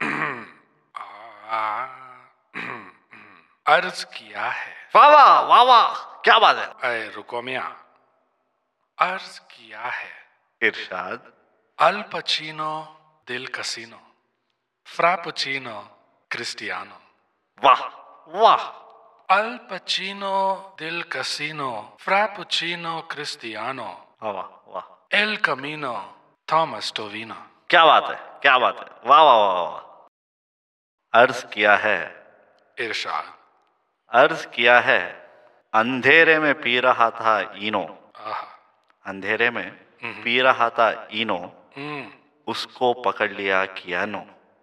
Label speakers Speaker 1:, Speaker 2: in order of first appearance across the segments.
Speaker 1: अर्ज किया है
Speaker 2: वाह वाह वाह वाह क्या बात है
Speaker 1: अय रुको मिया अर्ज किया है
Speaker 2: इरशाद
Speaker 1: अल पचीनो दिल कसीनो फ्रापुचीनो क्रिस्टियानो
Speaker 2: वाह वाह
Speaker 1: अल पचीनो दिल कसीनो फ्रापुचीनो क्रिस्टियानो
Speaker 2: वाह, वाह वाह
Speaker 1: एल कमीनो थॉमस टोविनो
Speaker 2: क्या बात है क्या बात है वाह वाह वाह वाह, वाह अर्ज किया है
Speaker 1: इरशाद
Speaker 2: अर्ज किया है अंधेरे में पी रहा था इनो
Speaker 1: आहा
Speaker 2: अंधेरे में पी रहा था इनो
Speaker 1: हम्म
Speaker 2: उसको पकड़ लिया कियानो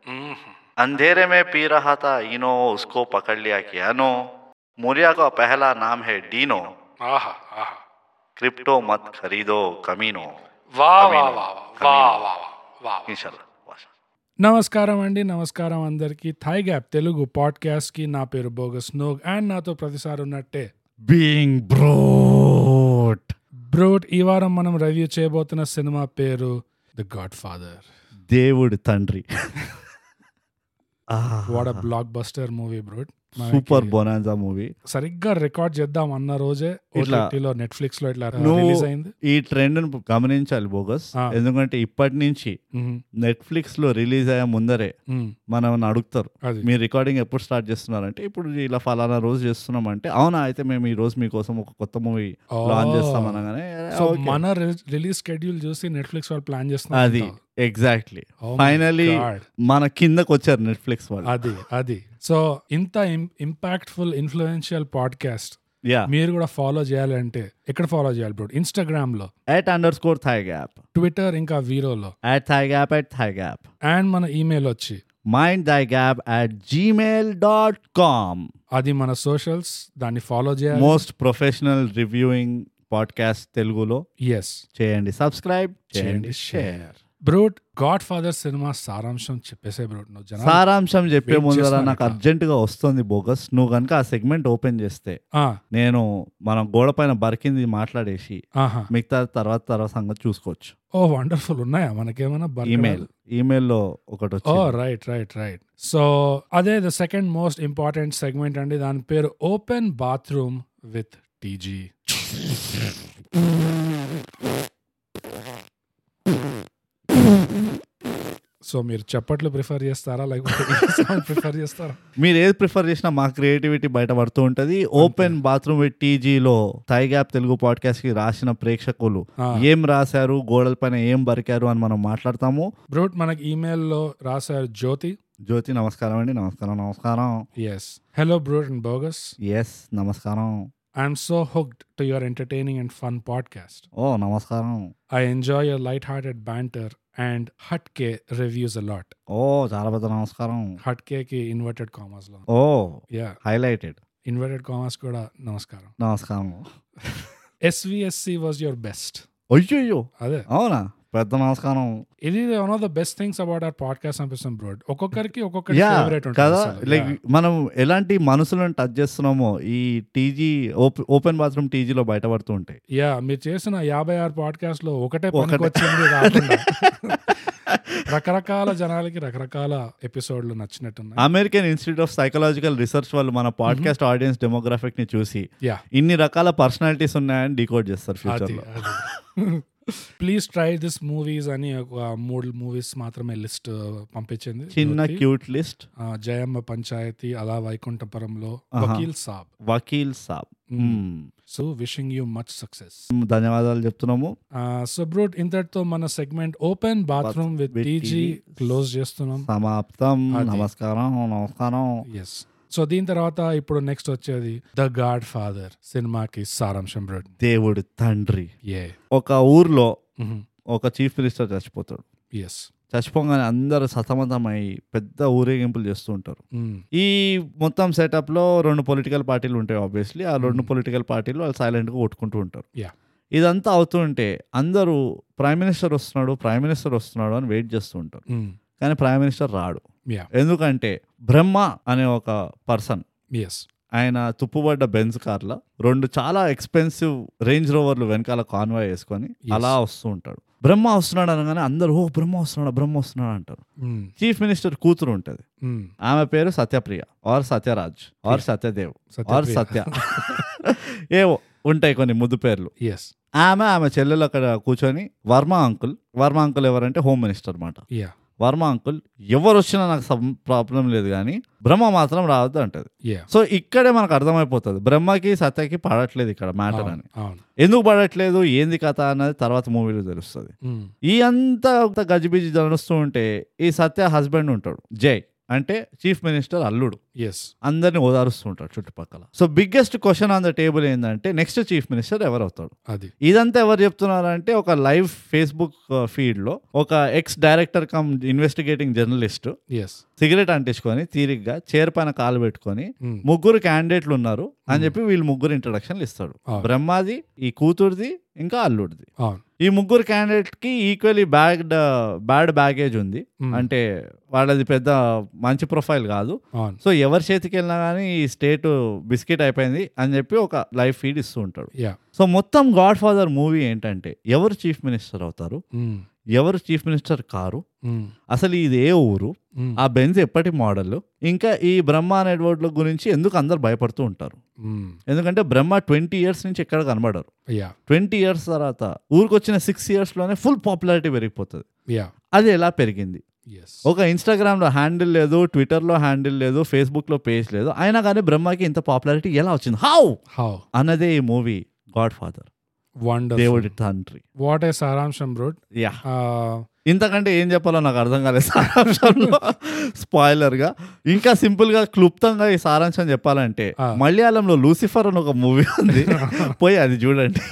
Speaker 1: हम्म
Speaker 2: अंधेरे में पी रहा था इनो उसको पकड़ लिया कियानो मुरिया का पहला नाम है डीनो
Speaker 1: आहा आहा
Speaker 2: क्रिप्टो मत खरीदो कमीनो
Speaker 1: వాహ్
Speaker 2: Amino.
Speaker 1: వాహ్ వాహ్ వాహ్ వాహ్ వాహ్ వాహ్
Speaker 2: ఇన్షాల్లా వాషా
Speaker 3: నమస్కారం అండి నమస్కారం అందరికీ థై గ్యాప్ తెలుగు పాడ్కాస్ట్ కి నా పేరు బోగస్ నోగ్ అండ్ నాతో ప్రతిసారి ఉన్నట్టే
Speaker 4: బీయింగ్ బ్రోట్
Speaker 3: బ్రోట్ ఈ వారం మనం రివ్యూ చేయబోతున్న సినిమా పేరు ద గాడ్ ఫాదర్
Speaker 4: దేవుడి తండ్రి
Speaker 3: what a blockbuster movie Brute
Speaker 4: super bonanza movie
Speaker 3: సరిగ్గా రికార్డ్ చేద్దాం అన్న రోజే
Speaker 4: ఇట్లా-
Speaker 3: OTT లో నెట్ఫ్లిక్స్ లో ఇట్లా
Speaker 4: నువ్వు
Speaker 3: రిలీజ్ అయింది
Speaker 4: ఈ ట్రెండ్ గమనించాలి బోగస్
Speaker 3: ఆ.
Speaker 4: ఎందుకంటే ఇప్పటి నుంచి
Speaker 3: మ్మ్.
Speaker 4: నెట్ఫ్లిక్స్ లో రిలీజ్ అయ్యే ముందరే
Speaker 3: మ్మ్.
Speaker 4: మనం అడుగుతారు
Speaker 3: అది
Speaker 4: మీ రికార్డింగ్ ఎప్పుడు స్టార్ట్ చేస్తున్నారంటే ఇప్పుడు ఇలా ఫలానా రోజు చేస్తున్నాం అంటే అవునా అయితే మేము ఈ రోజు మీకోసం ఒక కొత్త మూవీ
Speaker 3: Oh.
Speaker 4: లాంచ్ చేస్తాం అనగానే
Speaker 3: సో
Speaker 4: "Okay."
Speaker 3: మన రిలీజ్ షెడ్యూల్ చూసి నెట్ఫ్లిక్స్ వాళ్ళు ప్లాన్ చేస్తున్నారు
Speaker 4: అది
Speaker 3: అంటావు.
Speaker 4: Exactly
Speaker 3: Oh my
Speaker 4: finally
Speaker 3: God.
Speaker 4: మన కిందకు వచ్చారు నెట్ఫ్లిక్స్ వాళ్ళు
Speaker 3: అది అది సో ఇంత ఇంపాక్ట్ఫుల్ ఇన్ఫ్లుయెన్షియల్ పాడ్కాస్ట్
Speaker 4: యా
Speaker 3: మీరు కూడా ఫాలో చేయాలంటే ఎక్కడ ఫాలో చేయాలి బ్రో ఇన్స్టాగ్రామ్ లో
Speaker 4: at underscore Thai gap
Speaker 3: Twitter ఇంకా వీరోలో
Speaker 4: at thigap at thigap.
Speaker 3: And మన ఈమెయిల్ వచ్చి
Speaker 4: Mind thigap at gmail.com.
Speaker 3: అది మన సోషల్స్ దాన్ని ఫాలో చేయాలి
Speaker 4: మోస్ట్ ప్రొఫెషనల్ రివ్యూయింగ్ పాడ్కాస్ట్ తెలుగులో
Speaker 3: ఎస్
Speaker 4: చేయండి సబ్స్క్రైబ్
Speaker 3: చేయండి
Speaker 4: చేయండి share
Speaker 3: Brute Godfather cinema సారాంశం చెప్పేసే బ్రూట్ నువ్వు జనాలు
Speaker 4: సారాంశం చెప్పే
Speaker 3: Wait
Speaker 4: ముందర
Speaker 3: చేస్తున్నాను
Speaker 4: నాకు
Speaker 3: ఇంకా.
Speaker 4: అర్జెంట్ గా వస్తుంది బోగస్ నువ్వు కనుక ఆ సెగ్మెంట్ ఓపెన్ చేస్తే
Speaker 3: ఆ,
Speaker 4: నేను మనం గోడ పైన బరికింది మాట్లాడేసి
Speaker 3: ఆహా
Speaker 4: మిగతా తర్వాత తర్వాత సంగతి చూసుకోవచ్చు
Speaker 3: ఓ వండర్ఫుల్ ఉన్నాయా మనకేమైనా బర్గర్
Speaker 4: ఈమెయిల్ ఈమెయిల్లో ఒకటి
Speaker 3: ఓ
Speaker 4: వచ్చింది
Speaker 3: రైట్ రైట్ రైట్ సో అదే the second most important segment అండి దాని పేరు open bathroom with TG so మీరు చప్పట్లు ప్రిఫర్ చేస్తారా లేకపోతే ప్రిఫర్ చేస్తారా
Speaker 4: మీరు ఏది ప్రిఫర్ చేసినా మా క్రియేటివిటీ బయటపడుతూ ఉంటది ఓపెన్ బాత్రూమ్ విత్ టీజీలో థై గ్యాప్ తెలుగు పాడ్కాస్ట్ కి రాసిన ప్రేక్షకులు
Speaker 3: ఆ.
Speaker 4: ఏం రాశారు గోడల పైన ఏం బరికారు అని మనం మాట్లాడతాము
Speaker 3: బ్రూట్ మనకి ఈమెయిల్లో రాశారు జ్యోతి
Speaker 4: జ్యోతి నమస్కారం అండి నమస్కారం నమస్కారం
Speaker 3: yes hello brute and bogus
Speaker 4: yes నమస్కారం
Speaker 3: I'm so hooked to your entertaining and fun podcast
Speaker 4: ఓ నమస్కారం
Speaker 3: I enjoy your light hearted banter and hatke reviews a lot
Speaker 4: ఓ చాలా పెద్ద నమస్కారం
Speaker 3: హట్కేకి ఇన్వర్టెడ్ కామర్స్ లో
Speaker 4: ఓ
Speaker 3: యా
Speaker 4: హైలైటెడ్
Speaker 3: ఇన్వర్టెడ్ కామర్స్ కూడా నమస్కారం
Speaker 4: నమస్కారం
Speaker 3: ఎస్విఎస్సి వాజ్ యువర్ బెస్ట్
Speaker 4: అయ్యో
Speaker 3: అదే
Speaker 4: అవునా పెద్ద నమస్కారం
Speaker 3: ఇది one of the best things about our podcast అనిపిస్తుంది బ్రోడ్ ఒక్కొక్కరికి ఒక్కొక్కటి
Speaker 4: యా
Speaker 3: ఫేవరెట్
Speaker 4: కదా
Speaker 3: ఉంటుంది
Speaker 4: లైక్ మనం ఎలాంటి మనసులను టచ్ చేస్తున్నామో ఈ టీజీ ఓపెన్ బాత్రూమ్ టీజీలో బయటపడుతూ ఉంటాయి
Speaker 3: యా మీరు చేసిన యాభై ఆరు పాడ్కాస్ట్ లో ఒకటే
Speaker 4: ఒకటే.
Speaker 3: పనికి వచ్చింది కాకుండా రకరకాల జనాలకి రకరకాల ఎపిసోడ్లు నచ్చినట్టున్నాయి
Speaker 4: American Institute of Psychological Research వాళ్ళు మన పాడ్కాస్ట్ ఆడియన్స్ డెమోగ్రాఫిక్ ని చూసి
Speaker 3: యా
Speaker 4: ఇన్ని రకాల పర్సనాలిటీస్ ఉన్నాయని డీకోడ్ చేస్తారు ఫ్యూచర్
Speaker 3: అది
Speaker 4: లో
Speaker 3: ప్లీజ్ ట్రై దిస్ మూవీస్ అని ఒక మూడు మూవీస్ మాత్రమే లిస్ట్ పంపించింది
Speaker 4: చిన్న
Speaker 3: జ్యోతి.
Speaker 4: క్యూట్ లిస్ట్
Speaker 3: ఆ, జయమ్మ పంచాయతీ అలా వైకుంఠపురంలో
Speaker 4: అహా.
Speaker 3: వకీల్ సాబ్
Speaker 4: వకీల్ సాబ్ మ్మ్.
Speaker 3: So wishing you much success
Speaker 4: ధన్యవాదాలు చెప్తున్నాము
Speaker 3: సో బ్రూట్ ఇంతటితో మన segment open bathroom with
Speaker 4: with
Speaker 3: TG
Speaker 4: TG.
Speaker 3: Close చేస్తున్నాం
Speaker 4: సమాప్తం
Speaker 3: అది.
Speaker 4: నమస్కారం నమస్కారం
Speaker 3: ఎస్ సో దీని తర్వాత ఇప్పుడు నెక్స్ట్ వచ్చేది ద గాడ్ ఫాదర్ సినిమాకి సారాంశం బ్రూట్
Speaker 4: దేవుడి తండ్రి
Speaker 3: ఏ
Speaker 4: ఒక ఊర్లో ఒక చీఫ్ మినిస్టర్ చచ్చిపోతాడు
Speaker 3: ఎస్
Speaker 4: చచ్చిపోగానే అందరూ సతమతమై పెద్ద ఊరేగింపులు చేస్తూ ఉంటారు ఈ మొత్తం setup లో రెండు పొలిటికల్ పార్టీలు ఉంటాయి ఆబ్వియస్లీ ఆ రెండు పొలిటికల్ పార్టీలు వాళ్ళు సైలెంట్గా కొట్టుకుంటూ ఉంటారు
Speaker 3: Yeah.
Speaker 4: ఇదంతా అవుతూ ఉంటే అందరూ ప్రైమ్ మినిస్టర్ వస్తున్నాడు ప్రైమ్ మినిస్టర్ వస్తున్నాడు అని వెయిట్ చేస్తూ ఉంటారు కానీ ప్రైమ్ మినిస్టర్ రాడు
Speaker 3: యా
Speaker 4: ఎందుకంటే బ్రహ్మ అనే ఒక పర్సన్
Speaker 3: ఎస్
Speaker 4: ఆయన తుప్పుబడ్డ బెంజ్ కార్లో రెండు చాలా ఎక్స్పెన్సివ్ రేంజ్ రోవర్లు వెనకాల కాన్వాయ్ వేసుకొని అలా వస్తూ ఉంటాడు బ్రహ్మ వస్తున్నాడు అనగానే అందరూ ఓ బ్రహ్మ వస్తున్నాడు బ్రహ్మ వస్తున్నాడు అంటారు
Speaker 3: ఉమ్,
Speaker 4: చీఫ్ మినిస్టర్ కూతురు ఉంటుంది
Speaker 3: ఉమ్,
Speaker 4: ఆమె పేరు Satyapriya or Satyaraj or Satyadev or
Speaker 3: Satyapriya.
Speaker 4: సత్య ఏవో ఉంటాయి కొన్ని ముద్దు పేర్లు
Speaker 3: ఎస్
Speaker 4: ఆమె ఆమె చెల్లెలు అక్కడ కూర్చొని వర్మ అంకుల్ వర్మ అంకుల్ ఎవరంటే హోమ్ మినిస్టర్ అనమాట
Speaker 3: యా
Speaker 4: వర్మ అంకుల్ ఎవరు వచ్చినా నాకు సం- ప్రాబ్లం లేదు కానీ బ్రహ్మ మాత్రం రావద్దు అంటది
Speaker 3: యా
Speaker 4: సో ఇక్కడే మనకు అర్థమైపోతుంది బ్రహ్మకి సత్యకి పడట్లేదు ఇక్కడ మ్యాటర్ అని
Speaker 3: అవును
Speaker 4: ఎందుకు పడట్లేదు ఏంది కథ అన్నది తర్వాత మూవీలో తెలుస్తుంది
Speaker 3: ఉమ్,
Speaker 4: ఈ అంతా ఒక గజిబిజి నడుస్తూ ఉంటే ఈ సత్య హస్బెండ్ ఉంటాడు జై అంటే చీఫ్ మినిస్టర్ అల్లుడు
Speaker 3: ఎస్
Speaker 4: అందరిని ఓదారుస్తూ ఉంటాడు చుట్టుపక్కల so biggest question on the table ఏంటంటే నెక్స్ట్ చీఫ్ మినిస్టర్ ఎవరు అవుతాడు
Speaker 3: అది
Speaker 4: ఇదంతా ఎవరు చెప్తున్నారంటే ఒక లైవ్ ఫేస్బుక్ ఫీడ్లో ఒక ex director cum investigating journalist
Speaker 3: yes
Speaker 4: cigarette అంటించుకొని తీరిగ్గా చైర్ పైన కాలు పెట్టుకొని ముగ్గురు క్యాండిడేట్లు ఉన్నారు అని చెప్పి వీళ్ళు ముగ్గురు ఇంట్రడక్షన్లు ఇస్తాడు
Speaker 3: అవును.
Speaker 4: బ్రహ్మాది ఈ కూతురుది ఇంకా అల్లుడిది
Speaker 3: అవును
Speaker 4: ఈ ముగ్గురు క్యాండిడేట్ కి ఈక్వల్లీ బ్యాడ్ బ్యాడ్ బ్యాగేజ్ ఉంది
Speaker 3: Hmm.
Speaker 4: అంటే వాళ్ళది పెద్ద మంచి ప్రొఫైల్ కాదు
Speaker 3: అవును
Speaker 4: సో ఎవరి చేతికి వెళ్ళినా కానీ ఈ స్టేట్ బిస్కెట్ అయిపోయింది అని చెప్పి ఒక లైవ్ ఫీడ్ ఇస్తూ ఉంటాడు
Speaker 3: యా
Speaker 4: సో మొత్తం గాడ్ ఫాదర్ మూవీ ఏంటంటే ఎవరు చీఫ్ మినిస్టర్ అవుతారు ఎవరు చీఫ్ మినిస్టర్ కారు అసలు ఇది ఏ ఊరు
Speaker 3: Mm.
Speaker 4: ఆ బెంజ్ ఎప్పటి మోడల్ ఇంకా ఈ బ్రహ్మ నెట్వర్క్ల గురించి ఎందుకు అందరు భయపడుతూ ఉంటారు
Speaker 3: Mm.
Speaker 4: ఎందుకంటే బ్రహ్మ ట్వంటీ ఇయర్స్ నుంచి ఎక్కడ కనబడరు
Speaker 3: యా
Speaker 4: ట్వంటీ ఇయర్స్ తర్వాత ఊరికొచ్చిన సిక్స్ ఇయర్స్లోనే ఫుల్ పాపులారిటీ పెరిగిపోతుంది
Speaker 3: యా
Speaker 4: అది ఎలా పెరిగింది
Speaker 3: ఎస్
Speaker 4: ఒక ఇన్స్టాగ్రామ్లో హ్యాండిల్ లేదు ట్విట్టర్లో హ్యాండిల్ లేదు ఫేస్బుక్లో పేజ్ లేదు అయినా కానీ బ్రహ్మకి ఇంత పాపులారిటీ ఎలా వచ్చింది హౌ
Speaker 3: హౌ
Speaker 4: అన్నదే ఈ మూవీ గాడ్ ఫాదర్
Speaker 3: వండర్ఫుల్
Speaker 4: దేవుడి తండ్రి
Speaker 3: వాట్ ఏ సారాంశం బ్రోడ్
Speaker 4: యా
Speaker 3: Uh,
Speaker 4: ఇంతకంటే ఏం చెప్పాలో నాకు అర్థం కాలేదు సారాంశంలో స్పాయిలర్గా ఇంకా సింపుల్గా క్లుప్తంగా ఈ సారాంశం చెప్పాలంటే
Speaker 3: ఆ.
Speaker 4: మలయాళంలో లూసిఫర్ అని ఒక మూవీ ఉంది పోయి అది చూడండి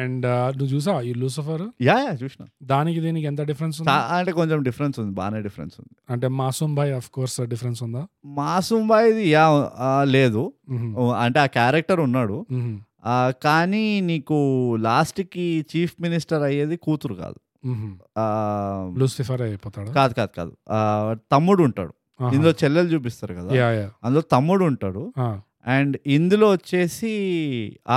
Speaker 3: అండ్ నువ్వు చూసావా ఈ లూసిఫర్
Speaker 4: యా యా చూసిన
Speaker 3: దానికి దీనికి ఎంత డిఫరెన్స్ ఉంది
Speaker 4: చా- అంటే కొంచెం డిఫరెన్స్ ఉంది బాగానే డిఫరెన్స్ ఉంది
Speaker 3: అంటే మాసూమ్ భాయ్ ఆఫ్ కోర్స్ డిఫరెన్స్ ఉందా Mm-hmm.
Speaker 4: మాసూమ్ బాయ్ది యా ఆ, లేదు ఓ, అంటే ఆ క్యారెక్టర్ ఉన్నాడు ఆ, కానీ నీకు లాస్ట్కి చీఫ్ మినిస్టర్ అయ్యేది కూతురు కాదు
Speaker 3: Mm-hmm.
Speaker 4: ఆ,
Speaker 3: లూసిఫర్ అయిపోతాడు
Speaker 4: కాదు కాదు కాదు ఆ, తమ్ముడు ఉంటాడు
Speaker 3: ఆహా.
Speaker 4: ఇందులో చెల్లెలు చూపిస్తారు కదా
Speaker 3: యా యా
Speaker 4: అందులో తమ్ముడు ఉంటాడు
Speaker 3: ఆ,
Speaker 4: అండ్ ఇందులో వచ్చేసి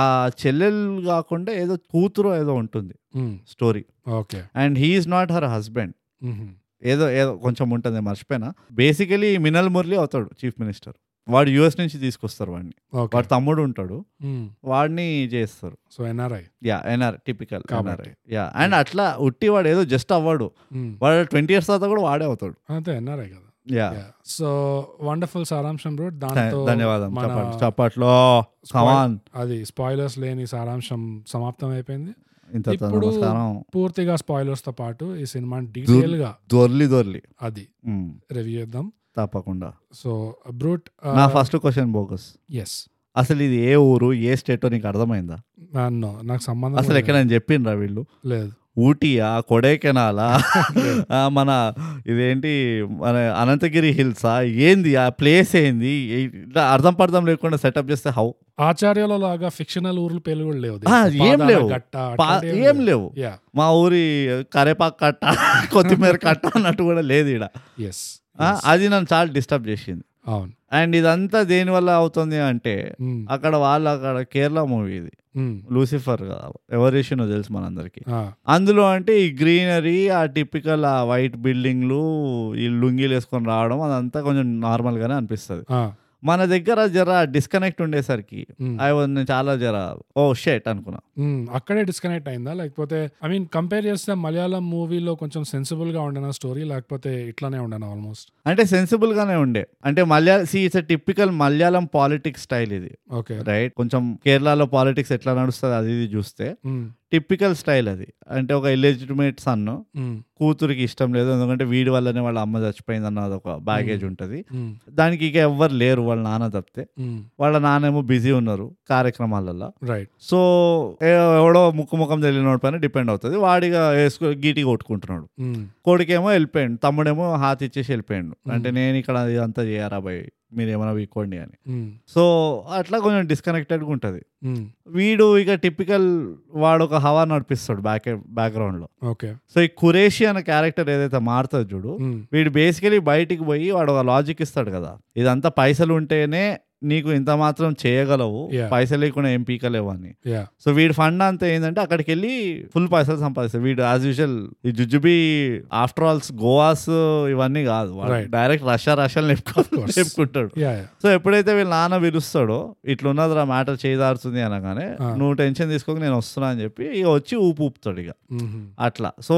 Speaker 4: ఆ చెల్లెలు కాకుండా ఏదో కూతురు ఏదో ఉంటుంది
Speaker 3: ఉమ్,
Speaker 4: story
Speaker 3: okay
Speaker 4: and he's not her husband
Speaker 3: ఉహుం,
Speaker 4: ఏదో ఏదో కొంచెం ఉంటుంది మర్చిపోయినా బేసికలీ మినల్ మురళి అవుతాడు చీఫ్ మినిస్టర్ వాడు యుఎస్ నుంచి తీసుకొస్తారు వాడిని
Speaker 3: ఓకే
Speaker 4: వాడు తమ్ముడు ఉంటాడు
Speaker 3: ఉమ్,
Speaker 4: వాడిని చేస్తారు
Speaker 3: so NRI
Speaker 4: yeah NR typical
Speaker 3: కాబట్టి.
Speaker 4: యా అండ్ అట్లా ఉట్టి వాడు ఏదో జస్ట్ అవ్వాడు
Speaker 3: ఉమ్,
Speaker 4: వాడు ట్వంటీ ఇయర్స్ తర్వాత కూడా వాడే అవుతాడు
Speaker 3: Mm. అంతే ఎన్ఆర్ఐ కదా
Speaker 4: యా
Speaker 3: Yeah. సో వండర్ఫుల్ సారాంశం బ్రో దాంతో
Speaker 4: ధన్యవాదం
Speaker 3: మన
Speaker 4: చపాట్లు చప్పట్లో
Speaker 3: spoil-
Speaker 4: కమాన్
Speaker 3: అది స్పాయిలర్స్ లేని సారాంశం సమాప్తం అయిపోయింది
Speaker 4: ఇంత
Speaker 3: ఇప్పుడు
Speaker 4: నమస్కారం
Speaker 3: పూర్తిగా స్పాయిలర్స్ తో పాటు ఈ సినిమా డీటెయిల్ గా
Speaker 4: దొర్లి దొర్లి
Speaker 3: అది
Speaker 4: మ్మ్.
Speaker 3: రివ్యూ చేద్దాం
Speaker 4: తప్పకుండా
Speaker 3: సో బ్రూట్
Speaker 4: నా ఫస్ట్ క్వశ్చన్ బోకస్
Speaker 3: ఎస్
Speaker 4: అసలు ఇది ఏ ఊరు ఏ స్టేటో నీకు అర్థమైందా
Speaker 3: నన్ను నాకు సంబంధం
Speaker 4: అసలు
Speaker 3: కూడా
Speaker 4: ఎక్కడ నేను చెప్పిండ్రా వీళ్ళు
Speaker 3: లేదు
Speaker 4: ఊటీయా కొడైకెనాలా ఆ, మన ఇదేంటి మన అనంతగిరి హిల్సా ఏంది ఆ ప్లేస్ ఏంది ఏ- ఇట్లా అర్థం పర్థం లేకుండా సెటప్ చేస్తే హౌ
Speaker 3: ఆచార్యుల లాగా ఫిక్షనల్ ఊర్లు పేర్లు కూడా లేవు
Speaker 4: ఆ,
Speaker 3: దీనికి.
Speaker 4: ఏం
Speaker 3: పాదాల
Speaker 4: లేవు.
Speaker 3: గట్ట
Speaker 4: పా-
Speaker 3: అట్లాంటివి
Speaker 4: ఏం లేవు
Speaker 3: యా
Speaker 4: మా ఊరి కరేపాకు కట్ట కొత్తిమీర కట్ట అన్నట్టు కూడా లేదు ఈడ
Speaker 3: ఎస్
Speaker 4: ఆ, అది నన్ను చాలా డిస్టర్బ్ చేసింది
Speaker 3: అవును
Speaker 4: అండ్ ఇదంతా దేనివల్ల అవుతుంది అంటే
Speaker 3: ఉమ్,
Speaker 4: అక్కడ వాళ్ళు అక్కడ కేరళ మూవీ ఇది
Speaker 3: ఉమ్,
Speaker 4: లూసిఫర్ కదా ఎవరు చేసినో తెలుసు మనందరికి
Speaker 3: ఆ,
Speaker 4: అందులో అంటే ఈ గ్రీనరీ ఆ టిపికల్ ఆ వైట్ బిల్డింగ్లు ఈ లుంగీలు వేసుకొని రావడం అదంతా కొంచెం నార్మల్గానే అనిపిస్తుంది
Speaker 3: ఆ,
Speaker 4: మన దగ్గర జర డిస్కనెక్ట్ ఉండేసరికి
Speaker 3: ఉమ్,
Speaker 4: ఐ వాజ్ నేను చాలా జర ఓ షేట్ అనుకున్నా
Speaker 3: ఉమ్, అక్కడే డిస్కనెక్ట్ అయిందా లేకపోతే ఐ మీన్ కంపేర్ చేస్తే మలయాళం మూవీలో కొంచెం సెన్సిబుల్ గా ఉండనా స్టోరీ లేకపోతే ఇట్లానే ఉండనా ఆల్మోస్ట్
Speaker 4: అంటే సెన్సిబుల్ గానే ఉండే అంటే మలయా C it's typical Malayalam politics style ఇది
Speaker 3: ఓకే
Speaker 4: రైట్ కొంచెం కేరళలో పాలిటిక్స్ ఎట్లా నడుస్తుంది అది ఇది చూస్తే టిపికల్ స్టైల్ అది అంటే ఒక ఇలెజిటిమేట్ సన్ను
Speaker 3: Mm,
Speaker 4: కూతురికి ఇష్టం లేదు ఎందుకంటే వీడి వల్లనే వాళ్ళ అమ్మ చచ్చిపోయింది అన్నది ఒక బ్యాగేజ్ ఉంటుంది
Speaker 3: mm,
Speaker 4: దానికి ఇక ఎవ్వరు లేరు వాళ్ళ నాన్న తప్పితే వాళ్ళ నాన్నేమో బిజీ ఉన్నారు కార్యక్రమాలలో
Speaker 3: రైట్
Speaker 4: సో ఏ- ఎవడో ముక్కు ముఖం తెలియని పైన డిపెండ్ అవుతుంది వాడిగా వేసుకో గీటిగా కొట్టుకుంటున్నాడు
Speaker 3: Mm,
Speaker 4: కొడుకేమో వెళ్ళిపోయాడు తమ్ముడేమో హాత్ ఇచ్చేసి వెళ్ళిపోయాడు అంటే నేను ఇక్కడ ఇదంతా చేయరా బాయ్ మీరు ఏమైనా వీక్కోండి అని
Speaker 3: mm,
Speaker 4: సో అట్లా కొంచెం డిస్కనెక్టెడ్గా ఉంటుంది వీడు ఇక టిపికల్ వాడు ఒక హవా నడిపిస్తాడు బ్యాక్ బ్యాక్గ్రౌండ్లో
Speaker 3: ఓకే
Speaker 4: సో ఈ కురేషి అనే క్యారెక్టర్ ఏదైతే మారుతుంది
Speaker 3: Mm,
Speaker 4: చూడు వీడు బేసికలీ బయటికి పోయి వాడు ఒక లాజిక్ ఇస్తాడు కదా ఇదంతా పైసలు ఉంటేనే నీకు ఇంత మాత్రం చేయగలవు
Speaker 3: Yeah.
Speaker 4: పైసలు లేకుండా ఏం పీకలేవు అని
Speaker 3: యా
Speaker 4: సో వీడి ఫండ్ అంతా ఏంటంటే అక్కడికి వెళ్ళి ఫుల్ పైసలు సంపాదిస్తాడు వీడు యాజ్ యూజువల్ ఈ జుజుబి ఆఫ్టర్ ఆల్స్ గోవాస్ ఇవన్నీ కాదు
Speaker 3: Right.
Speaker 4: డైరెక్ట్ రష్యా రష్యాలు
Speaker 3: course.
Speaker 4: లేపుకుంటాడు
Speaker 3: యా
Speaker 4: సో ఎప్పుడైతే వీళ్ళ నాన్న పిలుస్తాడో ఇట్లున్నదిరా మ్యాటర్ చేయదారుతుంది అనగానే
Speaker 3: Ah.
Speaker 4: నువ్వు టెన్షన్ తీసుకోక నేను వస్తున్నా అని చెప్పి ఇక వచ్చి ఊపు ఊపుతాడు ఇక
Speaker 3: Mm-hmm.
Speaker 4: అట్లా సో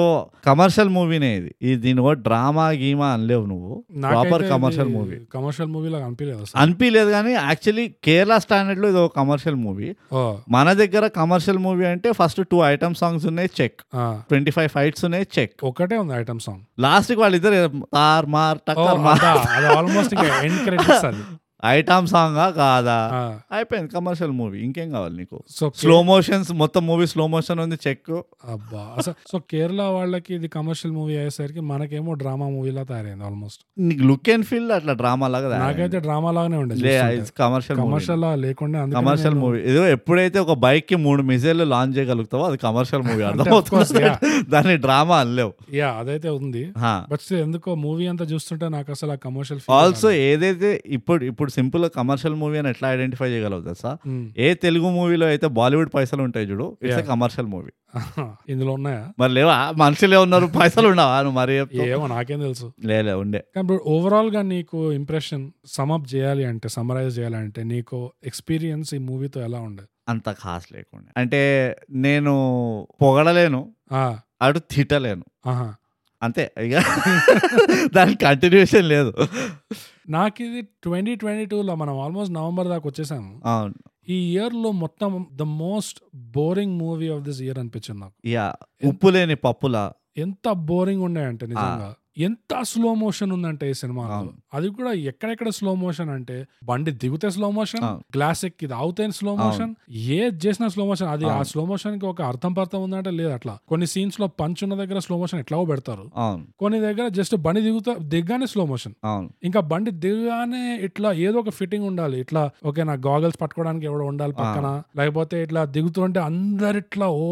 Speaker 4: కమర్షియల్ మూవీనే ఇది ఇది దీని కూడా డ్రామా గీమా అనలేవు నువ్వు proper commercial movie
Speaker 3: commercial movie లాగా అనిపించలేదు అసలు
Speaker 4: అనిపించలేదు కానీ యాక్చువల్లీ కేరళ స్టాండర్డ్ లో ఇది ఒక కమర్షియల్ మూవీ
Speaker 3: ఓ,
Speaker 4: మన దగ్గర కమర్షియల్ మూవీ అంటే ఫస్ట్ టూ ఐటమ్ సాంగ్స్ ఉన్నాయి చెక్
Speaker 3: ఆ,
Speaker 4: ట్వంటీ ఫైవ్ ఫైట్స్ ఉన్నాయి చెక్
Speaker 3: ఒకటే ఉంది ఐటమ్ సాంగ్
Speaker 4: లాస్ట్ కి వాళ్ళిద్దరు తార్ మార్
Speaker 3: ఓ,
Speaker 4: టక్కర్ మార్
Speaker 3: అదా, అది ఆల్మోస్ట్ ఇంకా ఎండ్ క్రెడిట్స్ అది
Speaker 4: ఐటమ్ సాంగ్ కాదా అయిపోయింది కమర్షియల్ మూవీ ఇంకేం కావాలి నీకు
Speaker 3: సో
Speaker 4: స్లో మోషన్స్ మొత్తం మూవీ స్లో మోషన్ ఉంది చెక్
Speaker 3: అబ్బా అసలు సో కేరళ వాళ్ళకి ఇది కమర్షియల్ మూవీ అయ్యేసరికి మనకేమో డ్రామా మూవీలా తయారైంది ఆల్మోస్ట్
Speaker 4: నీకు లుక్ అండ్ ఫీల్ అట్లా డ్రామా లాగా
Speaker 3: నాకైతే డ్రామా లాగానే
Speaker 4: లే
Speaker 3: ఉండేది
Speaker 4: కమర్షియల్
Speaker 3: కమర్షియల్ లేకుండా అందుకనే
Speaker 4: కమర్షియల్
Speaker 3: నేను-
Speaker 4: మూవీ ఏదో ఎప్పుడైతే ఒక బైక్ కి మూడు మిజైల్ లాంచ్ చేయగలుగుతావో అది కమర్షియల్ మూవీ
Speaker 3: course,
Speaker 4: అర్థమవుతుంది
Speaker 3: yeah.
Speaker 4: దాన్ని డ్రామా అనలేవు
Speaker 3: యా అదైతే ఉంది
Speaker 4: హా.
Speaker 3: బట్ ఎందుకో మూవీ అంతా చూస్తుంటే నాకు అసలు ఆ కమర్షియల్
Speaker 4: ఆల్సో ఏదైతే ఇప్పుడు ఇప్పుడు సింపుల్ కమర్షియల్ మూవీ అని ఎట్లా ఐడెంటిఫై చేయగలవు తెలుసా
Speaker 3: Mm.
Speaker 4: ఏ తెలుగు మూవీలో అయితే బాలీవుడ్ పైసలు ఉంటాయి చూడు ఇట్స్
Speaker 3: Yeah.
Speaker 4: కమర్షియల్ మూవీ
Speaker 3: ఇందులో ఉన్నాయా
Speaker 4: మరి లేవా మనుషులే ఉన్నారు పైసలు ఉండవా నువ్వు మరి చెప్తావు.
Speaker 3: ఏమో నాకేం తెలుసు
Speaker 4: లే లే, ఉండే
Speaker 3: కానీ ఓవరాల్ గా నీకు ఇంప్రెషన్ సమప్ చేయాలి అంటే సమరైజ్ చేయాలంటే నీకు ఎక్స్పీరియన్స్ ఈ మూవీతో ఎలా ఉండే
Speaker 4: అంత ఖాస్ లేకుండా అంటే నేను పొగడలేను
Speaker 3: ఆ,
Speaker 4: అటు తిట్టలేను
Speaker 3: ఆహా.
Speaker 4: అంతే ఇక దానికి కంటిన్యూషన్ లేదు
Speaker 3: నాకు ఇది ట్వంటీ ట్వంటీ టూలో మనం ఆల్మోస్ట్ నవంబర్ దాకా వచ్చేసాము
Speaker 4: అవును
Speaker 3: ఈ ఇయర్ లో మొత్తం the most boring movie of this year అనిపించింది నాకు
Speaker 4: యా ఉప్పు లేని పప్పులా
Speaker 3: ఎంత బోరింగ్ ఉన్నాయంటే నిజంగా ఎంత స్లో మోషన్ ఉందంటే ఈ సినిమా
Speaker 4: అవును.
Speaker 3: అది కూడా ఎక్కడెక్కడ స్లో మోషన్ అంటే బండి దిగుతే స్లో మోషన్
Speaker 4: అవును.
Speaker 3: గ్లాస్ ఎక్కి అవుతే స్లో మోషన్ ఏది చేసినా స్లో మోషన్ అది ఆ
Speaker 4: అవును.
Speaker 3: స్లో మోషన్ కి ఒక అర్థం పర్థం ఉందంటే లేదు అట్లా కొన్ని సీన్స్ లో పంచ్ ఉన్న దగ్గర స్లో మోషన్ ఎట్లాగో పెడతారు
Speaker 4: అవును
Speaker 3: కొన్ని దగ్గర జస్ట్ బండి దిగుతా దిగ్గానే స్లో మోషన్
Speaker 4: అవును
Speaker 3: ఇంకా బండి దిగగానే ఇట్లా ఏదో ఒక ఫిట్టింగ్ ఉండాలి ఇట్లా ఓకే నా గాగల్స్ పట్టుకోవడానికి ఎవడో ఉండాలి పక్కన లేకపోతే ఇట్లా దిగుతుంటే అందరు ఇట్లా ఓ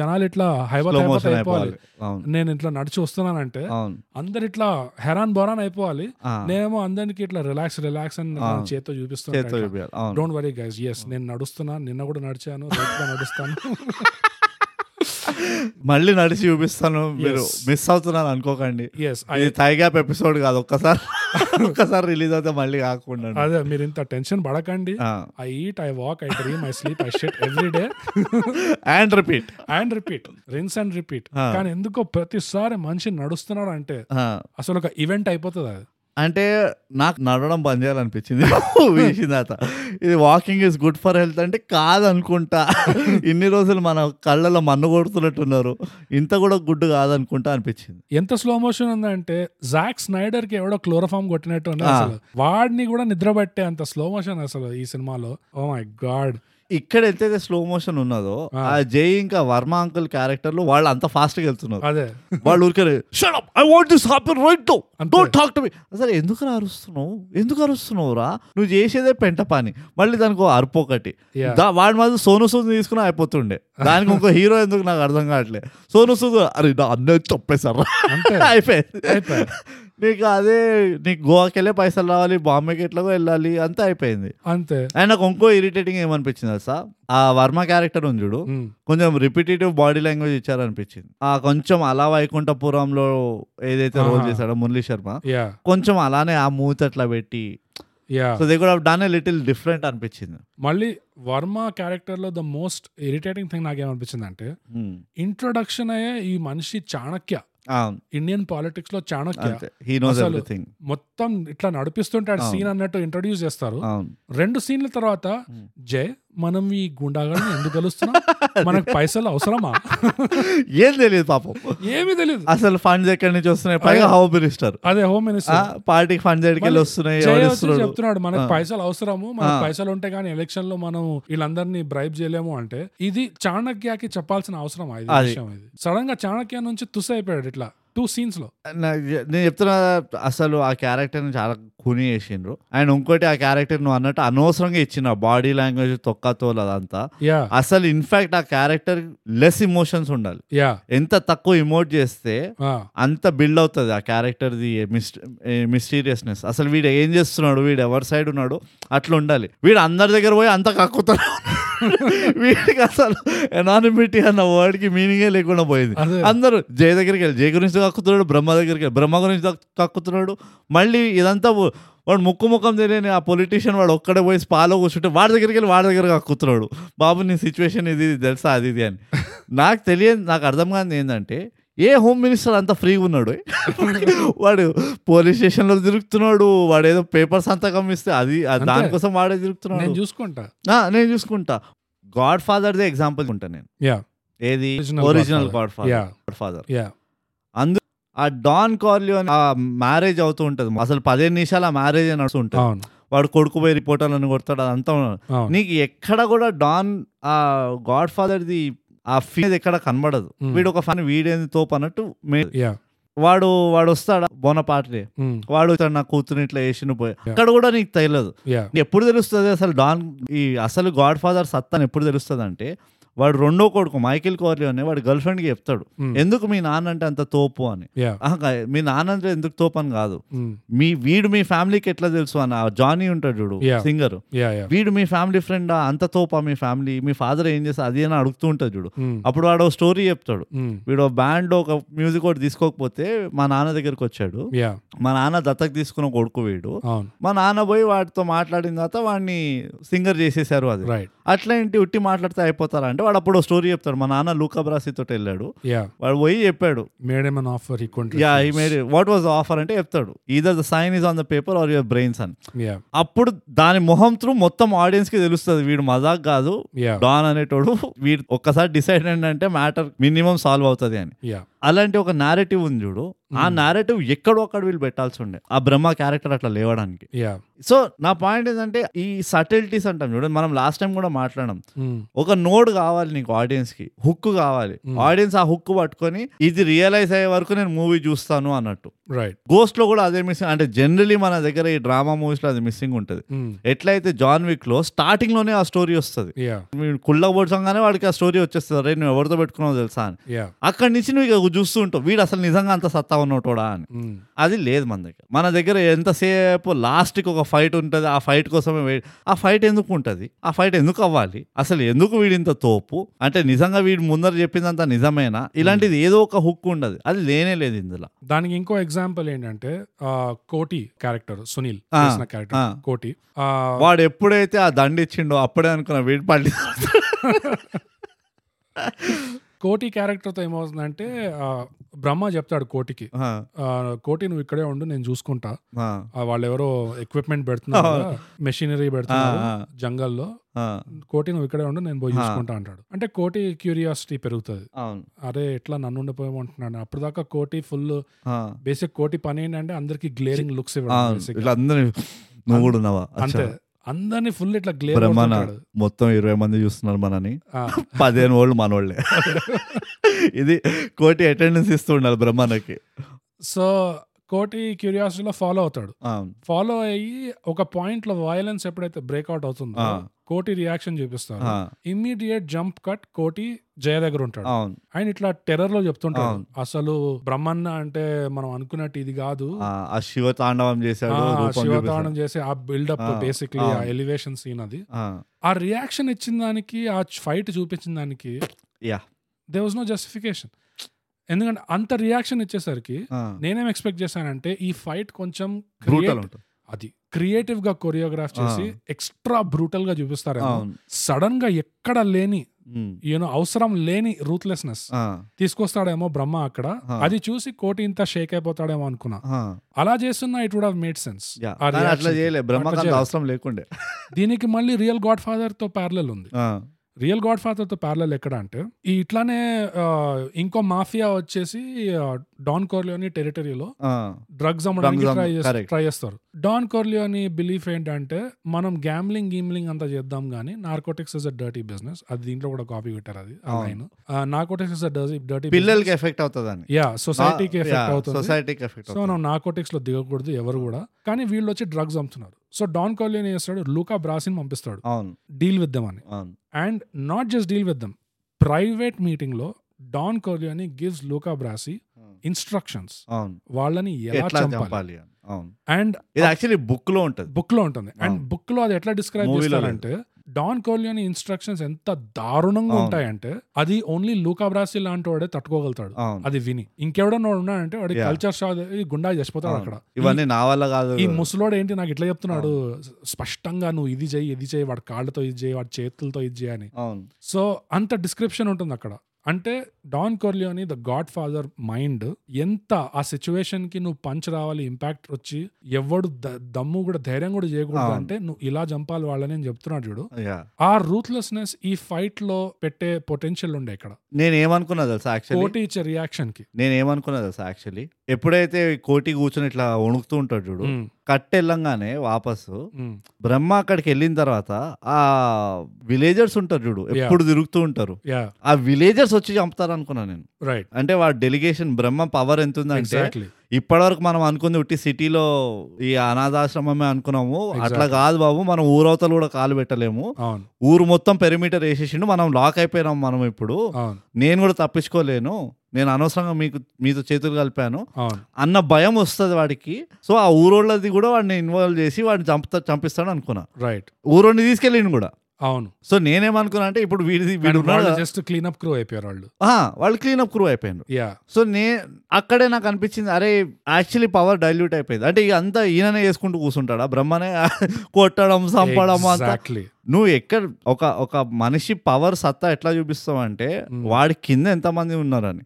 Speaker 3: జనాలు ఇట్లా హైవర్
Speaker 4: స్లో
Speaker 3: హైవర్
Speaker 4: మోషన్
Speaker 3: అయిపోవాలి
Speaker 4: అయిపోవాలి అవును
Speaker 3: నేను ఇట్లా నడిచి వస్తున్నానంటే
Speaker 4: అవును
Speaker 3: అందరు ఇట్లా హెరాన్ బొరాన్ అయిపోవాలి
Speaker 4: ఆ,
Speaker 3: నేనేమో అందరికి ఇట్లా రిలాక్స్ రిలాక్స్ అని నా చేత్తో
Speaker 4: చేత్తో
Speaker 3: చూపిస్తాను
Speaker 4: చూపించాలి అవును
Speaker 3: డోంట్ వరీ గైస్ ఎస్ నేను నడుస్తున్నా నిన్న కూడా నడిచాను right గా నడుస్తాను
Speaker 4: మళ్ళీ నడిచి చూపిస్తాను మీరు
Speaker 3: Yes.
Speaker 4: మిస్ అవుతున్నారు అనుకోకండి
Speaker 3: ఎస్
Speaker 4: ఇది థై గ్యాప్ ఎపిసోడ్ కాదు ఒక్కసారి ఒక్కసారి రిలీజ్ అయితే మళ్ళీ కాకుండా
Speaker 3: అదే మీరు ఇంత టెన్షన్ పడకండి I eat I walk I dream I sleep I shit every day
Speaker 4: and repeat
Speaker 3: and repeat rinse and repeat
Speaker 4: ఆ.
Speaker 3: కానీ ఎందుకో ప్రతిసారి మనిషి నడుస్తున్నాడు అంటే అసలు ఒక ఈవెంట్ అయిపోతుంది అది
Speaker 4: అంటే నాకు నడవడం బంద్ చేయాలనిపించింది వేసిన తర్వాత ఇది walking is good for health అంటే కాదనుకుంటా ఇన్ని రోజులు మన కళ్ళలో మన్ను కొడుతున్నట్టున్నారు ఇంత కూడా గుడ్ కాదనుకుంటా అనిపించింది
Speaker 3: ఎంత స్లో మోషన్ ఉందంటే జాక్ స్నైడర్ కి ఎవడో క్లోరోఫామ్ కొట్టినట్టు ఉంది
Speaker 4: ఆ.
Speaker 3: అసలు వాడిని కూడా నిద్రపట్టే అంత స్లో మోషన్ అసలు ఈ సినిమాలో Oh ఓ మై గాడ్
Speaker 4: ఇక్కడ ఎంతైతే స్లో మోషన్ ఉన్నదో
Speaker 3: ఆ.
Speaker 4: ఆ జై ఇంకా వర్మ అంకుల్ క్యారెక్టర్లు వాళ్ళు అంత ఫాస్ట్గా వెళ్తున్నారు
Speaker 3: అదే
Speaker 4: వాళ్ళు ఊరికే "Shut up! I want this happen right now.
Speaker 3: అంతే.
Speaker 4: Don't talk to me." అసలు ఎందుకు రా అరుస్తున్నావు ఎందుకు అరుస్తున్నావు రా నువ్వు చేసేదే పెంట పని మళ్ళీ దానికి ఓ అరుపు ఒకటి
Speaker 3: Yeah.
Speaker 4: దా- వాడు మాత్రం సోను సూద్ తీసుకుని అయిపోతుండే దానికి ఇంకో హీరో ఎందుకు నాకు అర్థం కావట్లే సోను సూద్ అరే నా అన్న చంపేశారు
Speaker 3: అంతే.
Speaker 4: అయిపోయింది
Speaker 3: అయిపోయింది.
Speaker 4: నీకు అదే నీకు గోవాకి వెళ్ళే పైసలు రావాలి బాంబేకి ఎట్లాగో వెళ్ళాలి అంతా అయిపోయింది
Speaker 3: అంతే
Speaker 4: అండ్ నాకు ఇంకో ఇరిటేటింగ్ ఏమనిపించింది సార్ ఆ వర్మ క్యారెక్టర్ ఉంది చూడు
Speaker 3: ఉమ్.
Speaker 4: కొంచెం రిపిటేటివ్ బాడీ లాంగ్వేజ్ ఇచ్చారనిపించింది ఆ కొంచెం అలా వైకుంఠపురంలో ఏదైతే రోల్
Speaker 3: ఆహా.
Speaker 4: చేశాడో మురళీ శర్మ
Speaker 3: యా
Speaker 4: కొంచెం అలానే ఆ మూత అట్లా పెట్టి
Speaker 3: యా
Speaker 4: సో దే కూడా డన్ లిటిల్ డిఫరెంట్ అనిపించింది
Speaker 3: మళ్ళీ వర్మ క్యారెక్టర్ లో ద మోస్ట్ ఇరిటేటింగ్ థింగ్ నాకేమనిపించింది అంటే
Speaker 4: Hmm.
Speaker 3: ఇంట్రొడక్షన్ అయ్యే ఈ మనిషి చాణక్య
Speaker 4: అవును,
Speaker 3: ఇండియన్ పాలిటిక్స్ లో చాణక్య
Speaker 4: అంతే హీ నోస్
Speaker 3: అసలు-
Speaker 4: ఎవ్రీథింగ్
Speaker 3: మొత్తం ఇట్లా నడిపిస్తుంటాడు
Speaker 4: అవును.
Speaker 3: సీన్ అన్నట్టు ఇంట్రొడ్యూస్ చేస్తారు
Speaker 4: అవును
Speaker 3: రెండు సీన్ల తర్వాత
Speaker 4: Hmm.
Speaker 3: జై మనం ఈ గుండాగాడిని ఎందుకు కలుస్తున్నాం మనకు పైసలు అవసరమా
Speaker 4: ఏం తెలియదు పాపం
Speaker 3: ఏమీ తెలియదు
Speaker 4: అసలు ఫండ్స్ ఎక్కడి నుంచి వస్తున్నాయి పైగా
Speaker 3: అదే.
Speaker 4: హౌ మినిస్టర్
Speaker 3: అదే హోమ్ మినిస్టర్
Speaker 4: పార్టీకి ఫండ్స్ ఎక్కడికి వెళ్ళి
Speaker 3: మళ్ళీ
Speaker 4: వస్తున్నాయి
Speaker 3: జై
Speaker 4: ఎవరు
Speaker 3: వచ్చి
Speaker 4: ఇస్తున్నాడు
Speaker 3: చెప్తున్నాడు మనకు
Speaker 4: ఆ.
Speaker 3: పైసలు అవసరము మనకు
Speaker 4: ఆ.
Speaker 3: పైసలు ఉంటే కానీ ఎలక్షన్ లో మనం వీళ్ళందరినీ బ్రైబ్ చేయలేము అంటే ఇది చాణక్యకి చెప్పాల్సిన అవసరం ఇది
Speaker 4: అది.
Speaker 3: విషయం ఇది సడన్ గా చాణక్య నుంచి తుస్ అయిపోయాడు ఇట్లా టూ సీన్స్ లో
Speaker 4: నా- నేను చెప్తున్నా కదా, అసలు ఆ క్యారెక్టర్ చాలా కుని వేసిండ్రు అండ్ ఇంకోటి ఆ క్యారెక్టర్ నువ్వు అన్నట్టు అనవసరంగా ఇచ్చిన బాడీ లాంగ్వేజ్ తొక్కతోలు అదంతా
Speaker 3: యా
Speaker 4: అసలు ఇన్ఫాక్ట్ ఆ క్యారెక్టర్ లెస్ ఇమోషన్స్ ఉండాలి
Speaker 3: యా
Speaker 4: ఎంత తక్కువ ఇమోట్ చేస్తే అంత బిల్డ్ అవుతుంది ఆ క్యారెక్టర్ది మిస్టీరియస్నెస్ అసలు వీడు ఏం చేస్తున్నాడు వీడు ఎవరి సైడ్ ఉన్నాడు అట్లా ఉండాలి వీడు అందరి దగ్గర పోయి అంత కక్కుతాడు వీడికి అసలు ఎనానిమిటీ అన్న వర్డ్కి మీనింగే లేకుండా పోయింది
Speaker 3: అదే.
Speaker 4: అందరూ జయ దగ్గరికి వెళ్ళి జయ గురించి కక్కుతున్నాడు బ్రహ్మ దగ్గరికి వెళ్ళి బ్రహ్మ గురించి కక్- కక్కుతున్నాడు మళ్ళీ ఇదంతా ఓ- వాడు ముక్కు ముఖం తెలియని ఆ పొలిటీషియన్ వాడు ఒక్కడే పోయి స్పాలో కూర్చుంటే వాడి దగ్గరికి వెళ్ళి వాడి దగ్గర కక్కుతున్నాడు బాబు నీ సిచ్యువేషన్ ఇది ఇది తెలుసా అది ఇది అని నాకు తెలియదు నాకు అర్థం కాదు ఏంటంటే ఏ హోమ్ మినిస్టర్ అంత ఫ్రీగా ఉన్నాడు వాడు పోలీస్ స్టేషన్లో తిరుగుతున్నాడు వాడు ఏదో పేపర్ సంతకం ఇస్తే అది ఆ
Speaker 3: అంతే.
Speaker 4: దానికోసం వాడే
Speaker 3: నేను
Speaker 4: తిరుగుతున్నాడు
Speaker 3: చూసుకుంటా
Speaker 4: ఆ, నేను చూసుకుంటా గాడ్ ఫాదర్దే ఎగ్జాంపుల్ ఉంటాను నేను
Speaker 3: యా
Speaker 4: ఏది
Speaker 3: Original
Speaker 4: original
Speaker 3: Godfather.
Speaker 4: Godfather
Speaker 3: yeah
Speaker 4: Godfather
Speaker 3: yeah
Speaker 4: అందు ఆ డాన్ కార్లియోన్ ఆ మ్యారేజ్ అవుతూ ఉంటుంది అసలు పదిహేను నిమిషాలు ఆ మ్యారేజ్ నడుస్తుంటుంది
Speaker 3: అవును
Speaker 4: వాడు కొడుకు పోయి రిపోర్టర్లను కొడతాడు అదంతా ఉన్నది.
Speaker 3: అవును
Speaker 4: నీకు ఎక్కడ కూడా డాన్ ఆ గాడ్ ఫాదర్ది ఆ ఫీజ్ ఎక్కడ కనబడదు
Speaker 3: Hmm.
Speaker 4: వీడు ఒక ఫ్యాన్ వీడేది తోపు అన్నట్టు మే-
Speaker 3: యా
Speaker 4: వాడు వాడు వస్తాడా బోనపాటే
Speaker 3: ఉమ్,
Speaker 4: వాడు వస్తాడు నా కూతురు ఇట్లా వేసిన పోయి అక్కడ కూడా నీకు తెలియదు
Speaker 3: యా
Speaker 4: నీకు ఎప్పుడు తెలుస్తుంది అసలు డాన్ ఈ అసలు గాడ్ ఫాదర్ సత్తాని ఎప్పుడు తెలుస్తుంది అంటే వాడు రెండో కొడుకు మైకిల్ కోర్లీ అనే వాడు గర్ల్ ఫ్రెండ్కి చెప్తాడు
Speaker 3: Hmm.
Speaker 4: ఎందుకు మీ నాన్న అంటే అంత తోపు అని
Speaker 3: యా
Speaker 4: ఆహా, కా- మీ నాన్న అంటే ఎందుకు తోపు అని కాదు
Speaker 3: ఉమ్,
Speaker 4: మీ వీడు మీ ఫ్యామిలీకి ఎట్లా తెలుసు అని ఆ జానీ ఉంటాడు చూడు
Speaker 3: Yeah.
Speaker 4: సింగర్
Speaker 3: యా యా
Speaker 4: వీడు మీ ఫ్యామిలీ ఫ్రెండ్ అంత తోపా మీ ఫ్యామిలీ మీ ఫాదర్ ఏం చేస్తా అది అని అడుగుతూ ఉంటాడు చూడు
Speaker 3: ఉమ్,
Speaker 4: అప్పుడు వాడు స్టోరీ చెప్తాడు
Speaker 3: ఉమ్,
Speaker 4: వీడు బ్యాండ్ ఒక మ్యూజిక్ ఒకటి తీసుకోకపోతే మా నాన్న దగ్గరికి వచ్చాడు
Speaker 3: యా
Speaker 4: మా నాన్న దత్తకు తీసుకున్న కొడుకు వీడు
Speaker 3: అవును
Speaker 4: మా నాన్న పోయి వాడితో మాట్లాడిన తర్వాత వాడిని సింగర్ చేసేసారు అది
Speaker 3: రైట్
Speaker 4: అట్లా ఏంటి ఉట్టి మాట్లాడితే అయిపోతారా అంటే వాడు అప్పుడు స్టోరీ చెప్తాడు మా నాన్న లూకబ్రాసి తోటి వెళ్ళాడు
Speaker 3: యా
Speaker 4: వాడు పోయి చెప్పాడు
Speaker 3: మేడమ్ అన్ ఆఫర్ ఈ
Speaker 4: యా ఈ మేడ్ వాట్ వాజ్ ఆఫర్ అంటే చెప్తాడు either the sign is on the paper or your brains అని
Speaker 3: యా
Speaker 4: అప్పుడు దాని మొహం త్రూ మొత్తం ఆడియన్స్ కి తెలుస్తుంది వీడు మజాక్ కాదు
Speaker 3: యా
Speaker 4: డాన్ అనేటోడు వీడు ఒక్కసారి డిసైడ్ అంటే మ్యాటర్ మినిమం సాల్వ్ అవుతుంది అని
Speaker 3: యా
Speaker 4: అలాంటి ఒక నేరేటివ్ ఉంది చూడు ఆ నేరేటివ్ ఎక్కడో అక్కడ వీళ్ళు పెట్టాల్సి ఉండే ఆ బ్రహ్మ క్యారెక్టర్ అట్లా లేవడానికి
Speaker 3: యా
Speaker 4: సో నా పాయింట్ ఏంటంటే ఈ సటిల్టీస్ అంటాం చూడండి మనం లాస్ట్ టైం కూడా మాట్లాడాం
Speaker 3: ఉమ్,
Speaker 4: ఒక నోడ్ కావాలి నీకు ఆడియన్స్ కి హుక్ కావాలి
Speaker 3: Hmm.
Speaker 4: ఆడియన్స్ ఆ హుక్ పట్టుకొని ఇది రియలైజ్ అయ్యే వరకు నేను మూవీ చూస్తాను అన్నట్టు
Speaker 3: రైట్
Speaker 4: గోస్ట్ లో కూడా అదే మిస్సింగ్ అంటే జనరలీ మన దగ్గర ఈ డ్రామా మూవీస్ లో అది మిస్సింగ్ ఉంటుంది
Speaker 3: ఉమ్,
Speaker 4: ఎట్లయితే జాన్ విక్ లో స్టార్టింగ్ లోనే ఆ స్టోరీ వస్తుంది
Speaker 3: యా
Speaker 4: మీరు కుళ్ళ పొడిచంగానే వాడికి ఆ స్టోరీ వచ్చేస్తుంది రే నువ్వు ఎవరితో పెట్టుకున్నావు తెలుసా అని
Speaker 3: యా
Speaker 4: అక్కడి నుంచి నువ్వు ఇక చూస్తూ ఉంటావు వీడు అసలు నిజంగా అంత సత్తా ఉన్నోటోడా అని
Speaker 3: ఉమ్,
Speaker 4: అది లేదు మన దగ్గర మన దగ్గర ఎంతసేపు లాస్ట్కి ఒక ఫైట్ ఉంటుంది ఆ ఫైట్ కోసమే వెయిట్ ఆ ఫైట్ ఎందుకు ఉంటుంది ఆ ఫైట్ ఎందుకు అవ్వాలి అసలు ఎందుకు వీడు ఇంత తోపు అంటే నిజంగా వీడు ముందర చెప్పిందంతా నిజమేనా
Speaker 3: Hmm.
Speaker 4: ఇలాంటిది ఏదో ఒక హుక్ ఉండదు అది లేనే లేదు ఇందులో
Speaker 3: దానికి ఇంకో ఎగ్జాంపుల్ ఏంటంటే ఆ, కోటి క్యారెక్టర్ సునీల్
Speaker 4: ఆ,
Speaker 3: చేసిన
Speaker 4: ఆ.
Speaker 3: క్యారెక్టర్ కోటి ఆ,
Speaker 4: వాడు ఎప్పుడైతే ఆ దండ ఇచ్చిండో అప్పుడే అనుకున్నా వీడి పల్లి
Speaker 3: కోటి క్యారెక్టర్తో ఏమవుతుందంటే ఆ, బ్రహ్మ చెప్తాడు కోటికి
Speaker 4: ఆ,
Speaker 3: ఆ, కోటి నువ్వు ఇక్కడే ఉండు నేను చూసుకుంటా
Speaker 4: ఆ,
Speaker 3: ఆ, వాళ్ళెవరో ఎక్విప్మెంట్ పెడుతున్నారు
Speaker 4: అవును.
Speaker 3: కదా, మెషినరీ పెడుతున్నారు
Speaker 4: ఆ, ఆ.
Speaker 3: జంగల్లో
Speaker 4: ఆ,
Speaker 3: కోటి నువ్వు ఇక్కడే ఉండు నేను పోయి
Speaker 4: ఆ.
Speaker 3: చూసుకుంటా అంటాడు అంటే కోటి క్యూరియాసిటీ పెరుగుతుంది
Speaker 4: అవును
Speaker 3: అరే ఎట్లా నన్ను ఉండిపోయామంటున్నాడు అప్పుడు దాకా కోటి ఫుల్
Speaker 4: ఆ,
Speaker 3: బేసిక్ కోటి పని ఏంటంటే అందరికి గ్లేరింగ్ లుక్స్ ఇవ్వడం
Speaker 4: అవును
Speaker 3: basic గా.
Speaker 4: వీళ్ళందరూ నువ్వు కూడా ఉన్నావా
Speaker 3: అంతే
Speaker 4: అచ్చా.
Speaker 3: అందరినీ ఫుల్ ఇట్లా
Speaker 4: బ్రహ్మాన
Speaker 3: గ్లేర్
Speaker 4: మొత్తం ఇరవై మంది చూస్తున్నారు మనని పదిహేను వాళ్ళు మనోళ్ళే ఇది కోటి అటెండెన్స్ ఇస్తూ ఉండాలి బ్రహ్మానకి
Speaker 3: సో కోటి క్యూరియాసిటీలో ఫాలో అవుతాడు ఫాలో అయ్యి ఒక పాయింట్ లో వయలెన్స్ ఎప్పుడైతే బ్రేక్అవుట్ అవుతుందో
Speaker 4: ఆ.
Speaker 3: కోటి రియాక్షన్ చూపిస్తాడు immediate jump cut Koti Jaya దగ్గర ఉంటాడు
Speaker 4: అవును
Speaker 3: ఆయన ఇట్లా టెర్రర్ లో చెప్తుంటాడు
Speaker 4: అవును.
Speaker 3: అసలు బ్రహ్మన్న అంటే మనం అనుకున్నట్టు ఇది కాదు
Speaker 4: ఆ, ఆ శివ తాండవం చేశాడు
Speaker 3: ఆ,
Speaker 4: రూపం
Speaker 3: శివతారణం
Speaker 4: చూపిస్తాడు.
Speaker 3: చేసే ఆ బిల్డప్
Speaker 4: ఆ,
Speaker 3: బేసిక్లీ ఆ
Speaker 4: ఆ.
Speaker 3: ఎలివేషన్ సీన్ అది
Speaker 4: ఆ,
Speaker 3: ఆ రియాక్షన్ ఇచ్చిన దానికి ఆ ఫైట్ చూపించిన దానికి
Speaker 4: Yeah.
Speaker 3: There was no justification ఎందుకంటే అంత రియాక్షన్ ఇచ్చేసరికి
Speaker 4: ఆ.
Speaker 3: నేనేం ఎక్స్పెక్ట్ చేశానంటే ఈ ఫైట్ కొంచెం
Speaker 4: బ్రూటల్
Speaker 3: create-
Speaker 4: ఉంటుంది Ah.
Speaker 3: అది క్రియేటివ్ గా కొరియోగ్రాఫ్ చేసి ఎక్స్ట్రా బ్రూటల్ గా చూపిస్తారు
Speaker 4: అవును
Speaker 3: సడన్ గా ఎక్కడ లేని
Speaker 4: ఉమ్.
Speaker 3: యూనో అవసరం లేని రూత్లెస్నెస్
Speaker 4: ఆ,
Speaker 3: తీసుకొస్తాడేమో బ్రహ్మ అక్కడ
Speaker 4: ఆ.
Speaker 3: అది చూసి కోటి ఇంత షేక్ అయిపోతాడేమో అనుకున్నా
Speaker 4: ఆ,
Speaker 3: అలా చేస్తున్నా it would have made sense
Speaker 4: yeah. కానీ అట్లా చేయలే బ్రహ్మకాంత్ అవసరం లేకుండే
Speaker 3: దీనికి మళ్ళీ రియల్ గాడ్ ఫాదర్ తో ప్యారలల్ ఉంది
Speaker 4: ఆ,
Speaker 3: రియల్ గాడ్ ఫాదర్ తో ప్యారలల్ ఎక్కడ అంటే ఈ ఇట్లానే ఆ, ఇంకో మాఫియా వచ్చేసి ఆ, డాన్ కోర్లియోని టెరిటరీలో
Speaker 4: ఆ,
Speaker 3: డ్రగ్స్ అమ్మడానికి
Speaker 4: Drugs
Speaker 3: ట్రై
Speaker 4: అమ్మ-
Speaker 3: చేస్తారు
Speaker 4: correct.
Speaker 3: ట్రై చేస్తారు డాన్ కోర్లియోని బిలీఫ్ ఏంటంటే మనం గ్యామ్లింగ్ గీమ్లింగ్ అంతా చేద్దాం కానీ narcotics is a dirty business అది దీంట్లో కూడా కాపీ పెట్టారు అది ఆ
Speaker 4: అవును.
Speaker 3: Line narcotics is a dirty
Speaker 4: పిల్లలకి ఎఫెక్ట్ అవుతుంది అని
Speaker 3: యా సొసైటీకి ఎఫెక్ట్ అవుతుంది
Speaker 4: సొసైటీకి ఎఫెక్ట్
Speaker 3: సో మనం నార్కోటిక్స్ లో దిగకూడదు ఎవరు కూడా కానీ వీళ్ళు వచ్చి డ్రగ్స్ అమ్ముతున్నారు సో డాన్ కోర్లియోన్ ఏం చేస్తాడు లూకా బ్రాసిన్ పంపిస్తాడు
Speaker 4: అవును
Speaker 3: డీల్ విత్ దెమ్ అని
Speaker 4: అవును
Speaker 3: and not just deal with them private మీటింగ్లో don Corleone gives Luca Brasi instructions
Speaker 4: అవును
Speaker 3: వాళ్ళని ఎలా
Speaker 4: ఎట్లా
Speaker 3: చంపాలి
Speaker 4: చంపాలి అని అవును
Speaker 3: అండ్
Speaker 4: ఇది యాక్చువల్లీ బుక్ లో ఉంటది
Speaker 3: బుక్ లో ఉంటుంది అండ్
Speaker 4: అవును.
Speaker 3: బుక్ లో అది ఎట్లా డిస్క్రైబ్
Speaker 4: Movie లో
Speaker 3: చేస్తారంటే డాన్ కోర్లియోని ఇన్స్ట్రక్షన్స్ ఎంత దారుణంగా
Speaker 4: అవును.
Speaker 3: ఉంటాయంటే అది ఓన్లీ లూకా బ్రాసి లాంటి వాడే తట్టుకోగలుగుతాడు
Speaker 4: అవును
Speaker 3: అది విని ఇంకెవడో ఉన్నాడంటే వాడి
Speaker 4: Yeah.
Speaker 3: కల్చర్ షాక్ గుండా చచ్చిపోతాడు
Speaker 4: అవును.
Speaker 3: అక్కడ
Speaker 4: ఇవన్నీ నా వల్ల కాదు
Speaker 3: ఈ ముసలోడు ఏంటి నాకు ఇట్లా చెప్తున్నాడు స్పష్టంగా నువ్వు ఇది చేయి ఇది చేయి వాడి కాళ్ళతో ఇది చేయి వాడి చేతులతో ఇది చేయి అని
Speaker 4: అవును
Speaker 3: సో అంత డిస్క్రిప్షన్ ఉంటుంది అక్కడ అంటే don Corleone the Godfather mind ఎంత ఆ సిచ్యువేషన్ కి నువ్వు పంచ్ రావాలి ఇంపాక్ట్ వచ్చి ఎవడు ద- దమ్ము కూడా ధైర్యం కూడా చేయకూడదు
Speaker 4: అవును.
Speaker 3: అంటే నువ్వు ఇలా చంపాలి వాళ్ళని అని చెప్తున్నాడు చూడు
Speaker 4: యా
Speaker 3: ఆ రూత్లెస్నెస్ ఈ ఫైట్ లో పెట్టే పొటెన్షియల్ ఉండే ఇక్కడ
Speaker 4: నేను ఏమనుకున్నా తెలుసా యాక్చువల్లీ
Speaker 3: కోటి ఇచ్చే రియాక్షన్ కి
Speaker 4: నేను ఏమనుకున్నా తెలుసా యాక్చువల్లీ ఎప్పుడైతే ఈ కోటి కూర్చొని ఇట్లా వణుకుతూ ఉంటాడు చూడు
Speaker 3: ఉమ్,
Speaker 4: కట్ వెళ్ళంగానే వాపసు
Speaker 3: ఉమ్,
Speaker 4: బ్రహ్మ అక్కడికి వెళ్ళిన తర్వాత ఆ విలేజర్స్ ఉంటారు చూడు ఎప్పుడు తిరుగుతూ ఉంటారు
Speaker 3: యా
Speaker 4: ఆ విలేజర్స్ వచ్చి చంపుతారు అనుకున్నా నేను
Speaker 3: రైట్
Speaker 4: అంటే వాడు డెలిగేషన్ బ్రహ్మ పవర్ ఎంత ఉందంటే
Speaker 3: ఎగ్జాక్ట్లీ
Speaker 4: ఇప్పటివరకు మనం అనుకుంది ఉట్టి సిటీలో ఈ అనాథాశ్రమమే అనుకున్నాము
Speaker 3: Exactly.
Speaker 4: అట్లా కాదు బాబు మనం ఊరవతలు కూడా కాలు పెట్టలేము
Speaker 3: అవును
Speaker 4: ఊరు మొత్తం పెరిమీటర్ వేసేసిండు మనం లాక్ అయిపోయినాం మనం ఇప్పుడు
Speaker 3: అవును
Speaker 4: నేను కూడా తప్పించుకోలేను నేను అనవసరంగా మీకు మీతో చేతులు కలిపాను
Speaker 3: అవును
Speaker 4: అన్న భయం వస్తుంది వాడికి సో ఆ ఊరోళ్ళది కూడా వాడిని ఇన్వాల్వ్ చేసి వాడిని చంపుతా చంపిస్తాడు అనుకున్నా
Speaker 3: రైట్
Speaker 4: ఊరోని తీసుకెళ్ళిండు కూడా
Speaker 3: అవును
Speaker 4: సో నేనేమనుకున్నా అంటే ఇప్పుడు వీడిది వీడు ఉన్నాడు కదా,
Speaker 3: జస్ట్ క్లీన్ అప్ క్రూ అయిపోయారు వాళ్ళు
Speaker 4: ఆ, వాళ్ళు క్లీన్ అప్ క్రూ అయిపోయిండు
Speaker 3: యా
Speaker 4: సో నే అక్కడే నాకు అనిపించింది అరే యాక్చువల్లీ పవర్ డైల్యూట్ అయిపోయింది అంటే ఇక అంతా ఈయననే చేసుకుంటూ కూర్చుంటాడా బ్రహ్మనే కొట్టడం చంపడం అంతా
Speaker 3: ఎగ్జాక్ట్లీ
Speaker 4: నువ్వు ఎక్కడ ఒక ఒక మనిషి పవర్ సత్తా ఎట్లా చూపిస్తావు అంటే
Speaker 3: Hmm.
Speaker 4: వాడి కింద ఎంతమంది ఉన్నారని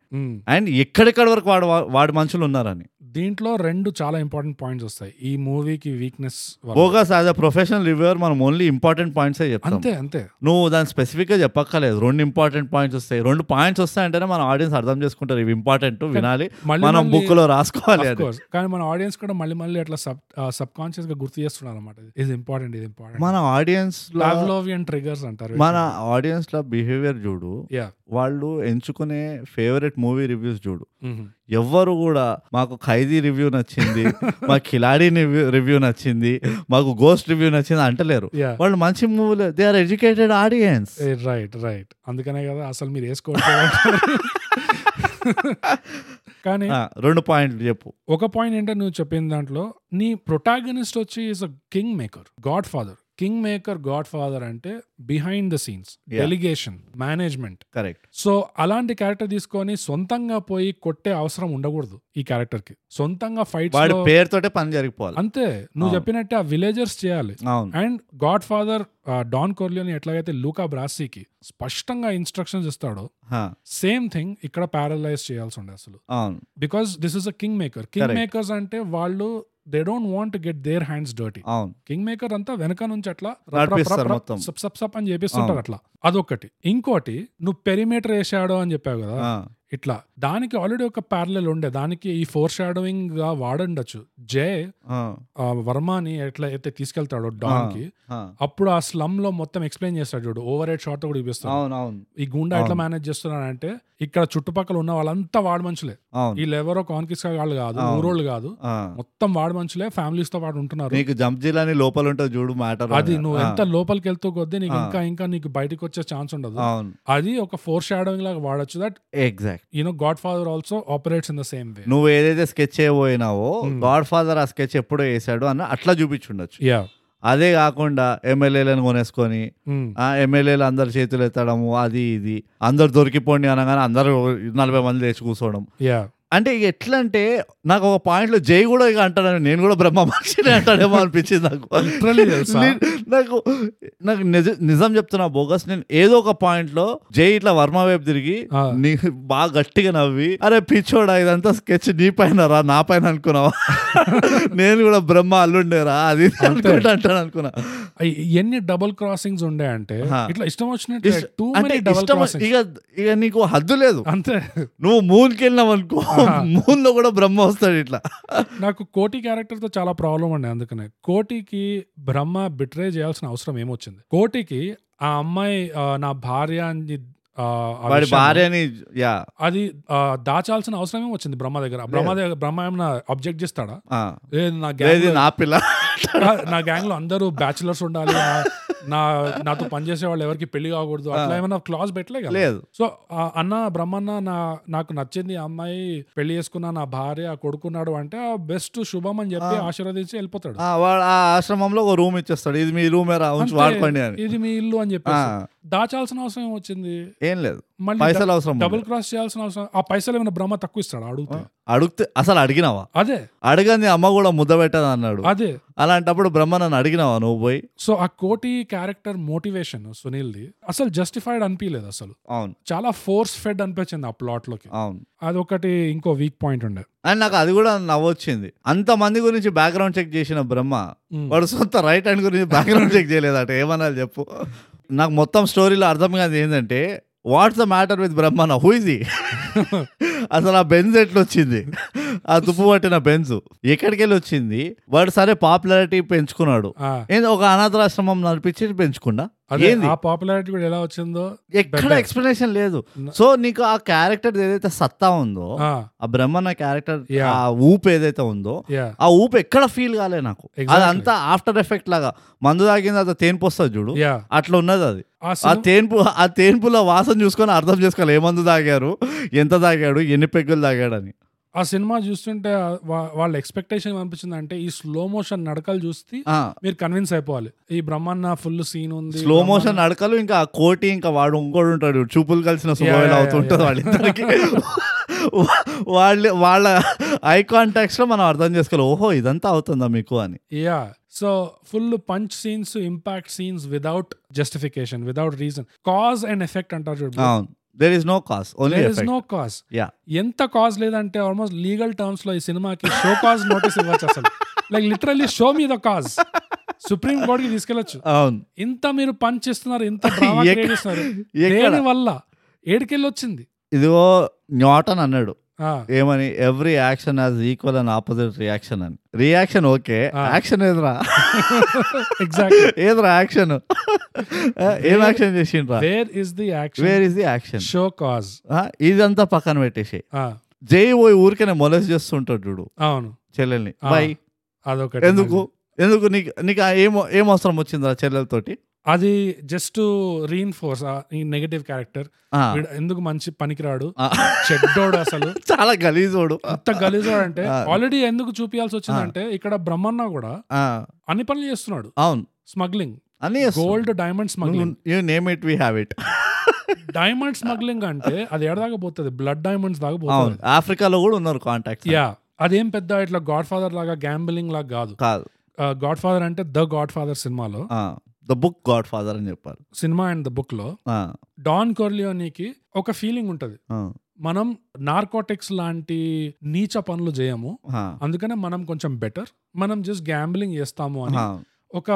Speaker 4: అండ్ ఎక్కడెక్కడ వరకు వాడు వాడి మనుషులు ఉన్నారని
Speaker 3: దీంట్లో రెండు చాలా ఇంపార్టెంట్ పాయింట్స్ వస్తాయి ఈ మూవీకి weakness
Speaker 4: bogus as a professional reviewer మనం ఓన్లీ ఇంపార్టెంట్ పాయింట్స్ చెప్తాం
Speaker 3: అంతే అంతే
Speaker 4: నువ్వు దాని స్పెసిఫిక్ గా చెప్పక్కర్లేదు రెండు ఇంపార్టెంట్ పాయింట్స్ వస్తాయి రెండు పాయింట్స్ వస్తాయంటేనే మన ఆడియన్స్ అర్థం చేసుకుంటారు ఇవి ఇంపార్టెంట్ వినాలి
Speaker 3: మళ్ళీ
Speaker 4: మనం
Speaker 3: మళ్ళీ-
Speaker 4: బుక్ లో రాసుకోవాలి
Speaker 3: Of
Speaker 4: అది
Speaker 3: course. కానీ మన ఆడియన్స్ కూడా మళ్ళీ మళ్ళీ అట్లా సబ్ సబ్ కాన్షియస్ గా గుర్తు చేస్తున్నారు అనమాట ఇది ఇంపార్టెంట్ ఇది ఇంపార్టెంట్
Speaker 4: మన ఆడియన్స్
Speaker 3: పావ్లోవియన్ ట్రిగర్స్ అంటారు
Speaker 4: మన ఆడియన్స్ లో బిహేవియర్ చూడు
Speaker 3: యా
Speaker 4: వాళ్ళు ఎంచుకునే ఫేవరెట్ మూవీ రివ్యూస్ చూడు
Speaker 3: Mm-hmm.
Speaker 4: ఎవ్వరు కూడా మాకు ఖైదీ రివ్యూ నచ్చింది మా కిలాడి రివ్యూ నచ్చింది మాకు గోస్ట్ రివ్యూ నచ్చింది అంటలేరు
Speaker 3: యా
Speaker 4: వాళ్ళు మంచి మూవీలు they are educated audience
Speaker 3: right right Eh, అందుకనే కదా అసలు మీరు వేసుకోవట్లేదు కానీ
Speaker 4: రెండు పాయింట్లు చెప్పు
Speaker 3: ఒక పాయింట్ ఏంటో నువ్వు చెప్పిన దాంట్లో నీ ప్రొటాగనిస్ట్ వచ్చి is a king maker Godfather king maker Godfather అంటే behind the scenes
Speaker 4: Yeah.
Speaker 3: Delegation management
Speaker 4: correct
Speaker 3: so అలాంటి క్యారెక్టర్ తీసుకొని సొంతంగా పోయి కొట్టే అవసరం ఉండకూడదు ఈ క్యారెక్టర్ కి సొంతంగా ఫైట్
Speaker 4: వాడి పేరుతోటే పని జరిగిపోవాలి
Speaker 3: అంతే నువ్వు
Speaker 4: అవును.
Speaker 3: చెప్పినట్టే ఆ విలేజర్స్ చేయాలి
Speaker 4: అవును
Speaker 3: and Godfather don Corleone ఎట్లాగైతే లూకా బ్రాసీకి స్పష్టంగా ఇన్స్ట్రక్షన్స్ ఇస్తాడో
Speaker 4: హా,
Speaker 3: సేమ్ థింగ్ ఇక్కడ ప్యారలైజ్ చేయాల్సి ఉండే అసలు
Speaker 4: అవును
Speaker 3: because this is a king maker king
Speaker 4: Correct.
Speaker 3: Makers అంటే వాళ్ళు they don't want get their hands dirty
Speaker 4: అవును
Speaker 3: కింగ్ మేకర్ అంతా వెనక నుంచి అట్లా రప్ రప్
Speaker 4: నడిపిస్తారు
Speaker 3: రప్
Speaker 4: మొత్తం.
Speaker 3: సప్ సప్ సప్ అని చేపిస్తుంటారు అట్లా అదొకటి ఇంకోటి నువ్వు పెరిమీటర్ వేసాడో అని చెప్పావు కదా
Speaker 4: ఆ,
Speaker 3: ఇట్లా దానికి ఆల్రెడీ ఒక ప్యారలెల్ ఉండే దానికి ఈ ఫోర్ షాడోయింగ్ గా వాడుండొచ్చు జే
Speaker 4: ఆ,
Speaker 3: ఆ, వర్మని ఎట్లా అయితే తీసుకెళ్తాడో డాన్ కి
Speaker 4: ఆ.
Speaker 3: అప్పుడు ఆ స్లమ్ లో మొత్తం ఎక్స్ప్లెయిన్ చేస్తాడు చూడు ఓవర్ హెడ్ షాట్ కూడా చూపిస్తాడు
Speaker 4: అవును అవును
Speaker 3: ఈ గుండా ఎట్లా
Speaker 4: అవును.
Speaker 3: మేనేజ్ చేస్తున్నాడంటే ఇక్కడ చుట్టుపక్కల ఉన్న వాళ్ళంతా వాడు మనుషులే
Speaker 4: అవును
Speaker 3: వీళ్ళెవరో కాన్కిస్ వాళ్ళు కాదు
Speaker 4: అవును.
Speaker 3: ఊరోళ్ళు కాదు
Speaker 4: ఆ.
Speaker 3: మొత్తం వాడు మనుషులే ఫ్యామిలీస్ తో పాటు ఉంటున్నారు
Speaker 4: నీకు జంప్ జిల్లాని లోపల ఉంటుంది చూడు మ్యాటర్
Speaker 3: అది నువ్వు ఎంత లోపలికి వెళ్తూ కొద్దీ నీకు
Speaker 4: ఆ.
Speaker 3: ఇంకా ఇంకా నీకు బయటకు వచ్చే ఛాన్స్ ఉండదు
Speaker 4: అవును
Speaker 3: అది ఒక ఫోర్ షాడోయింగ్ లాగా వాడచ్చు that
Speaker 4: exact
Speaker 3: you know Godfather also operates in the same way
Speaker 4: నువ్వు ఏదైతే స్కెచ్ చేయబోయినావో
Speaker 3: Hmm.
Speaker 4: గాడ్ ఫాదర్ ఆ స్కెచ్ ఎప్పుడో వేసాడు అన్న అట్లా చూపించుండొచ్చు
Speaker 3: యా
Speaker 4: అదే కాకుండా ఎమ్మెల్యేలను కొనేసుకొని
Speaker 3: Hmm.
Speaker 4: ఆ ఎమ్మెల్యేలు అందరు చేతులు ఎత్తడము అది ఇది అందరు దొరికిపోండి అనగానే అందరు నలభై మంది లేచి కూర్చోవడం
Speaker 3: యా
Speaker 4: అంటే ఇక ఎట్లా అంటే నాకు ఒక పాయింట్లో జై కూడా ఇక అంటాడు నేను కూడా బ్రహ్మ మనిషిని అంటాడేమో అనిపించింది నాకు
Speaker 3: Literally తెలుసా?
Speaker 4: నేను- నాకు నాకు నిజ నిజం చెప్తున్నా బోగస్ నేను ఏదో ఒక పాయింట్లో జై ఇట్లా వర్మ వైపు తిరిగి
Speaker 3: ఆ.
Speaker 4: నీ బాగా గట్టిగా నవ్వి అరే పిచ్చోడా ఇదంతా స్కెచ్ నీ పైన రా నా పైన అనుకున్నావా నేను కూడా బ్రహ్మ అల్లుండేరా అది ఇది అనుకుంటా అంటాను అనుకున్నా
Speaker 3: అయ్- ఎన్ని డబుల్ క్రాసింగ్స్ ఉండే అంటే
Speaker 4: హా.
Speaker 3: ఇట్లా ఇష్టం వచ్చినట్టు
Speaker 4: ఇష్ట-
Speaker 3: టూ
Speaker 4: అంటే
Speaker 3: మెనీ డబుల్
Speaker 4: ఇష్టం
Speaker 3: క్రాసింగ్
Speaker 4: ఇక ఇక నీకు హద్దు లేదు
Speaker 3: అంతే
Speaker 4: నువ్వు మూన్కి వెళ్ళినావు అనుకో
Speaker 3: ఆహా.
Speaker 4: మూన్ లో కూడా బ్రహ్మ వస్తాడు ఇట్లా
Speaker 3: నాకు కోటి క్యారెక్టర్ తో చాలా ప్రాబ్లం అండి అందుకనే కోటికి బ్రహ్మ బిట్రే చేయాల్సిన అవసరం ఏమొచ్చింది కోటికి ఆ అమ్మాయి ఆ, నా భార్య అని ఆ, ఆ
Speaker 4: వాడి
Speaker 3: విషయాన్ని-
Speaker 4: భార్యని యా
Speaker 3: అది ఆ, దాచాల్సిన అవసరం ఏమొచ్చింది బ్రహ్మ దగ్గర బ్రహ్మ దగ్గర బ్రహ్మ ఏమైనా అబ్జెక్ట్ చేస్తాడా
Speaker 4: ఆ.
Speaker 3: లేదు నా
Speaker 4: లేదు
Speaker 3: గ్యాంగ్
Speaker 4: నా పిల్ల
Speaker 3: నా గ్యాంగ్ లో అందరూ బ్యాచులర్స్ ఉండాలి నా- నా నాతో పనిచేసే వాళ్ళు ఎవరికి పెళ్లి కాకూడదు అట్లా ఏమైనా క్లాస్ పెట్టలే కదా
Speaker 4: లేదు
Speaker 3: సో ఆ అన్న బ్రహ్మన్న నా నాకు నచ్చింది ఆ అమ్మాయి పెళ్లి చేసుకున్న నా భార్య కొడుకున్నాడు అంటే ఆ బెస్ట్ శుభం అని చెప్పి
Speaker 4: ఆ.
Speaker 3: ఆశీర్వదించి వెళ్ళిపోతాడు
Speaker 4: ఆ, వాడు ఆ ఆశ్రమంలో ఒక రూమ్ ఇచ్చేస్తాడు ఇది మీ రూమే రా ఉంచి
Speaker 3: అంతే,
Speaker 4: వాడుకోండి అని
Speaker 3: ఇది మీ ఇల్లు అని చెప్పి
Speaker 4: ఆ,
Speaker 3: దాచాల్సిన అవసరం ఏమొచ్చింది
Speaker 4: ఏం లేదు
Speaker 3: మళ్ళీ
Speaker 4: పైసలు అవసరం
Speaker 3: డబుల్ క్రాస్ చేయాల్సిన అవసరం ఆ పైసలు ఏమైనా బ్రహ్మ తక్కువ ఇస్తాడు అడుగుతా
Speaker 4: ఉండదు. అడుగుతే అసలు అడిగినావా
Speaker 3: అదే
Speaker 4: అడగని అమ్మ కూడా ముద్ద పెట్టదు అన్నాడు
Speaker 3: అదే
Speaker 4: అలాంటప్పుడు బ్రహ్మ నన్ను అడిగినావా నువ్వు పోయి
Speaker 3: సో ఆ కోటి క్యారెక్టర్ మోటివేషన్ సునీల్ది అసలు జస్టిఫైడ్ అనిపించలేదు అసలు
Speaker 4: అవును
Speaker 3: చాలా ఫోర్స్ ఫెడ్ అనిపించింది ఆ ప్లాట్ లోకి
Speaker 4: అవును
Speaker 3: అదొకటి ఇంకో వీక్ పాయింట్ ఉండే
Speaker 4: అండ్ నాకు అది కూడా నవ్వొచ్చింది అంతమంది గురించి బ్యాక్గ్రౌండ్ చెక్ చేసిన బ్రహ్మ
Speaker 3: ఉమ్.
Speaker 4: వాడు సొంత రైట్ హ్యాండ్ గురించి బ్యాక్గ్రౌండ్ చెక్ చేయలేదట ఏమనాలి చెప్పు నాకు మొత్తం స్టోరీలో అర్థం కాదు ఏంటంటే వాట్స్ ద మ్యాటర్ విత్ బ్రహ్మన హూఇజీ అసలు ఆ బెంజ్ ఎట్లా వచ్చింది ఆ తుప్పు పట్టిన బెంజ్ ఎక్కడికి వెళ్ళి వచ్చింది వాడు సరే పాపులారిటీ పెంచుకున్నాడు
Speaker 3: ఆ,
Speaker 4: ఏంది ఒక అనాథాశ్రమం నడిపించి పెంచుకున్నా
Speaker 3: అదే
Speaker 4: ఏంది?
Speaker 3: ఆ పాపులారిటీ కూడా ఎలా వచ్చిందో
Speaker 4: ఎక్కడ
Speaker 3: Better.
Speaker 4: ఎక్స్ప్లెనేషన్ లేదు సో నీకు ఆ క్యారెక్టర్ ఏదైతే సత్తా ఉందో
Speaker 3: ఆ,
Speaker 4: ఆ బ్రహ్మన్న క్యారెక్టర్
Speaker 3: Yeah.
Speaker 4: ఆ ఊపు ఏదైతే ఉందో
Speaker 3: యా
Speaker 4: ఆ ఊపు ఎక్కడ ఫీల్ కాలే నాకు
Speaker 3: Exactly.
Speaker 4: అదంతా ఆఫ్టర్ ఎఫెక్ట్ లాగా మందు తాగింది అది తేన్పు వస్తుంది చూడు
Speaker 3: యా
Speaker 4: అట్లా ఉన్నది అది
Speaker 3: ఆ
Speaker 4: ఆ
Speaker 3: సినిమా
Speaker 4: తేన్పు ఆ తేన్పుల వాసన చూసుకొని అర్థం చేసుకోవాలి ఏ మందు తాగారు ఎంత తాగాడు ఎన్ని పెగ్గులు తాగాడని
Speaker 3: ఆ సినిమా చూస్తుంటే ఆ వా- వాళ్ళ ఎక్స్పెక్టేషన్ అనిపించింది అంటే ఈ స్లో మోషన్ నడకలు చూస్తే మీరు కన్విన్స్ అయిపోవాలి ఈ బ్రహ్మాన్న ఫుల్ సీన్ ఉంది
Speaker 4: స్లో
Speaker 3: బ్రహ్మాన్న-
Speaker 4: మోషన్ నడకలు ఇంకా ఆ కోటి ఇంకా వాడు ఇంకోడు ఉంటాడు చూడు, చూపులు కలిసిన
Speaker 3: Yeah,
Speaker 4: సుఖవేళ
Speaker 3: yeah,
Speaker 4: అవుతుంటుంది
Speaker 3: yeah.
Speaker 4: వాళ్ళిద్దరికి వాళ్ళ వాళ్ళ ఐ కాంటాక్ట్స్ లో మనం అర్థం చేసుకోవాలి ఓహో ఇదంతా అవుతుందా మీకు అని
Speaker 3: yeah so full punch scenes impact scenes without justification without reason cause and effect అంటారు చూడండి
Speaker 4: అవును there is no cause only
Speaker 3: no cause
Speaker 4: Yeah.
Speaker 3: ఎంత కాజ్ లేదంటే ఆల్మోస్ట్ లీగల్ టర్మ్స్ లో ఈ సినిమాకి షో కాజ్ నోటీస్ ఇవ్వచ్చు అసలు like literally show me the cause supreme కోర్టుకి తీసుకెళ్లొచ్చు
Speaker 4: అవును
Speaker 3: ఇంత మీరు పంచ్ ఇస్తున్నారు ఇంత డ్రామా
Speaker 4: ఎక్క-
Speaker 3: క్రియేట్ చేస్తున్నారు
Speaker 4: ఎక్కడ
Speaker 3: దేని వల్ల ఏడికెళ్ళి వచ్చింది
Speaker 4: ఇదిగో న్యూటన్ అన్నాడు
Speaker 3: ఆ,
Speaker 4: ఏమని every action has equal and opposite reaction అని రియాక్షన్ ఓకే
Speaker 3: Ah.
Speaker 4: యాక్షన్ ఏదిరా
Speaker 3: exactly
Speaker 4: ఏదిరా యాక్షన్ ఏం యాక్షన్ చేసిండ్రా
Speaker 3: where is the
Speaker 4: where
Speaker 3: action
Speaker 4: is the action
Speaker 3: show cause
Speaker 4: ఇదంతా పక్కన పెట్టేసి
Speaker 3: ఆ,
Speaker 4: జై పోయి ఊరికనే మొలస్ చేస్తుంటాడు చూడు
Speaker 3: అవును
Speaker 4: చెల్లెల్ని
Speaker 3: Ah.
Speaker 4: బై
Speaker 3: అదొకటి
Speaker 4: ఎందుకు ఎందుకు నీకు నీకు ఆ ఏం ఏం అవసరం వచ్చిందిరా చెల్లెలతోటి
Speaker 3: అది జస్ట్ రీఇన్ఫోర్స్ ఈ నెగటివ్ క్యారెక్టర్
Speaker 4: Ah.
Speaker 3: ఎందుకు మంచి పనికిరాడు
Speaker 4: Ah.
Speaker 3: చెడ్డోడు అసలు
Speaker 4: చాలా గలీజోడు
Speaker 3: అంత గలీజోడు అంటే
Speaker 4: ఆ.
Speaker 3: ఆల్రెడీ ఎందుకు చూపించాల్సి వచ్చిందంటే ఇక్కడ బ్రహ్మన్న కూడా
Speaker 4: Ah.
Speaker 3: అన్ని పనులు చేస్తున్నాడు
Speaker 4: అవును
Speaker 3: స్మగ్లింగ్
Speaker 4: అన్నీ
Speaker 3: gold diamond smuggling
Speaker 4: you name it we have it
Speaker 3: diamond smuggling అంటే అది ఎడదాకా పోతుంది బ్లడ్ డైమండ్స్ దాకా
Speaker 4: అవును
Speaker 3: పోతుంది
Speaker 4: ఆఫ్రికాలో కూడా ఉన్నారు కాంటాక్ట్
Speaker 3: యా అదేం పెద్ద ఇట్లా గాడ్ ఫాదర్ లాగా గ్యాంబిలింగ్ లాగా కాదు
Speaker 4: కాదు
Speaker 3: గాడ్ ఫాదర్ అంటే ద గాడ్ ఫాదర్ సినిమాలో
Speaker 4: ద బుక్ గాడ్ ఫాదర్ అని చెప్పారు
Speaker 3: సినిమా అండ్ ద బుక్ లో డాన్ కొర్లియోనికి ఒక ఫీలింగ్ ఉంటది మనం నార్కోటిక్స్ లాంటి నీచ పనులు చేయము అందుకనే మనం కొంచెం బెటర్ మనం జస్ట్ గ్యాంబ్లింగ్ చేస్తాము అని ఒక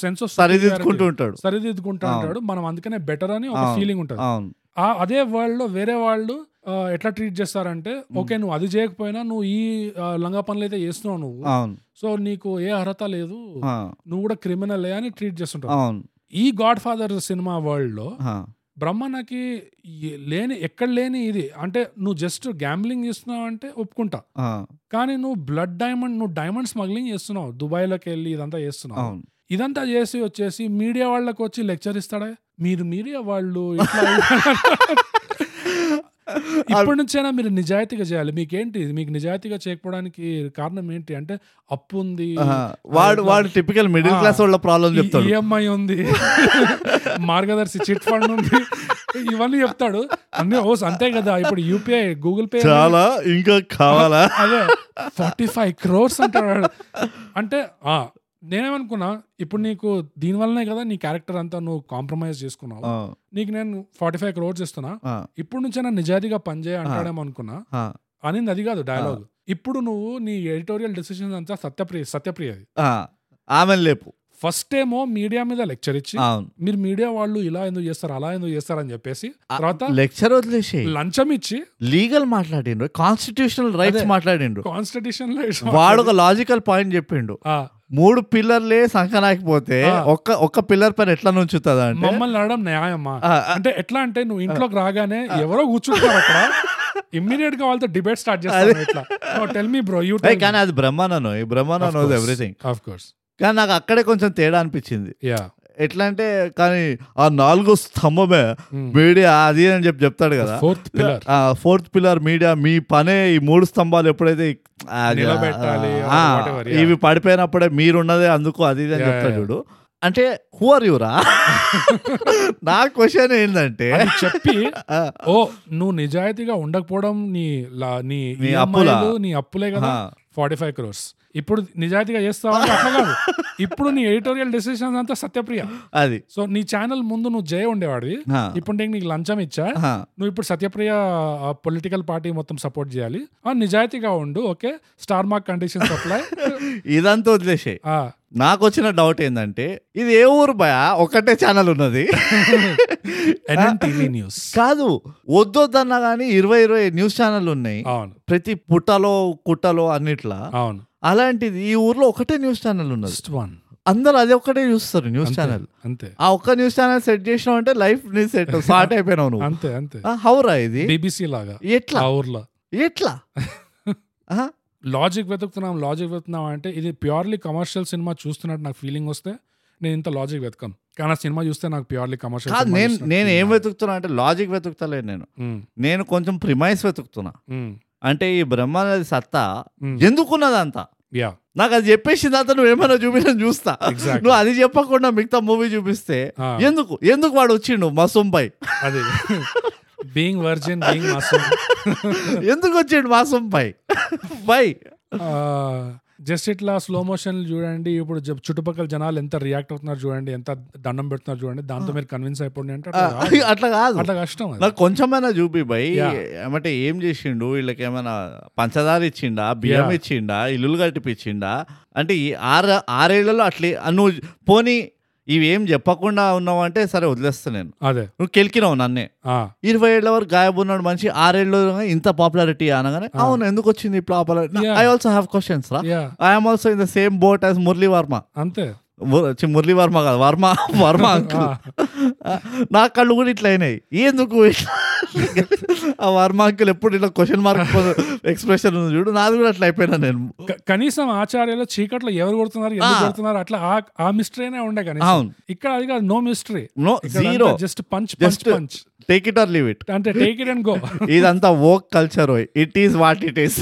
Speaker 3: సెన్స్ ఆఫ్
Speaker 4: సరిదిద్దుకుంటూ ఉంటాడు
Speaker 3: సరిదిద్దుకుంటా
Speaker 4: అవును.
Speaker 3: ఉంటాడు మనం అందుకనే బెటర్ అని ఒక
Speaker 4: అవును.
Speaker 3: ఫీలింగ్ ఉంటుంది
Speaker 4: అవును
Speaker 3: ఆ అదే వరల్డ్ లో వేరే వాళ్ళు ఆ, ఎట్లా ట్రీట్ చేస్తారంటే ఓకే నువ్వు అది చేయకపోయినా నువ్వు ఈ ఆ, లంగా పనులు అయితే చేస్తున్నావు నువ్వు
Speaker 4: అవును
Speaker 3: సో నీకు ఏ అర్హత లేదు
Speaker 4: ఆ,
Speaker 3: నువ్వు కూడా క్రిమినల్ అని ట్రీట్ చేస్తుంటావు
Speaker 4: అవును
Speaker 3: ఈ గాడ్ ఫాదర్ సినిమా వరల్డ్ లో
Speaker 4: ఆ,
Speaker 3: బ్రహ్మణకి ఈ లేని ఎక్కడ లేని ఇది అంటే నువ్వు జస్ట్ గ్యాంబ్లింగ్ చేస్తున్నావు అంటే ఒప్పుకుంటా
Speaker 4: ఆ,
Speaker 3: కానీ నువ్వు బ్లడ్ డైమండ్ నువ్వు డైమండ్ స్మగ్లింగ్ చేస్తున్నావు దుబాయ్లోకి వెళ్ళి ఇదంతా చేస్తున్నావు
Speaker 4: అవును
Speaker 3: ఇదంతా చేసి వచ్చేసి మీడియా వాళ్ళకి వచ్చి లెక్చర్ ఇస్తాడే మీరు మీడియా వాళ్ళు ఇట్లా ఇప్పటి నుంచైనా మీరు నిజాయితీగా చేయాలి మీకేంటి మీకు నిజాయితీగా చేయకపోవడానికి కారణం ఏంటి అంటే అప్పు ఉంది
Speaker 4: ఆ, వాడు వాడు టిపికల్ మిడిల్
Speaker 3: ఆ.
Speaker 4: క్లాస్ వాళ్ళ ప్రాబ్లం
Speaker 3: ఈ-
Speaker 4: చెప్తాడు
Speaker 3: ఈఎంఐ ఉంది మార్గదర్శి చిట్ ఫండ్ ఉంది ఇవన్నీ చెప్తాడు అన్నీ ఓ అంతే కదా ఇప్పుడు యూపీఐ గూగుల్ పే
Speaker 4: చాలా ఇంకా కావాలా
Speaker 3: అదే ఫార్టీ ఫైవ్ క్రోర్స్ అంటాడు అంటే ఆ, నేనేమనుకున్నా ఇప్పుడు నీకు దీనివల్లనే కదా నీ క్యారెక్టర్ అంతా నువ్వు కాంప్రమైజ్ చేసుకున్నావు
Speaker 4: ఆ,
Speaker 3: నీకు నేను ఫార్టీ ఫైవ్ క్రోర్స్ ఇస్తున్నా
Speaker 4: ఆ,
Speaker 3: ఇప్పుడు నుంచి నా నిజాయితీగా పనిచేయ అంటాడేమో అనుకున్నా
Speaker 4: ఆ,
Speaker 3: అనింది అది కాదు డైలాగ్ ఇప్పుడు నువ్వు నీ ఎడిటోరియల్ డెసిషన్స్ అంతా సత్యప్రియ సత్యప్రియది
Speaker 4: ఆ. ఆమెను లేపు
Speaker 3: ఫస్ట్ ఏమో మీడియా మీద లెక్చర్ ఇచ్చి
Speaker 4: అవును
Speaker 3: మీరు మీడియా వాళ్ళు ఇలా ఎందుకు చేస్తారు అలా ఎందుకు చేస్తారు అని చెప్పేసి తర్వాత
Speaker 4: లెక్చర్ వదిలేసి
Speaker 3: లంచం ఇచ్చి
Speaker 4: లీగల్ మాట్లాడిండు కాన్స్టిట్యూషనల్ రైట్స్ మాట్లాడిండు
Speaker 3: కాన్స్టిట్యూషన్
Speaker 4: వాడు ఒక లాజికల్ పాయింట్ చెప్పిండు మూడు పిల్లర్లే సంకనాకపోతే
Speaker 3: ఆ.
Speaker 4: ఒక్క ఒక్క పిల్లర్ పైన ఎట్లా నుంచుతుందా అంటే
Speaker 3: మమ్మల్ని అడగడం న్యాయమా
Speaker 4: ఆ, ఆ,
Speaker 3: అంటే ఎట్లా అంటే నువ్వు ఇంట్లోకి రాగానే ఎవరో కూర్చుంటారు అక్కడ ఇమ్మీడియట్ గా వాళ్ళతో డిబేట్ స్టార్ట్ చేస్తారు ఇట్లా టెల్ మీ బ్రో యూ
Speaker 4: ఏయ్, కానీ అది బ్రహ్మానను ఈ బ్రహ్మాన నోస్ ఎవ్రీథింగ్
Speaker 3: ఆఫ్ కోర్స్
Speaker 4: కానీ నాకు అక్కడే కొంచెం తేడా అనిపించింది
Speaker 3: యా
Speaker 4: ఎట్లా అంటే కానీ ఆ నాలుగో స్తంభమే
Speaker 3: Hmm.
Speaker 4: మీడియా అది అని చెప్పి చెప్తాడు కదా
Speaker 3: ఫోర్త్ పిల్లర్
Speaker 4: ఆ ఫోర్త్ పిల్లర్ మీడియా మీ పనే ఈ మూడు స్తంభాలు ఎప్పుడైతే ఈ- ఆ,
Speaker 3: నిలబెట్టాలి,
Speaker 4: ఆ,
Speaker 3: or whatever, yeah.
Speaker 4: ఇవి పడిపోయినప్పుడే మీరున్నదే అందుకు అది ఇది అని
Speaker 3: Yeah,
Speaker 4: చెప్తాడు
Speaker 3: yeah.
Speaker 4: చూడు అంటే హూ ఆర్ యురా నా క్వశ్చన్ ఏంటంటే
Speaker 3: చెప్పి
Speaker 4: ఆ,
Speaker 3: ఓ నువ్వు నిజాయితీగా ఉండకపోవడం నీ లా- నీ
Speaker 4: నీ
Speaker 3: EMI లు,
Speaker 4: అప్పులా?
Speaker 3: నీ అప్పులే కదా
Speaker 4: ఆ.
Speaker 3: ఫార్టీ ఫైవ్ క్రోర్స్ ఇప్పుడు నిజాయితీగా చేస్తావు అంటే అట్లా కాదు ఇప్పుడు నీ ఎడిటోరియల్ డెసిషన్స్ అంతా సత్యప్రియ
Speaker 4: అది
Speaker 3: సో నీ ఛానల్ ముందు నువ్వు జయ ఉండేవాడివి
Speaker 4: ఆ,
Speaker 3: ఇప్పుడు నేను నీకు లంచం ఇచ్చా
Speaker 4: ఆ,
Speaker 3: నువ్వు ఇప్పుడు సత్యప్రియ పొలిటికల్ పార్టీ మొత్తం సపోర్ట్ చేయాలి ఆ నిజాయితీగా ఉండు okay star mark condition supply
Speaker 4: ఇదంతా వదిలేసే నాకు వచ్చిన డౌట్ ఏంటంటే ఇది ఏ ఊరు భయా ఒకటే ఛానల్ ఉన్నది
Speaker 3: ఎన్ఎన్టీవీ న్యూస్
Speaker 4: కాదు వద్దొద్దన్నా కానీ ఇరవై ఇరవై న్యూస్ ఛానల్ ఉన్నాయి
Speaker 3: అవును
Speaker 4: ప్రతి పుట్టలో కుట్టలో అన్నిట్లా
Speaker 3: అవును
Speaker 4: అలాంటిది ఈ ఊర్లో ఒకటే న్యూస్ ఛానల్ ఉన్నది
Speaker 3: ఫస్ట్ వన్
Speaker 4: అందరూ అదే ఒకటే చూస్తారు న్యూస్ ఛానల్
Speaker 3: అంతే
Speaker 4: ఆ ఒక్క న్యూస్ ఛానల్ సెట్ చేసినావు అంటే లైఫ్ నీ సెట్ స్టార్ట్ అయిపోయినావు నువ్వు
Speaker 3: అంతే అంతే
Speaker 4: ఆ, హౌరా ఇది
Speaker 3: బీబీసీ లాగా
Speaker 4: ఎట్లా
Speaker 3: ఆ ఊర్లో
Speaker 4: ఎట్లా ఆ,
Speaker 3: లాజిక్ వెతుకుతున్నాం లాజిక్ వెతుకుతున్నాం అంటే ఇది ప్యూర్లీ కమర్షియల్ సినిమా చూస్తున్నట్టు నాకు ఫీలింగ్ వస్తే నేను ఇంత లాజిక్ వెతకను కానీ ఆ సినిమా చూస్తే నాకు ప్యూర్లీ కమర్షియల్
Speaker 4: కాదు నేను నేను ఏం వెతుకుతున్నా అంటే లాజిక్ వెతుకుతలేదు నేను నేను కొంచెం ప్రిమైస్ వెతుకుతున్నా అంటే ఈ బ్రహ్మ అనేది సత్తా ఎందుకున్నదంతా
Speaker 3: యా
Speaker 4: నాకు అది చెప్పేసిన తర్వాత నువ్వు ఏమైనా చూపించిన చూస్తా
Speaker 3: Exactly.
Speaker 4: నువ్వు అది చెప్పకుండా మిగతా మూవీ చూపిస్తే
Speaker 3: ఆ.
Speaker 4: ఎందుకు ఎందుకు వాడు వచ్చిండు మా సుంబై
Speaker 3: అది బీయింగ్ వర్జిన్ బీయింగ్ మసూమ్
Speaker 4: ఎందుకు వచ్చిండు మా సుంబై బై
Speaker 3: జస్ట్ ఇట్లా స్లో మోషన్ చూడండి ఇప్పుడు జ- చుట్టుపక్కల జనాలు ఎంత రియాక్ట్ అవుతున్నారు చూడండి ఎంత దండం పెడుతున్నారు చూడండి దాంతో మీరు కన్విన్స్ అయిపోండి అంటే అట్లా కాదు.
Speaker 4: అట్లా కాదు
Speaker 3: అట్లా కష్టం అది.
Speaker 4: నాకు కొంచెమైనా చూపి బై
Speaker 3: Yeah.
Speaker 4: ఏమంటే ఏం చేసిండు వీళ్ళకి ఏమైనా పంచదార ఇచ్చిండా బియ్యం
Speaker 3: Yeah.
Speaker 4: ఇచ్చిండా ఇల్లులు కట్టిపించిండా అంటే ఈ ఆరు ఆరేళ్లలో అట్లే ఆ, నువ్వు పోనీ ఇవేం చెప్పకుండా ఉన్నావు అంటే సరే వదిలేస్తా నేను
Speaker 3: అదే
Speaker 4: నువ్వు కెలికినావు నన్నే
Speaker 3: ఆ,
Speaker 4: ఇరవై ఏళ్ళ వరకు గాయబ్ ఉన్నాడు మనిషి ఆరేళ్ళు ఇంత పాపులారిటీ అనగానే అవును ఎందుకు వచ్చింది ఈ popularity
Speaker 3: Yeah.
Speaker 4: I also have questions రా
Speaker 3: yeah
Speaker 4: I'm also in the same boat as Murali Varma
Speaker 3: అంతే
Speaker 4: ము- చి, మురళీ వర్మ కాదు వర్మ వర్మ అంకుల్ నా కళ్ళు కూడా ఇట్లా అయినాయి ఎందుకు ఇట్లా? ఆ వర్మ అంకుల్ ఎప్పుడు ఇట్లా క్వశ్చన్ మార్క్ ఎక్స్ప్రెషన్ ఉంది చూడు నాది కూడా అట్లా అయిపోయినా నేను
Speaker 3: క- కనీసం ఆచార్యలో చీకట్లో ఎవరు కొడుతున్నారు ఎందుకు కొడుతున్నారు అట్లా ఆ- ఆ మిస్టరీనే ఉండే కనీసం
Speaker 4: అవును.
Speaker 3: ఇక్కడ అది కాదు no mystery
Speaker 4: no zero
Speaker 3: just punch punch
Speaker 4: just
Speaker 3: punch
Speaker 4: take it or leave it
Speaker 3: అంటే టేక్ ఇట్ అండ్ గో
Speaker 4: ఇదంతా woke culture it is what it is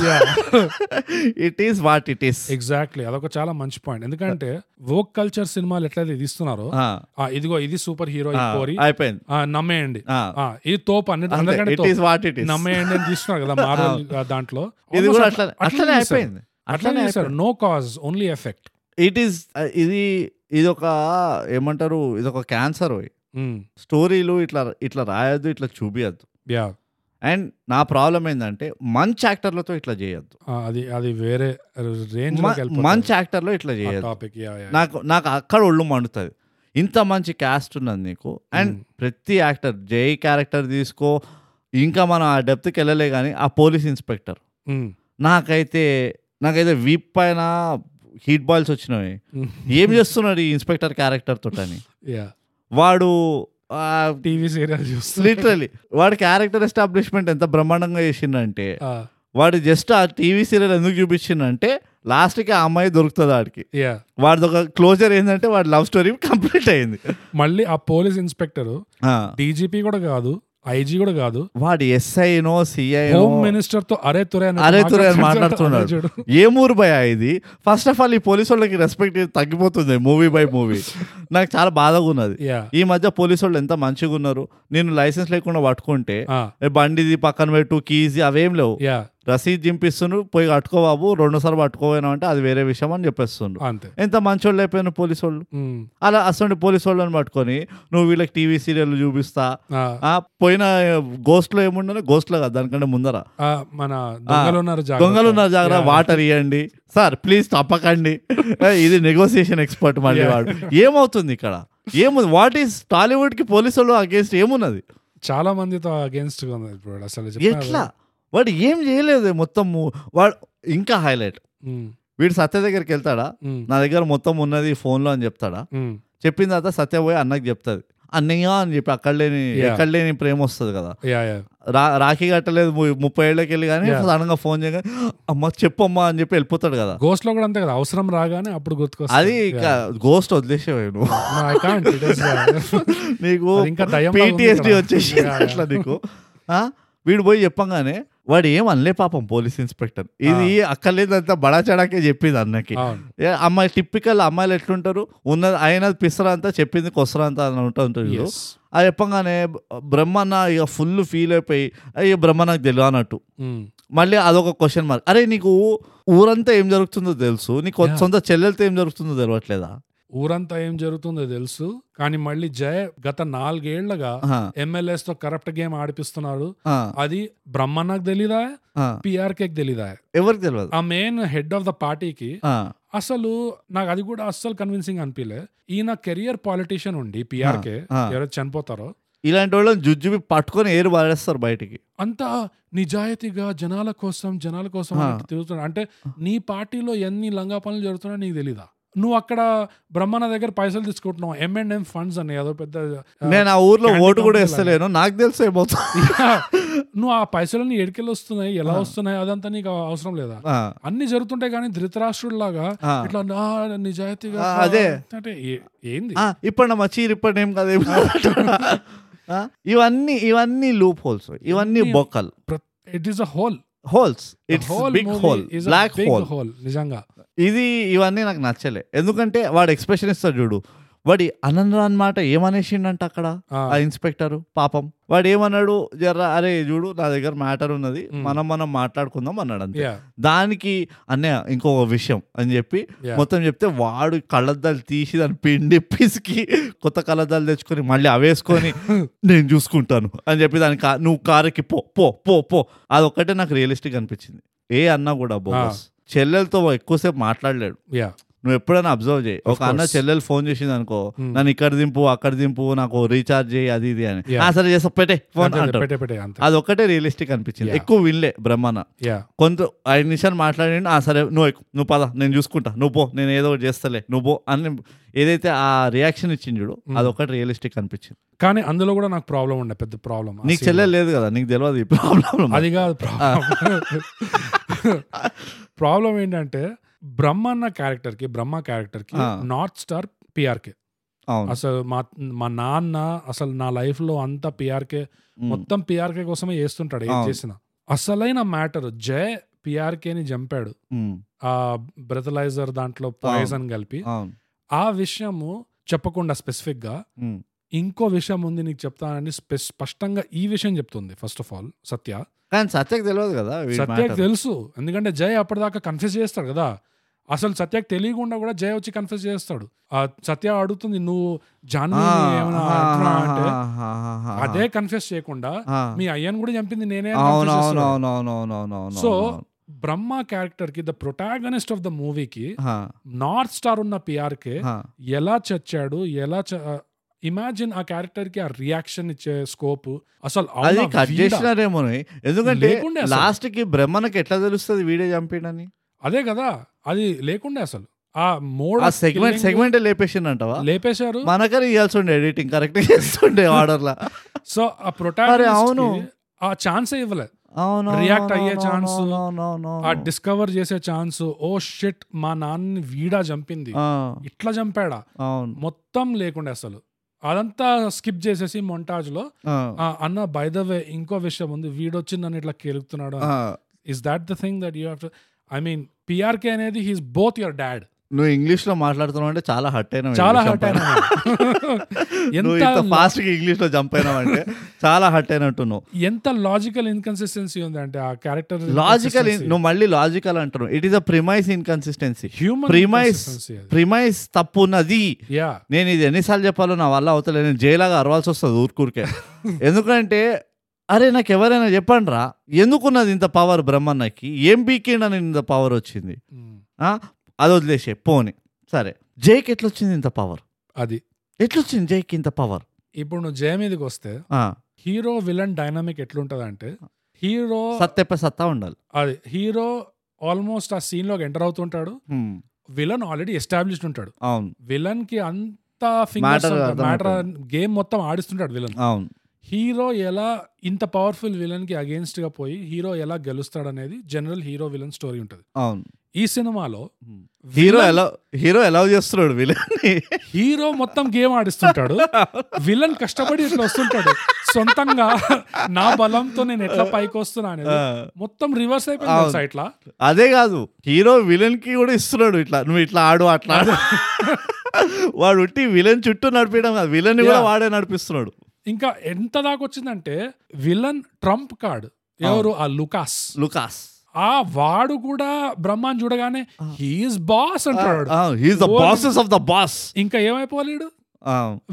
Speaker 4: it is what it is
Speaker 3: exactly అదొక చాలా మంచి point ఎందుకంటే woke culture సినిమాలు ఎట్లయితే ఇది ఇస్తున్నారో ఆ, ఇదిగో ఇది సూపర్ హీరో కోరి
Speaker 4: అయిపోయింది
Speaker 3: ఆ, నమ్మేయండి
Speaker 4: ఆ.
Speaker 3: ఆ, ఇది తోపు అన్నిటి అందరికంటే
Speaker 4: ఇట్
Speaker 3: తోపు.
Speaker 4: ఈస్ వాట్ ఇట్ ఈస్
Speaker 3: నమ్మేయండి అని తీస్తున్నారు కదా మార్వెల్ ఆ, దాంట్లో
Speaker 4: ఇది
Speaker 3: Almost
Speaker 4: కూడా
Speaker 3: అట్లా-
Speaker 4: అట్లా అట్లనే
Speaker 3: చేశారు.
Speaker 4: అయిపోయింది
Speaker 3: అట్లనే
Speaker 4: అట్లనే
Speaker 3: చేశారు no cause only effect
Speaker 4: it is ఇది ఇది ఒక ఏమంటారు ఇది ఒక క్యాన్సర్
Speaker 3: Hmm.
Speaker 4: స్టోరీలు ఇట్లా ఇట్లా రాయొద్దు ఇట్లా చూపియద్దు
Speaker 3: యా
Speaker 4: అండ్ నా ప్రాబ్లం ఏంటంటే మంచి యాక్టర్లతో ఇట్లా చేయొద్దు
Speaker 3: అది అది వేరే రేంజ్
Speaker 4: మ- మంచి యాక్టర్లో ఇట్లా చేయొద్దు
Speaker 3: టాపిక్ యా యా
Speaker 4: నాకు నాకు అక్కడ ఒళ్ళు మండుతుంది ఇంత మంచి క్యాస్ట్ ఉన్నది నీకు అండ్ ప్రతి యాక్టర్ జై క్యారెక్టర్ తీసుకో ఇంకా మనం ఆ డెప్త్కి వెళ్ళలే కానీ ఆ పోలీస్ ఇన్స్పెక్టర్
Speaker 3: మ్మ్.
Speaker 4: నాకైతే నాకైతే వీప్ పైన హీట్ బాల్స్ వచ్చినవి
Speaker 3: మ్మ్.
Speaker 4: ఏం చేస్తున్నాడు ఈ ఇన్స్పెక్టర్ క్యారెక్టర్ తోటని
Speaker 3: యా
Speaker 4: వాడు
Speaker 3: టీవీ సీరియల్ చూస్తూ
Speaker 4: లిటరలీ వాడి క్యారెక్టర్ ఎస్టాబ్లిష్మెంట్ ఎంత బ్రహ్మాండంగా చేసిండంటే
Speaker 3: ఆ,
Speaker 4: వాడు జస్ట్ ఆ టీవీ సీరియల్ ఎందుకు చూపించిండంటే లాస్ట్కి ఆ అమ్మాయి దొరుకుతుంది వాడికి
Speaker 3: యా
Speaker 4: వాడిది ఒక క్లోజర్ ఏంటంటే వాడి లవ్ స్టోరీ కంప్లీట్ అయింది
Speaker 3: మళ్ళీ ఆ పోలీస్ ఇన్స్పెక్టర్
Speaker 4: ఆ,
Speaker 3: డీజీపీ కూడా కాదు ఐజీ కూడా కాదు
Speaker 4: వాడు ఎస్ఐనో సిఐనో
Speaker 3: హోమ్ మినిస్టర్ తో అరే తురే అన్నట్టు
Speaker 4: అరే తురే అని
Speaker 3: అదే
Speaker 4: మాట్లాడుతున్నాడు
Speaker 3: చూడు.
Speaker 4: ఏ మూరు భయ ఇది ఫస్ట్ ఆఫ్ ఆల్ ఈ పోలీసు వాళ్ళకి రెస్పెక్ట్ తగ్గిపోతుంది మూవీ బై మూవీ నాకు చాలా బాధగా ఉన్నది
Speaker 3: యా
Speaker 4: ఈ మధ్య పోలీసు వాళ్ళు ఎంత మంచిగా ఉన్నారు నేను లైసెన్స్ లేకుండా పట్టుకుంటే
Speaker 3: ఆ,
Speaker 4: ఏ బండిది పక్కన పెట్టు కీజ్ అవేం లేవు
Speaker 3: యా
Speaker 4: రసీద్ చింపిస్తుండ్రు పోయి కట్టుకో బాబు రెండోసారి పట్టుకోపోయినా అంటే అది వేరే విషయం అని చెప్పేస్తుండ్రు
Speaker 3: అంతే
Speaker 4: ఎంత మంచోళ్ళు అయిపోయిన పోలీసు వాళ్ళు
Speaker 3: ఉమ్.
Speaker 4: అలా అసలు పోలీసు వాళ్ళని పట్టుకొని నువ్వు వీళ్ళకి టీవీ సీరియల్ చూపిస్తా
Speaker 3: ఆ,
Speaker 4: ఆ పోయిన గోస్ట్లో ఏముండే గోస్ట్లో కాదు దానికంటే ముందర
Speaker 3: ఆ, మన దొంగలు ఉన్నారు జాగ్రత్త.
Speaker 4: దొంగలు ఉన్నారు జాగ్రత్త
Speaker 3: Yeah.
Speaker 4: వాటర్ ఇవ్వండి సార్ ప్లీజ్ తప్పకండి ఏ, ఇది నెగోసియేషన్ ఎక్స్పర్ట్ మళ్ళీ
Speaker 3: Yeah.
Speaker 4: వాడు ఏమవుతుంది ఇక్కడ ఏముంది వాట్ ఈస్ టాలీవుడ్ కి పోలీసులు అగేన్స్ట్ ఏమున్నది
Speaker 3: చాలా మందితో అగేన్స్ట్ ఉంది ఇప్పుడు అసలు
Speaker 4: ఎట్లా వాడు ఏం చేయలేదు మొత్తం వాడు ఇంకా హైలైట్ వీడు సత్య దగ్గరికి వెళ్తాడా నా దగ్గర మొత్తం ఉన్నది ఫోన్లో అని చెప్తాడా చెప్పిన తర్వాత సత్య పోయి అన్నకి చెప్తుంది అన్నయ్య అని చెప్పి అక్కడ లేని
Speaker 3: Yeah.
Speaker 4: ఎక్కడ లేని ప్రేమ వస్తుంది కదా రా రాఖీ కట్టలేదు ము- ముప్పై ఏళ్ళకి వెళ్ళి కానీ
Speaker 3: Yeah.
Speaker 4: సడన్గా ఫోన్ చేయగా అమ్మ చెప్పమ్మా అని చెప్పి వెళ్ళిపోతాడు కదా
Speaker 3: గోస్ట్ లో కూడా అంతే కదా అవసరం రాగానే అప్పుడు
Speaker 4: అది ఇక గోస్ట్ వదిలేసేవాడు నువ్వు
Speaker 3: గుర్తుకొస్తుంది
Speaker 4: నీకు
Speaker 3: అది ఇంకా దయ్యం లాగా ఉంది
Speaker 4: పీటీఎస్డి
Speaker 3: కదా.
Speaker 4: వచ్చేసి
Speaker 3: Yeah, yeah.
Speaker 4: అట్లా నీకు ఆ? వీడు పోయి చెప్పంగానే వాడు ఏం అనలే పాపం పోలీస్ ఇన్స్పెక్టర్ ఇది
Speaker 3: Ah.
Speaker 4: అక్కర్లేదంతా బడా చడాకే చెప్పింది అన్నకి ఏ, అమ్మాయి టిప్పికల్ అమ్మాయిలు ఎట్లుంటారు ఉన్నది అయినది పిసరా అంతా చెప్పింది కొసరా అంతా అని ఉంటా ఉంటారు చూడు. అది చెప్పంగానే బ- బ్రహ్మన్న ఇక ఫుల్ ఫీల్ అయిపోయి అయ్యో బ్రహ్మ నాకు తెలియదు అన్నట్టు మళ్ళీ అదొక క్వశ్చన్ మార్క్ అరే నీకు ఊరంతా ఏం జరుగుతుందో తెలుసు నీకు
Speaker 3: Yeah.
Speaker 4: సొంత చెల్లెలతో ఏం జరుగుతుందో తెలియట్లేదా
Speaker 3: ఊరంతా ఏం జరుగుతుందో తెలుసు కానీ మళ్ళీ జయ గత నాలుగేళ్లగా
Speaker 4: ఆహా,
Speaker 3: ఎమ్మెల్యేస్ తో కరెక్ట్ గేమ్ ఆడిపిస్తున్నాడు
Speaker 4: ఆ,
Speaker 3: అది బ్రహ్మన్నకు తెలీదా
Speaker 4: ఆ.
Speaker 3: పిఆర్కేకి తెలీదా
Speaker 4: ఎవరికి తెలియదు
Speaker 3: ఆ మెయిన్ హెడ్ ఆఫ్ ద పార్టీకి
Speaker 4: ఆ,
Speaker 3: అసలు నాకు అది కూడా అస్సలు కన్విన్సింగ్ అనిపించలే ఈయన కెరియర్ పాలిటీషియన్ ఉండి పిఆర్కే
Speaker 4: ఆ.
Speaker 3: ఎవరైతే చనిపోతారో
Speaker 4: ఇలాంటి వాళ్ళని జుజ్జుబి పట్టుకొని ఏరు పారేస్తారు బయటికి
Speaker 3: అంతా నిజాయితీగా జనాల కోసం జనాల కోసం
Speaker 4: ఆ.
Speaker 3: అని తిరుగుతున్నాడు అంటే నీ పార్టీలో ఎన్ని లంగా పనులు జరుగుతున్నాయో నీకు తెలీదా నువ్వు అక్కడ బ్రహ్మణ దగ్గర పైసలు తీసుకుంటున్నావు ఎం అండ్ ఎం ఫండ్స్ అని ఏదో పెద్ద ఆ,
Speaker 4: నేను ఆ ఊర్లో
Speaker 3: Candy
Speaker 4: ఓటు కూడా
Speaker 3: company
Speaker 4: వేస్తలేను నాకు తెలుసు ఏమవుతుంది
Speaker 3: నువ్వు ఆ పైసలన్నీ ఎడికెళ్ళి వస్తున్నాయి ఎలా వస్తున్నాయి అదంతా నీకు అవసరం లేదా
Speaker 4: ఆ,
Speaker 3: అన్ని జరుగుతుంటాయి కానీ ధృతరాష్ట్రుడు లాగా
Speaker 4: ఆ.
Speaker 3: ఇట్లా నా నిజాయితీగా
Speaker 4: ఆ, అదే.
Speaker 3: అంటే ఏ- ఏంది
Speaker 4: ఆ, ఇప్పుడు నా చీర ఇప్పుడు ఏం కదా ఇవన్నీ ఇవన్నీ లూప్ హోల్స్ ఇవన్నీ
Speaker 3: ఇవన్నీ-
Speaker 4: బొక్కలు
Speaker 3: it is a hole
Speaker 4: holes it's big hole black hole
Speaker 3: hole నిజంగా
Speaker 4: ఇది ఇవన్నీ నాకు నచ్చలే ఎందుకంటే వాడు ఎక్స్ప్రెషన్ ఇస్తాడు చూడు వాడి అనంతరం అన్నమాట ఏమనేసిండంట అక్కడ
Speaker 3: ఆ.
Speaker 4: ఆ ఇన్స్పెక్టర్ పాపం వాడు ఏమన్నాడు జర్రా అరే చూడు నా దగ్గర మ్యాటర్ ఉన్నది
Speaker 3: Hmm.
Speaker 4: మనం మనం మాట్లాడుకుందాం అన్నాడు అంతే
Speaker 3: Yeah,
Speaker 4: దానికి అన్నయ్య ఇంకొక విషయం అని చెప్పి
Speaker 3: yeah.
Speaker 4: మొత్తం చెప్తే వాడు కళ్ళద్దాలు తీసి దాన్ని పిండి పిసికి కొత్త కళ్ళద్దాలు తెచ్చుకొని మళ్ళీ అవేసుకొని నేను చూసుకుంటాను అని చెప్పి దాని కా- నువ్వు కారుకి పో పో పో పో అదొక్కటే నాకు రియలిస్టిక్ అనిపించింది ఏ అన్నా కూడా బోస్ చెల్లెలతో ఎక్కువసేపు మాట్లాడలేడు
Speaker 3: Yeah.
Speaker 4: నువ్వు ఎప్పుడైనా అబ్జర్వ్ చేయి ఒక అన్న
Speaker 3: course.
Speaker 4: చెల్లెలు ఫోన్ చేసింది అనుకో
Speaker 3: Hmm.
Speaker 4: నన్ను ఇక్కడ దింపు అక్కడ దింపు నాకు రీఛార్జ్ చేయి అది ఇది అని
Speaker 3: Yeah.
Speaker 4: "ఆ, సరే చేస్తా పెట్టే ఫోన్
Speaker 3: అంతే,
Speaker 4: అంటాడు
Speaker 3: పెట్టే, పెట్టే, అంతే.
Speaker 4: అదొక్కటే రియలిస్టిక్ అనిపించింది
Speaker 3: Yeah.
Speaker 4: ఎక్కువ వినలే బ్రహ్మణ
Speaker 3: Yeah,
Speaker 4: కొంత ఐదు నిమిషాలు మాట్లాడి ఆ సరే నువ్వు ఎక్కు, నువ్వు పద నేను చూసుకుంటా నువ్వు పో నేను ఏదో ఒకటి చేస్తలే నువ్వు పో అని ఏదైతే ఆ రియాక్షన్ ఇచ్చింది చూడు
Speaker 3: Hmm.
Speaker 4: అదొకటి రియలిస్టిక్ అనిపించింది
Speaker 3: కానీ అందులో కూడా నాకు ప్రాబ్లం ఉండే పెద్ద ప్రాబ్లం
Speaker 4: నీకు చెల్లెలు లేదు కదా నీకు తెలియదు ఈ ప్రాబ్లం
Speaker 3: అది కాదు ప్రాబ్లం ప్రాబ్లం ఏంటంటే బ్రహ్మ అన్న క్యారెక్టర్ కి బ్రహ్మ క్యారెక్టర్ కి
Speaker 4: ఆ.
Speaker 3: నార్త్ స్టార్ పిఆర్కే
Speaker 4: అవును
Speaker 3: అసలు మా మా నాన్న అసలు నా లైఫ్ లో అంతా పిఆర్కే
Speaker 4: ఉమ్.
Speaker 3: మొత్తం పిఆర్కే కోసమే చేస్తుంటాడు ఏం
Speaker 4: అవును.
Speaker 3: చేసినా అసలైన మ్యాటర్ జయ పిఆర్కేని చంపాడు
Speaker 4: ఉమ్.
Speaker 3: ఆ బ్రెథలైజర్ దాంట్లో పాయిజన్ కలిపి
Speaker 4: అవును
Speaker 3: ఆ విషయము చెప్పకుండా స్పెసిఫిక్ గా
Speaker 4: ఉమ్.
Speaker 3: ఇంకో విషయం ఉంది నీకు చెప్తానని స్పె- స్పష్టంగా ఈ విషయం చెప్తుంది ఫస్ట్ ఆఫ్ ఆల్ సత్య
Speaker 4: కానీ సత్యకి తెలియదు కదా వీడి
Speaker 3: సత్యకి
Speaker 4: matter.
Speaker 3: తెలుసు ఎందుకంటే జయ్ అప్పటిదాకా కన్ఫ్యూజ్ చేస్తాడు కదా అసలు సత్యకి తెలియకుండా కూడా జయ్ వచ్చి కన్ఫ్యూజ్ చేస్తాడు ఆ సత్య అడుగుతుంది నువ్వు
Speaker 4: ఆ,
Speaker 3: జాన్వి ఏమైనా
Speaker 4: ఆ,
Speaker 3: అంటున్నా అంటే
Speaker 4: ఆ, ఆ, ఆ, ఆ, ఆ.
Speaker 3: అదే కన్ఫ్యూజ్ చేయకుండా
Speaker 4: ఆ.
Speaker 3: మీ అయ్యను కూడా చంపింది నేనే అని
Speaker 4: అవును
Speaker 3: confess
Speaker 4: అవును
Speaker 3: చేస్తాడు.
Speaker 4: అవును అవును అవును అవును అవును
Speaker 3: సో
Speaker 4: అవును.
Speaker 3: బ్రహ్మ క్యారెక్టర్ కి ద ప్రొటాగనిస్ట్ ఆఫ్ ద మూవీకి
Speaker 4: ఆ,
Speaker 3: నార్త్ స్టార్ ఉన్న పిఆర్కే
Speaker 4: ఆ,
Speaker 3: ఎలా చచ్చాడు ఎలా ఇమాజిన్ ఆ క్యారెక్టర్ కి ఆ రియాక్షన్ ఇచ్చే స్కోప్ అసలు అవునా,
Speaker 4: అది కట్
Speaker 3: వీడా?
Speaker 4: చేసినారేమో ఎందుకంటే
Speaker 3: లేకుండే అసలు.
Speaker 4: లాస్ట్ కి బ్రహ్మణకి ఎట్లా తెలుస్తుంది వీడియో చంపిడని
Speaker 3: అదే కదా అది లేకుండా అసలు ఆ మోడ్
Speaker 4: ఆ
Speaker 3: ఆఫ్
Speaker 4: సెగ్మెంట్
Speaker 3: killing
Speaker 4: సెగ్మెంట్ లేపేసిందంటవా
Speaker 3: లేపేశారు
Speaker 4: మనకని ఇవ్వాల్సిండే ఎడిటింగ్ కరెక్ట్ చేస్తుండే ఆర్డర్ లా
Speaker 3: సో ఆ
Speaker 4: అరే
Speaker 3: ప్రొటాగనిస్ట్
Speaker 4: అవును.
Speaker 3: ఆ ఛాన్స్ ఇవ్వలే
Speaker 4: అవును
Speaker 3: React అయ్యే chance. ఆ డిస్కవర్ చేసే ఛాన్స్ ఓ షిట్ మా నాన్నని వీడా చంపింది ఇట్లా చంపాడా
Speaker 4: అవును
Speaker 3: మొత్తం లేకుండా అసలు అదంతా స్కిప్ చేసేసి మొంటాజ్ లో
Speaker 4: ఆ,
Speaker 3: ఆ, అన్న బై ద వే ఇంకో విషయం ఉంది వీడొచ్చి నన్ను ఇట్లా కేలుతున్నాడు
Speaker 4: ఆ,
Speaker 3: is that the thing that you have I mean PRK అనేది హీస్ బోత్ యువర్ డాడ్
Speaker 4: నువ్వు ఇంగ్లీష్ లో మాట్లాడుతున్నావు అంటే చాలా హట్ అయినా
Speaker 3: చాలా హట్ అయినా
Speaker 4: నువ్వు ఇంత ఫాస్ట్ గా ఇంగ్లీష్ లో జంప్ అయినావు అంటే చాలా హట్ అయినట్టున్నావు
Speaker 3: ఎంత లాజికల్ ఇన్కన్సిస్టెన్సీ ఉంది అంటే ఆ క్యారెక్టర్
Speaker 4: లాజికల్ నువ్వు మళ్ళీ లాజికల్ అంటున్నావు it is a premise inconsistency premise premise తప్పు ఉన్నది
Speaker 3: యా
Speaker 4: నేను ఇది ఎన్నిసార్లు చెప్పాలో నా వల్ల అవుతలే నేను జైలాగా అరవాల్సి వస్తుంది ఊరుకూరికే ఎందుకంటే అరే నాకు ఎవరైనా చెప్పండి రా ఎందుకున్నది ఇంత పవర్ బ్రహ్మన్నకి ఏం బీకేండి అని ఇంత పవర్ వచ్చింది
Speaker 3: Mm.
Speaker 4: ఆ? అది వదిలేసే పోని సరే జైకి ఎట్లొచ్చింది ఇంత పవర్
Speaker 3: అది
Speaker 4: ఎట్లొచ్చింది జైకి ఇంత పవర్
Speaker 3: ఇప్పుడు నువ్వు జయ మీదకి వస్తే హీరో విలన్ డైనామిక్ ఎట్లుంటది అంటే హీరో
Speaker 4: సత్తెప్ప సత్తా ఉండాలి
Speaker 3: అది హీరో ఆల్మోస్ట్ ఆ సీన్ లోకి ఎంటర్ అవుతుంటాడు
Speaker 4: హ్మ్.
Speaker 3: విలన్ ఆల్రెడీ ఎస్టాబ్లిష్డ్ ఉంటాడు
Speaker 4: అవును
Speaker 3: విలన్ కి అంత
Speaker 4: Matter
Speaker 3: ఫింగర్ మ్యాటర్
Speaker 4: అర్థమవుతుంది.
Speaker 3: గేమ్ మొత్తం ఆడిస్తుంటాడు విలన్
Speaker 4: అవును
Speaker 3: హీరో ఎలా ఇంత పవర్ఫుల్ విలన్ కి అగేన్స్ట్ గా పోయి హీరో ఎలా గెలుస్తాడు అనేది జనరల్ హీరో విలన్ స్టోరీ ఉంటుంది
Speaker 4: అవును
Speaker 3: ఈ సినిమాలో
Speaker 4: హీరో ఎలా హీరో ఎలా చేస్తున్నాడు విలన్ని
Speaker 3: హీరో మొత్తం గేమ్ ఆడిస్తుంటాడు విలన్ కష్టపడి ఇట్లా వస్తుంటాడు సొంతంగా నా బలంతో నేను ఎట్లా పైకి వస్తున్నా అనేది మొత్తం రివర్స్ అయిపోయింది తెలుసా ఇట్లా
Speaker 4: అదే కాదు హీరో విలన్ కి కూడా ఇస్తున్నాడు ఇట్లా నువ్వు ఇట్లా ఆడు అట్లా ఆడు వాడు ఉట్టి విలన్ చుట్టూ నడిపించడం కాదు విలన్ కూడా
Speaker 3: Yeah.
Speaker 4: వాడే నడిపిస్తున్నాడు
Speaker 3: ఇంకా ఎంత దాకా వచ్చిందంటే విలన్ ట్రంప్ కార్డ్ ఎవరు ఆ లుకాస్
Speaker 4: లుకాస్
Speaker 3: ఆ వాడు కూడా బ్రహ్మాన్ చూడగానే హీఈస్ బాస్ అంటాడు
Speaker 4: he's the
Speaker 3: Oh.
Speaker 4: Bosses of the boss
Speaker 3: ఇంకా ఏమైపోలేడు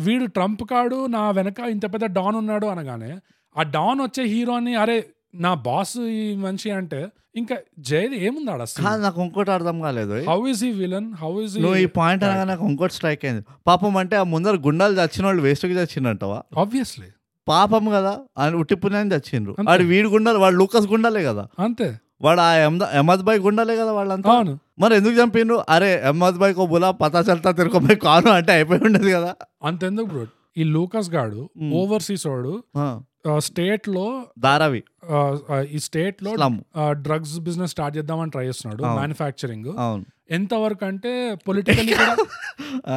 Speaker 3: వీడు ట్రంప్ కాడు నా వెనక ఇంత పెద్ద డాన్ ఉన్నాడు అనగానే ఆ డాన్ వచ్చే హీరోని అరే నా బాస్ ఈ మనిషి అంటే ఇంకా జయది ఏముందాడు
Speaker 4: కాదు
Speaker 3: అసలు
Speaker 4: Ah, నాకు ఇంకోటి అర్థం కాలేదు
Speaker 3: హౌ ఇస్ ఈ విలన్ హౌ ఇస్
Speaker 4: నువ్వు ఈ పాయింట్ అనగా నాకు ఇంకోటి స్ట్రైక్ అయింది పాపం అంటే ఆ ముందర గుండాలు చచ్చిన వాళ్ళు వేస్ట్కి చచ్చిండంటవా
Speaker 3: ఆబ్వియస్లీ
Speaker 4: పాపం కదా అని ఉట్టి పుణ్యాన్ని చచ్చిండ్రు
Speaker 3: అంతే.
Speaker 4: వాడు వీడు గుండాలు వాడు లూకస్ గుండాలే కదా
Speaker 3: అంతే
Speaker 4: వాడు ఆ అహ్మద- అహ్మద్ బాయ్ గుండాలే కదా వాళ్ళంతా
Speaker 3: అవును
Speaker 4: మరి ఎందుకు చంపిండ్రు అరే అహ్మద్ బాయ్ కో బులా పతా చల్తా తెరుకో బాయ్ కాను అంటే అయిపోయి ఉండదు కదా
Speaker 3: అంతెందుకు బ్రో ఈ లూకస్ గాడు
Speaker 4: Hmm.
Speaker 3: ఓవర్సీస్ వాడు
Speaker 4: ఆ,
Speaker 3: స్టేట్ లో
Speaker 4: ధారావి
Speaker 3: ఆ, ఆ, ఈ స్టేట్ లో
Speaker 4: స్లమ్
Speaker 3: డ్రగ్స్ బిజినెస్ స్టార్ట్ చేద్దామని ట్రై చేస్తున్నాడు
Speaker 4: అవును.
Speaker 3: మ్యానుఫ్యాక్చరింగ్
Speaker 4: అవును
Speaker 3: ఎంత వరకు అంటే పొలిటికలీ కూడా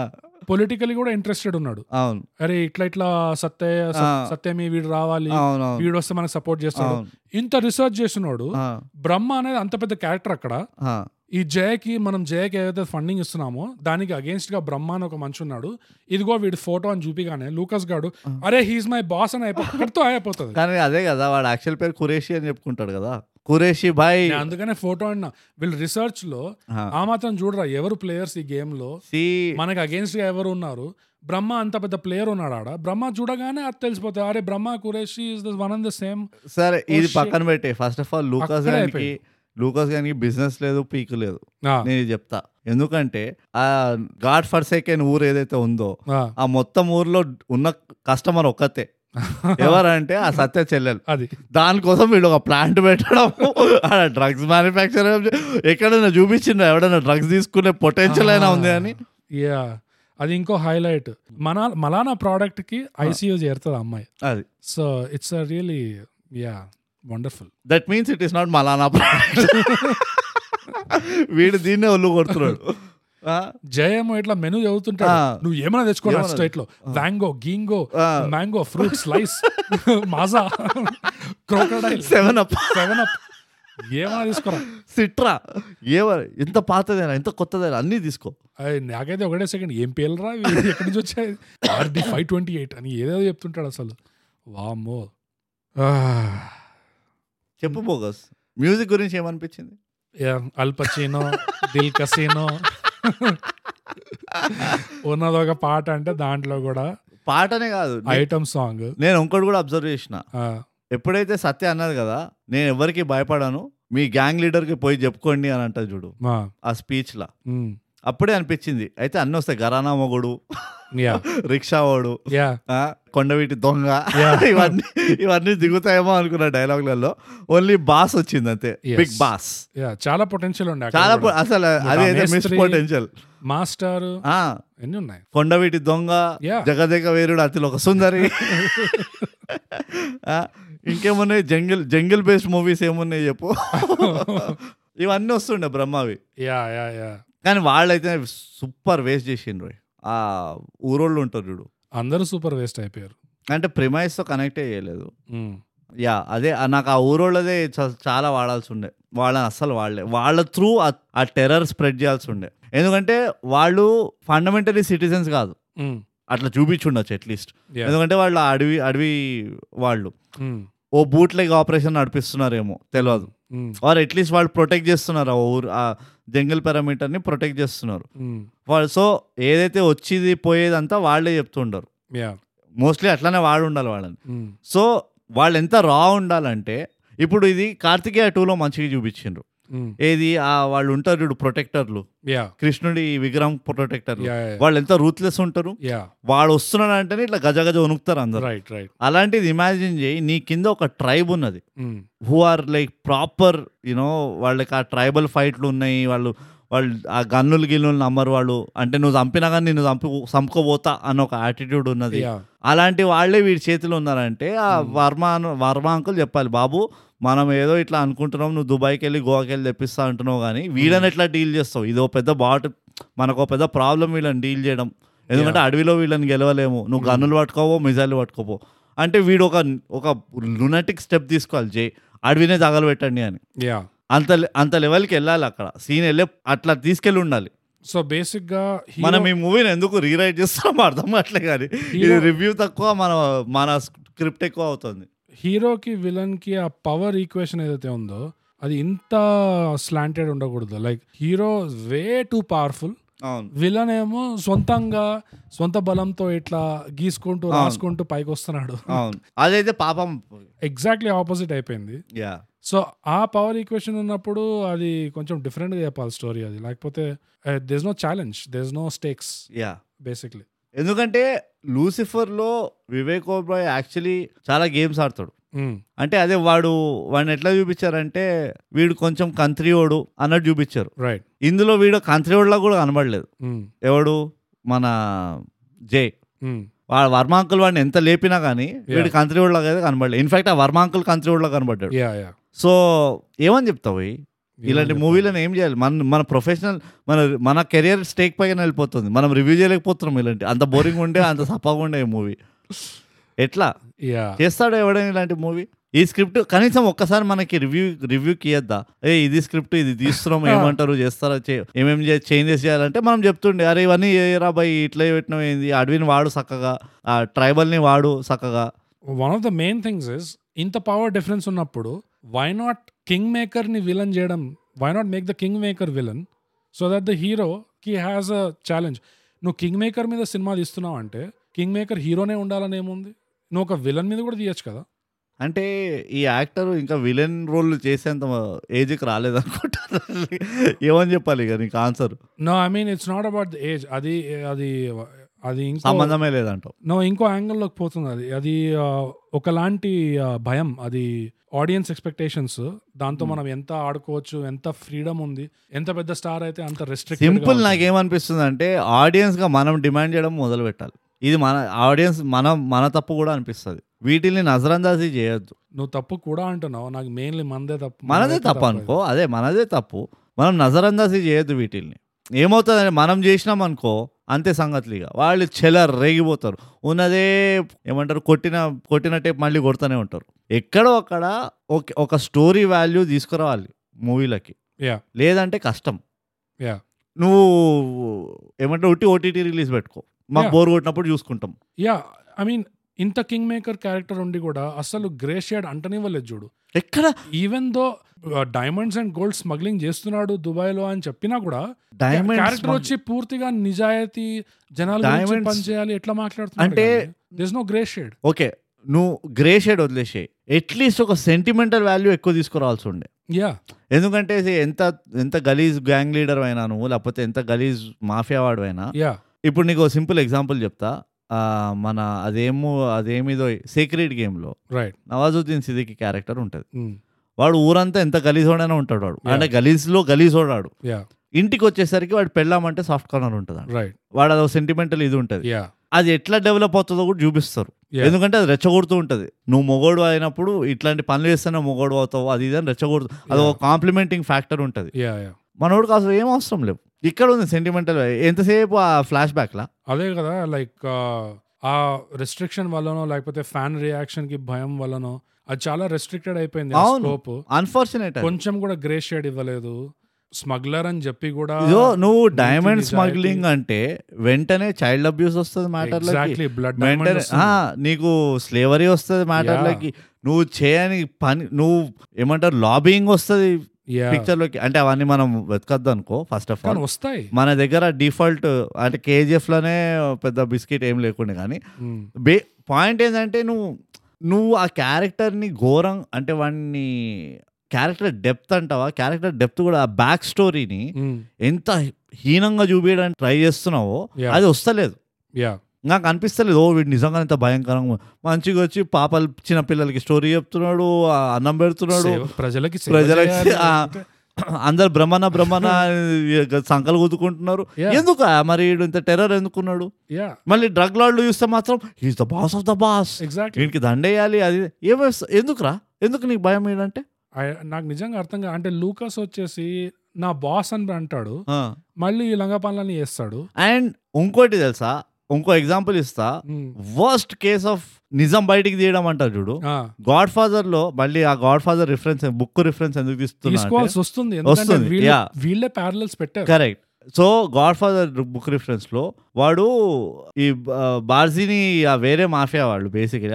Speaker 4: ఆ,
Speaker 3: పొలిటికలీ కూడా ఇంట్రెస్టెడ్ ఉన్నాడు
Speaker 4: అవును
Speaker 3: అరే ఇట్లా ఇట్లా సత్య
Speaker 4: ఆ.
Speaker 3: సత్యమి వీడు రావాలి
Speaker 4: అవును అవును
Speaker 3: వీడు వస్తే మనకు సపోర్ట్ చేస్తాడు
Speaker 4: అవును
Speaker 3: ఇంత రీసెర్చ్ చేసినోడు
Speaker 4: ఆ,
Speaker 3: బ్రహ్మ అనేది అంత పెద్ద క్యారెక్టర్ అక్కడ
Speaker 4: ఆ,
Speaker 3: ఈ జయకి మనం జయకి ఏదైతే ఫండింగ్ ఇస్తున్నామో దానికి అగేన్స్ట్ గా బ్రహ్మ అని ఒక మంచి ఉన్నాడు ఇదిగో వీడి ఫోటో అని చూపిగానే లూకస్ గాడు అరే హీస్ మై బాస్ అని అయిపో అక్కడితో అయిపోతుంది
Speaker 4: కానీ అదే కదా వాడు యాక్చువల్ పేరు కురేషి అని చెప్పుకుంటాడు కదా కురేషి బాయ్
Speaker 3: నేను అందుకనే ఫోటో అన్నా వీళ్ళు రీసెర్చ్ లో ఆ మాత్రం చూడరా ఎవరు ప్లేయర్స్ ఈ గేమ్ లో
Speaker 4: సి
Speaker 3: మనకి అగేన్స్ట్ గా ఎవరు ఉన్నారు బ్రహ్మ అంత పెద్ద ప్లేయర్ ఉన్నాడు ఆడ బ్రహ్మ చూడగానే అది తెలిసిపోతుంది అరే Brahma Qureshi is the one and the same
Speaker 4: సరే
Speaker 3: Oh,
Speaker 4: ఇది
Speaker 3: shit.
Speaker 4: పక్కన పెట్టే ఫస్ట్ ఆఫ్ ఆల్ లూకాస్
Speaker 3: అక్కడే
Speaker 4: గానికి
Speaker 3: అయిపోయింది.
Speaker 4: లూకాస్ గానికి బిజినెస్ లేదు పీక్ లేదు నేను ఇది చెప్తా ఎందుకంటే ఆ గాడ్ ఫర్ సెకండ్ ఊరు ఏదైతే ఉందో ఆ మొత్తం ఊర్లో ఉన్న కస్టమర్ ఒక్కతే ఎవరంటే ఆ సత్య చెల్లెలు
Speaker 3: అది
Speaker 4: దానికోసం వీడు ఒక ప్లాంట్ పెట్టడం ఆడ డ్రగ్స్ మ్యానుఫ్యాక్చర్ ఎక్కడైనా చూపించిండ ఎవడైనా డ్రగ్స్ తీసుకునే పొటెన్షియల్ అయినా ఉంది అని
Speaker 3: యా అది ఇంకో హైలైట్ మన మలానా ప్రోడక్ట్ కి ఐసీయూ చేరుతుంది అమ్మాయి
Speaker 4: అది
Speaker 3: so it's really yeah wonderful
Speaker 4: that means it is not Malana వీడు దీన్నే ఒళ్ళు కొడుతున్నాడు ఆ,
Speaker 3: జయమో ఇట్లా మెను చదువుతుంటాడు
Speaker 4: ఆ.
Speaker 3: నువ్వు ఏమైనా తెచ్చుకో
Speaker 4: ఏమైనా
Speaker 3: స్ట్రైట్ లో వ్యాంగో గింగో
Speaker 4: ఆ.
Speaker 3: Mango fruit slice Maaza crocodile
Speaker 4: seven up
Speaker 3: seven up ఏమైనా తీసుకోరా
Speaker 4: సిట్రా ఏమని ఇంత పాతదైనా ఇంత కొత్తదైనా అన్నీ తీసుకో
Speaker 3: అయ్ నాకైతే ఒకటే సెకండ్ ఏం పేలరా ఇవి ఎక్కడి నుంచి వచ్చాయి ఆర్డి ఫైవ్ ట్వంటీ ఎయిట్ అని ఏదేదో చెప్తుంటాడు అసలు వామ్మో ఆ.
Speaker 4: చెప్పు బోగస్ మ్యూజిక్ గురించి ఏమనిపించింది
Speaker 3: అల్పచీనో దిల్ కసీనో ఉన్నది ఒక పాట అంటే దాంట్లో కూడా
Speaker 4: పాటనే కాదు
Speaker 3: ఐటమ్ సాంగ్
Speaker 4: నేను ఇంకోటి కూడా అబ్జర్వ్ చేసిన ఎప్పుడైతే సత్య అన్నది కదా నేను ఎవరికి భయపడాను మీ గ్యాంగ్ లీడర్కి పోయి చెప్పుకోండి అని అంటది చూడు ఆ స్పీచ్లో అప్పుడే అనిపించింది అయితే అన్నీ వస్తాయి గరానా మొగుడు
Speaker 3: యా
Speaker 4: రిక్షా వాడు
Speaker 3: యా
Speaker 4: ఆ, కొండవీటి దొంగ
Speaker 3: Yeah.
Speaker 4: ఇవన్నీ ఇవన్నీ దిగుతాయేమో అనుకున్న డైలాగ్లలో ఓన్లీ బాస్ వచ్చింది అంతే
Speaker 3: Yes.
Speaker 4: బిగ్ బాస్
Speaker 3: యా చాలా పొటెన్షియల్ ఉండే
Speaker 4: చాలా పో- అసలు అదే మిస్
Speaker 3: మేస్త్రి-
Speaker 4: పొటెన్షియల్
Speaker 3: మాస్టర్
Speaker 4: ఆ,
Speaker 3: ఎన్ని ఉన్నాయి
Speaker 4: కొండవీటి దొంగ
Speaker 3: Yeah.
Speaker 4: జగదేక వీరుడు అతిలో ఒక సుందరి ఆ, ఇంకేమున్నాయి జంగిల్ జంగిల్ బేస్డ్ మూవీస్ ఏమున్నాయి చెప్పు ఇవన్నీ వస్తుండే బ్రహ్మవి
Speaker 3: యా యా యా
Speaker 4: కానీ వాళ్ళైతే సూపర్ వేస్ట్ చేసిండ్రు ఆ ఊరోళ్ళు ఉంటారు చూడు
Speaker 3: అందరూ సూపర్ వేస్ట్ అయిపోయారు
Speaker 4: అంటే ప్రిమైస్తో కనెక్టే చేయలేదు
Speaker 3: Mm.
Speaker 4: యా అదే ఆ నాకు ఆ ఊరోళ్ళదే చ- చాలా వాడాల్సి ఉండే వాళ్ళని అస్సలు వాళ్ళే వాళ్ళ త్రూ ఆ టెర్రర్ స్ప్రెడ్ చేయాల్సి ఉండే ఎందుకంటే వాళ్ళు ఫండమెంటలీ సిటిజన్స్ కాదు అట్లా చూపించుండొచ్చు అట్లీస్ట్
Speaker 3: Yeah.
Speaker 4: ఎందుకంటే వాళ్ళు ఆ అడవి అడవి వాళ్ళు ఓ బూట్లెగ్ ఆపరేషన్ నడిపిస్తున్నారేమో తెలియదు ఆర్ అట్లీస్ట్ వాళ్ళు ప్రొటెక్ట్ చేస్తున్నారు ఆ ఊరు ఆ జంగల్ పారామీటర్ని ప్రొటెక్ట్ చేస్తున్నారు వాళ్ళు సో ఏదైతే వచ్చేది పోయేదంతా వాళ్ళే చెప్తుంటారు
Speaker 3: యా
Speaker 4: మోస్ట్లీ అట్లానే వాడు ఉండాలి వాళ్ళని సో వాళ్ళు ఎంత రా ఉండాలంటే ఇప్పుడు ఇది కార్తికేయ టూలో మంచిగా చూపించిండ్రు ఏది ఆ వాళ్ళు ఉంటారు చూడు ప్రొటెక్టర్లు
Speaker 3: యా
Speaker 4: కృష్ణుడి ఈ విగ్రహం ప్రొటెక్టర్లు
Speaker 3: యా
Speaker 4: వాళ్ళు ఎంత రూత్లెస్ ఉంటారు
Speaker 3: యా
Speaker 4: వాడు వస్తున్నాడు అంటేనే ఇట్లా గజ గజ వణుకుతారు అందరు
Speaker 3: రైట్ రైట్
Speaker 4: అలాంటిది ఇమాజిన్ చేయి నీ కింద ఒక ట్రైబ్ ఉన్నది
Speaker 3: Mm.
Speaker 4: Who are like proper you know వాళ్ళకి ఆ ట్రైబల్ ఫైట్లు ఉన్నాయి వాళ్ళు వాళ్ళు ఆ గన్నులు గిన్నులు నమ్మరు వాళ్ళు అంటే నువ్వు చంపినా కానీ నేను చంపి చంపుకోబోతా అన్న ఒక యాటిట్యూడ్ ఉన్నది
Speaker 3: యా
Speaker 4: అలాంటి వాళ్ళే వీడి చేతిలో ఉన్నారంటే ఆ వర్మ అను- వర్మ అంకుల్ చెప్పాలి బాబు మనం ఏదో ఇట్లా అనుకుంటున్నాం నువ్వు దుబాయ్కి వెళ్ళి గోవాకి వెళ్ళి తెప్పిస్తా అంటున్నావు కానీ వీళ్ళని ఎట్లా డీల్ చేస్తావు ఇదో పెద్ద బాట్ మనకు పెద్ద ప్రాబ్లం వీళ్ళని డీల్ చేయడం ఎందుకంటే అడవిలో వీళ్ళని గెలవలేము నువ్వు గన్నులు పట్టుకోవో మిజైల్ పట్టుకోపో అంటే వీడు ఒక ఒక లునటిక్ స్టెప్ తీసుకోవాలి జై అడవినే తగలబెట్టండి అని
Speaker 3: యా
Speaker 4: అంత అంత లెవెల్కి వెళ్ళాలి అక్కడ సీన్ వెళ్ళే అట్లా తీసుకెళ్ళి ఉండాలి
Speaker 3: సో బేసిక్ గా
Speaker 4: మనం ఈ మూవీని ఎందుకు రీరైట్ చేస్తున్నాం అర్థం కావట్లే కానీ ఇది
Speaker 3: Hero-
Speaker 4: రివ్యూ తక్కువ మన మన స్క్రిప్ట్ ఎక్కువ అవుతుంది
Speaker 3: హీరోకి విలన్ కి ఆ పవర్ ఈక్వేషన్ ఏదైతే ఉందో అది ఇంత స్లాంటెడ్ ఉండకూడదు like hero way too powerful
Speaker 4: అవును
Speaker 3: విలన్ ఏమో సొంతంగా సొంత బలంతో ఇట్లా గీసుకుంటూ రాసుకుంటూ పైకి వస్తున్నాడు
Speaker 4: అవును అదైతే పాపం
Speaker 3: ఎగ్జాక్ట్లీ ఆపోజిట్ అయిపోయింది
Speaker 4: యా
Speaker 3: సో ఆ పవర్ ఈక్వేషన్ ఉన్నప్పుడు అది కొంచెం different గా చెప్పాలి స్టోరీ అది uh, లేకపోతే does no challenge does no stakes
Speaker 4: yeah
Speaker 3: basically
Speaker 4: ఎందుకంటే లూసిఫర్లో వివేక్ ఓబ్రాయ్ యాక్చువల్లీ చాలా గేమ్స్ ఆడతాడు
Speaker 3: Mm.
Speaker 4: అంటే అదే వాడు వాడిని ఎట్లా చూపించారంటే వీడు కొంచెం కంత్రియోడు అన్నట్టు చూపించారు
Speaker 3: రైట్
Speaker 4: ఇందులో వీడు కంత్రియోడులా కూడా కనబడలేదు
Speaker 3: Mm,
Speaker 4: ఎవడు మన జై
Speaker 3: mm.
Speaker 4: వాడు వర్మాంకుల్ వాడిని ఎంత లేపినా కానీ వీడు కంత్రియోడులాగా అయితే కనబడలేదు ఇన్ఫాక్ట్ ఆ వర్మాంకుల్ కంత్రియోడులా కనబడ్డాడు
Speaker 3: యా యా
Speaker 4: సో ఏమని చెప్తావు ఈ? ఇలాంటి మూవీలను ఏం చేయాలి మన మన ప్రొఫెషనల్ మన మన కెరియర్ స్టేక్ పైన వెళ్ళిపోతుంది మనం రివ్యూ చేయలేకపోతున్నాం ఇలాంటి అంత బోరింగ్ ఉండే అంత సపాగా ఉండే మూవీ ఎట్లా
Speaker 3: యా
Speaker 4: చేస్తాడు ఎవడైనా ఇలాంటి మూవీ ఈ స్క్రిప్ట్ కనీసం ఒక్కసారి మనకి రివ్యూ రివ్యూకి ఇయ్యద్దా ఏ ఇది స్క్రిప్ట్ ఇది తీస్తున్నాం ఏమంటారు చేస్తారా చే- ఏమేం చే- చేంజెస్ చేయాలంటే మనం చెప్తుండే అరే ఇవన్నీ ఏరా బాయ్ ఇట్లా పెట్టినాం ఏంది అడవిని వాడు చక్కగా ఆ ట్రైబల్ని వాడు చక్కగా
Speaker 3: one of the main things is ఇంత పవర్ డిఫరెన్స్ ఉన్నప్పుడు వై నాట్ కింగ్ మేకర్ ని విలన్ చేయడం why not make the king maker villain so that the hero కి హ్యాస్ అ ఛాలెంజ్ నువ్వు కింగ్ మేకర్ మీద సినిమా తీస్తున్నావు అంటే కింగ్ మేకర్ హీరోనే ఉండాలని ఏముంది నువ్వు ఒక విలన్ మీద కూడా తీయచ్చు కదా
Speaker 4: అంటే ఈ యాక్టర్ ఇంకా విలన్ రోల్ చేసేంత ఏజ్కి రాలేదనుకుంటారు ఏమని చెప్పాలి ఇక నీకు answer
Speaker 3: no I mean it's not about the age అది అది అది ఇంకో
Speaker 4: సంబంధమే లేదంటావు
Speaker 3: నో ఇంకో యాంగిల్లోకి పోతుంది అది అది ఆ, ఒకలాంటి ఆ, భయం అది ఆడియన్స్ ఎక్స్పెక్టేషన్స్ దాంతో
Speaker 4: Hmm.
Speaker 3: మనం ఎంత ఆడుకోవచ్చు ఎంత ఫ్రీడమ్ ఉంది ఎంత పెద్ద స్టార్ అయితే అంత రెస్ట్రిక్ట్
Speaker 4: సింపుల్ నాకేమనిపిస్తుంది అంటే ఆడియన్స్గా మనం డిమాండ్ చేయడం మొదలు పెట్టాలి ఇది మన ఆడియన్స్ మనం మన తప్పు కూడా అనిపిస్తుంది వీటిని నజరందాజీ చేయొద్దు
Speaker 3: నువ్వు తప్పు కూడా అంటున్నావు నాకు మెయిన్లీ మనదే తప్పు
Speaker 4: మనదే తప్పు అనుకో అదే మనదే తప్పు మనం నజరందాజీ చేయొద్దు వీటిల్ని ఏమవుతుందంటే మనం చేసినాం అనుకో అంతే సంగతులు ఇక వాళ్ళు చెలర్ రేగిపోతారు ఉన్నదే ఏమంటారు కొట్టిన కొట్టిన టైప్ మళ్ళీ కొడుతూనే ఉంటారు ఎక్కడో అక్కడ ఒక ఒక స్టోరీ వాల్యూ తీసుకురావాలి మూవీలకి
Speaker 3: Yeah.
Speaker 4: లేదంటే కష్టం
Speaker 3: Yeah.
Speaker 4: నువ్వు ఏమంటారు ఉట్టి ఓటీటీ రిలీజ్ పెట్టుకో మాకు
Speaker 3: Yeah.
Speaker 4: బోర్ కొట్టినప్పుడు చూసుకుంటాం
Speaker 3: యా ఐ మీన్ ఇంత కింగ్ మేకర్ క్యారెక్టర్ ఉండి కూడా అసలు గ్రే షేడ్ అంటనివ్వలేదు చూడు
Speaker 4: ఎక్కడ
Speaker 3: even though diamonds and gold smuggling చేస్తున్నాడు దుబాయ్ లో అని చెప్పినా కూడా క్యారెక్టర్
Speaker 4: డైమండ్
Speaker 3: వచ్చి పూర్తిగా నిజాయితీ జనాలు
Speaker 4: Diamonds-
Speaker 3: పనిచేయాలి ఎట్లా మాట్లాడుతున్నారు
Speaker 4: అంటే-
Speaker 3: this no grey shade
Speaker 4: okay నువ్వు గ్రే షేడ్ వదిలేసేయి అట్లీస్ట్ ఒక సెంటిమెంటల్ వాల్యూ ఎక్కువ తీసుకురావాల్సి ఉండే
Speaker 3: యా
Speaker 4: ఎందుకంటే ఇది ఎంత ఎంత గలీజ్ గ్యాంగ్ లీడర్ అయినా నువ్వు లేకపోతే ఎంత గలీజ్ మాఫియా వాడు అయినా
Speaker 3: యా
Speaker 4: ఇప్పుడు నీకు సింపుల్ ఎగ్జాంపుల్ చెప్తా ఆ, మన అదేమో అదేమిదో సీక్రెట్ గేమ్లో
Speaker 3: రైట్
Speaker 4: నవాజుద్దీన్ సిద్దికి క్యారెక్టర్ ఉంటుంది
Speaker 3: Mm,
Speaker 4: వాడు ఊరంతా ఎంత గలీజోడైనా ఉంటాడు వాడు
Speaker 3: Yeah.
Speaker 4: అంటే గలీజ్లో గలీజోడాడు
Speaker 3: యా
Speaker 4: ఇంటికి వచ్చేసరికి వాడు పెళ్ళామంటే సాఫ్ట్ కార్నర్ ఉంటుంది
Speaker 3: రైట్
Speaker 4: వాడు అదో సెంటిమెంటల్ ఇది ఉంటుంది
Speaker 3: యా
Speaker 4: అది ఎట్లా డెవలప్ అవుతుందో కూడా చూపిస్తారు
Speaker 3: Yeah.
Speaker 4: ఎందుకంటే అది రెచ్చగొడుతూ ఉంటుంది నువ్వు మొగోడు అయినప్పుడు ఇట్లాంటి పనులు చేస్తేనే మొగోడు అవుతావు అది ఇది అని రెచ్చగొడుతూ అది ఒక కాంప్లిమెంటింగ్ ఫ్యాక్టర్ ఉంటుంది
Speaker 3: యా యా
Speaker 4: మనోడికి అసలు ఏం అవసరం లేవు ఇక్కడ ఉంది సెంటిమెంటల్ ఎంతసేపు ఆ ఫ్లాష్ బ్యాక్లా
Speaker 3: అదే కదా uh, లైక్ ఆ రెస్ట్రిక్షన్ వల్లనో లేకపోతే ఫ్యాన్ రియాక్షన్ కి భయం వల్లనో అది చాలా రెస్ట్రిక్టెడ్ అయిపోయింది
Speaker 4: అవును.
Speaker 3: స్కోప్
Speaker 4: అన్ఫార్చునేట్
Speaker 3: కొంచెం కూడా గ్రే షేడ్ ఇవ్వలేదు స్మగ్లర్ అని చెప్పి కూడా
Speaker 4: ఇదో నువ్వు డైమండ్
Speaker 3: నిజాయితీ.
Speaker 4: స్మగ్లింగ్ అంటే వెంటనే చైల్డ్ అబ్యూస్ వస్తుంది మ్యాటర్లకి
Speaker 3: ఎగ్జాక్ట్లీ బ్లడ్
Speaker 4: వెంటనే ఆ, నీకు స్లేవరీ వస్తుంది మ్యాటర్లకి నువ్వు చేయని పని నువ్వు ఏమంటారు లాబింగ్ వస్తుంది పిక్చర్ లోకి అంటే అవన్నీ మనం వెతకద్దు అనుకో ఫస్ట్ ఆఫ్ ఆల్
Speaker 3: కానీ వస్తాయి
Speaker 4: మన దగ్గర డిఫాల్ట్ అంటే కేజీఎఫ్ లోనే పెద్ద బిస్కెట్ ఏం లేకుండా కానీ
Speaker 3: ఉమ్.
Speaker 4: బే పాయింట్ ఏంటంటే నువ్వు నువ్వు ఆ క్యారెక్టర్ని ఘోరం అంటే వాడిని క్యారెక్టర్ డెప్త్ అంటావా క్యారెక్టర్ డెప్త్ కూడా ఆ బ్యాక్ స్టోరీని
Speaker 3: ఉమ్.
Speaker 4: ఎంత హీనంగా చూపించడానికి ట్రై చేస్తున్నావో
Speaker 3: Yeah.
Speaker 4: అది వస్తలేదు
Speaker 3: యా
Speaker 4: నాకు అనిపిస్తలేదు ఓ వీడు నిజంగా ఎంత భయంకరంగా ఉంది. మంచిగా వచ్చి పాపలు చిన్న పిల్లలకి స్టోరీ చెప్తున్నాడు ఆ అన్నం పెడుతున్నాడు
Speaker 3: సేవ- ప్రజలకి సేవ
Speaker 4: ప్రజలకి
Speaker 3: చేయాలి.
Speaker 4: ఆ, అందరు బ్రహ్మణ బ్రహ్మణ అని సంకలు కుదుకుంటున్నారు
Speaker 3: Yeah.
Speaker 4: ఎందుకు ఆ మరి వీడు ఇంత టెర్రర్ ఎందుకున్నాడు
Speaker 3: యా
Speaker 4: మళ్ళీ డ్రగ్ లాడ్లు చూస్తే మాత్రం is the boss of the boss
Speaker 3: exactly
Speaker 4: వీనికి దండేయాలి అది ఏమేస్తా ఎందుకురా ఎందుకు నీకు భయం ఏంటంటే
Speaker 3: నాకు నిజంగా అర్థం కాదు అంటే లూకస్ వచ్చేసి నా బాస్ అని అంటాడు మళ్ళీ ఈ లంగా పనులన్నీ చేస్తాడు
Speaker 4: అండ్ ఇంకోటి తెలుసా ఇంకో ఎగ్జాంపుల్ ఇస్తా
Speaker 3: ఉమ్.
Speaker 4: వర్స్ట్ కేస్ ఆఫ్ నిజం బయటికి తీయడం అంటారు చూడు
Speaker 3: ఆ,
Speaker 4: గాడ్ ఫాదర్ లో మళ్ళీ ఆ Godfather reference book reference ఎందుకు తీస్తున్నా
Speaker 3: తీసుకోవాల్సి వస్తుంది ఎందుకంటే
Speaker 4: వస్తుంది,
Speaker 3: వీళ్ళే-
Speaker 4: yeah.
Speaker 3: వీళ్ళే ప్యారలల్స్ పెట్టారు
Speaker 4: correct so Godfather book reference లో వాడు ఈ ఆ, బార్జీని ఆ వేరే మాఫియా వాళ్ళు బేసిక్లీ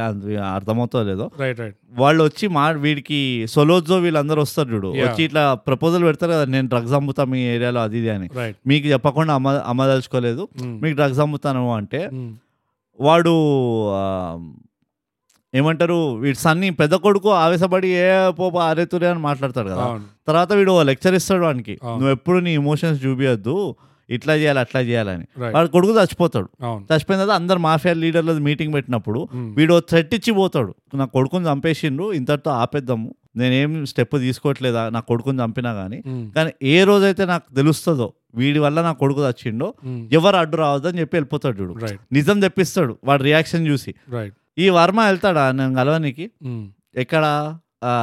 Speaker 4: అర్థమవుతో లేదో
Speaker 3: రైట్ రైట్
Speaker 4: వాళ్ళు వచ్చి మా వీడికి సొలోజో వీళ్ళందరూ వస్తారు చూడు
Speaker 3: Yeah.
Speaker 4: వచ్చి ఇట్లా ప్రపోజల్ పెడతారు కదా నేను డ్రగ్స్ అమ్ముతా మీ ఏరియాలో అది ఇది అని
Speaker 3: రైట్
Speaker 4: మీకు చెప్పకుండా అమ్మ అమ్మదలుచుకోలేదు మీకు డ్రగ్స్ అమ్ముతాను అంటే వాడు ఆ, ఏమంటారు వీడి సన్ని పెద్ద కొడుకు ఆవేశపడి ఏ పోప అరేతురే అని మాట్లాడతాడు కదా
Speaker 3: అవును
Speaker 4: తర్వాత వీడు లెక్చర్ ఇస్తాడు వానికి
Speaker 3: అవును.
Speaker 4: నువ్వు ఎప్పుడు నీ ఇమోషన్స్ చూపించద్దు ఇట్లా చేయాలి అట్లా చేయాలని
Speaker 3: రైట్
Speaker 4: వాడు కొడుకు చచ్చిపోతాడు
Speaker 3: అవును
Speaker 4: చచ్చిపోయిన తర్వాత అందరు మాఫియా లీడర్ల మీటింగ్ పెట్టినప్పుడు
Speaker 3: మ్మ్.
Speaker 4: వీడు థ్రెట్ ఇచ్చి పోతాడు నా కొడుకుని చంపేసిండ్రు ఇంతటితో ఆపేద్దాము నేనేం స్టెప్ తీసుకోవట్లేదా నా కొడుకుని చంపినా కానీ
Speaker 3: ఉమ్,
Speaker 4: కానీ ఏ రోజైతే నాకు తెలుస్తుందో వీడి వల్ల నా కొడుకు చచ్చిండో
Speaker 3: ఉమ్,
Speaker 4: ఎవరు అడ్డు రావద్దని చెప్పి వెళ్ళిపోతాడు చూడు
Speaker 3: రైట్
Speaker 4: నిజం తెప్పిస్తాడు వాడి రియాక్షన్ చూసి
Speaker 3: రైట్
Speaker 4: ఈ వర్మ వెళ్తాడా నేను కలవనికి
Speaker 3: ఉమ్,
Speaker 4: ఎక్కడ ఆ,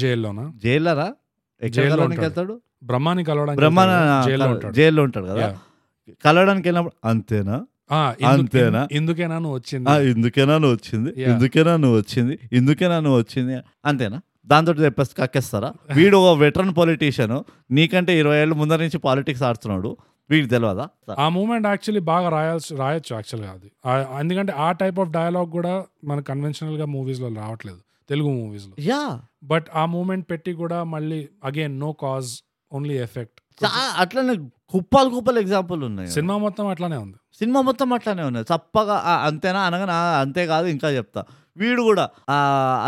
Speaker 3: జైల్లోనా
Speaker 4: జైలరా ఎక్కడ
Speaker 3: జైల్లో
Speaker 4: కలవడానికి
Speaker 3: ఉంటాడు.
Speaker 4: వెళ్తాడు
Speaker 3: బ్రహ్మాని కలవడానికి
Speaker 4: బ్రహ్మ
Speaker 3: వెళ్తాడు. జైల్లో ఉంటాడు
Speaker 4: జైల్లో ఉంటాడు కదా
Speaker 3: Yeah.
Speaker 4: కలవడానికి వెళ్ళినప్పుడు అంతేనా
Speaker 3: ఆ, ఇందు-
Speaker 4: అంతేనా?
Speaker 3: ఇందుకేనా నువ్వు వచ్చింది
Speaker 4: ఆ, ఇందుకేనా నువ్వు వచ్చింది
Speaker 3: Yeah.
Speaker 4: ఇందుకేనా నువ్వు వచ్చింది ఇందుకేనా నువ్వు వచ్చింది అంతేనా దాంతో చెప్పేసి కక్కేస్తారా వీడు ఒక వెటరన్ పొలిటీషియన్ నీకంటే ఇరవై ఏళ్ళ ముందర నుంచి పాలిటిక్స్ ఆడుతున్నాడు వీడికి తెలియదా
Speaker 3: ఆ మూమెంట్ యాక్చువల్లీ బాగా రాయాల్సి రాయొచ్చు యాక్చువల్గా అది ఆ- ఎందుకంటే ఆ టైప్ ఆఫ్ డైలాగ్ కూడా మన కన్వెన్షనల్ గా మూవీస్ లో రావట్లేదు తెలుగు మూవీస్ లో
Speaker 4: యా
Speaker 3: బట్ ఆ మూమెంట్ పెట్టి కూడా మళ్ళీ again no cause only effect
Speaker 4: అట్లనే కుప్పాలు కుప్పాలు ఎగ్జాంపుల్ ఉన్నాయి
Speaker 3: సినిమా మొత్తం అట్లానే ఉంది
Speaker 4: సినిమా మొత్తం అట్లానే ఉన్నది చప్పగా "ఆ, అంతేనా అనగానే "ఆ, అంతేకాదు ఇంకా చెప్తా వీడు కూడా ఆ,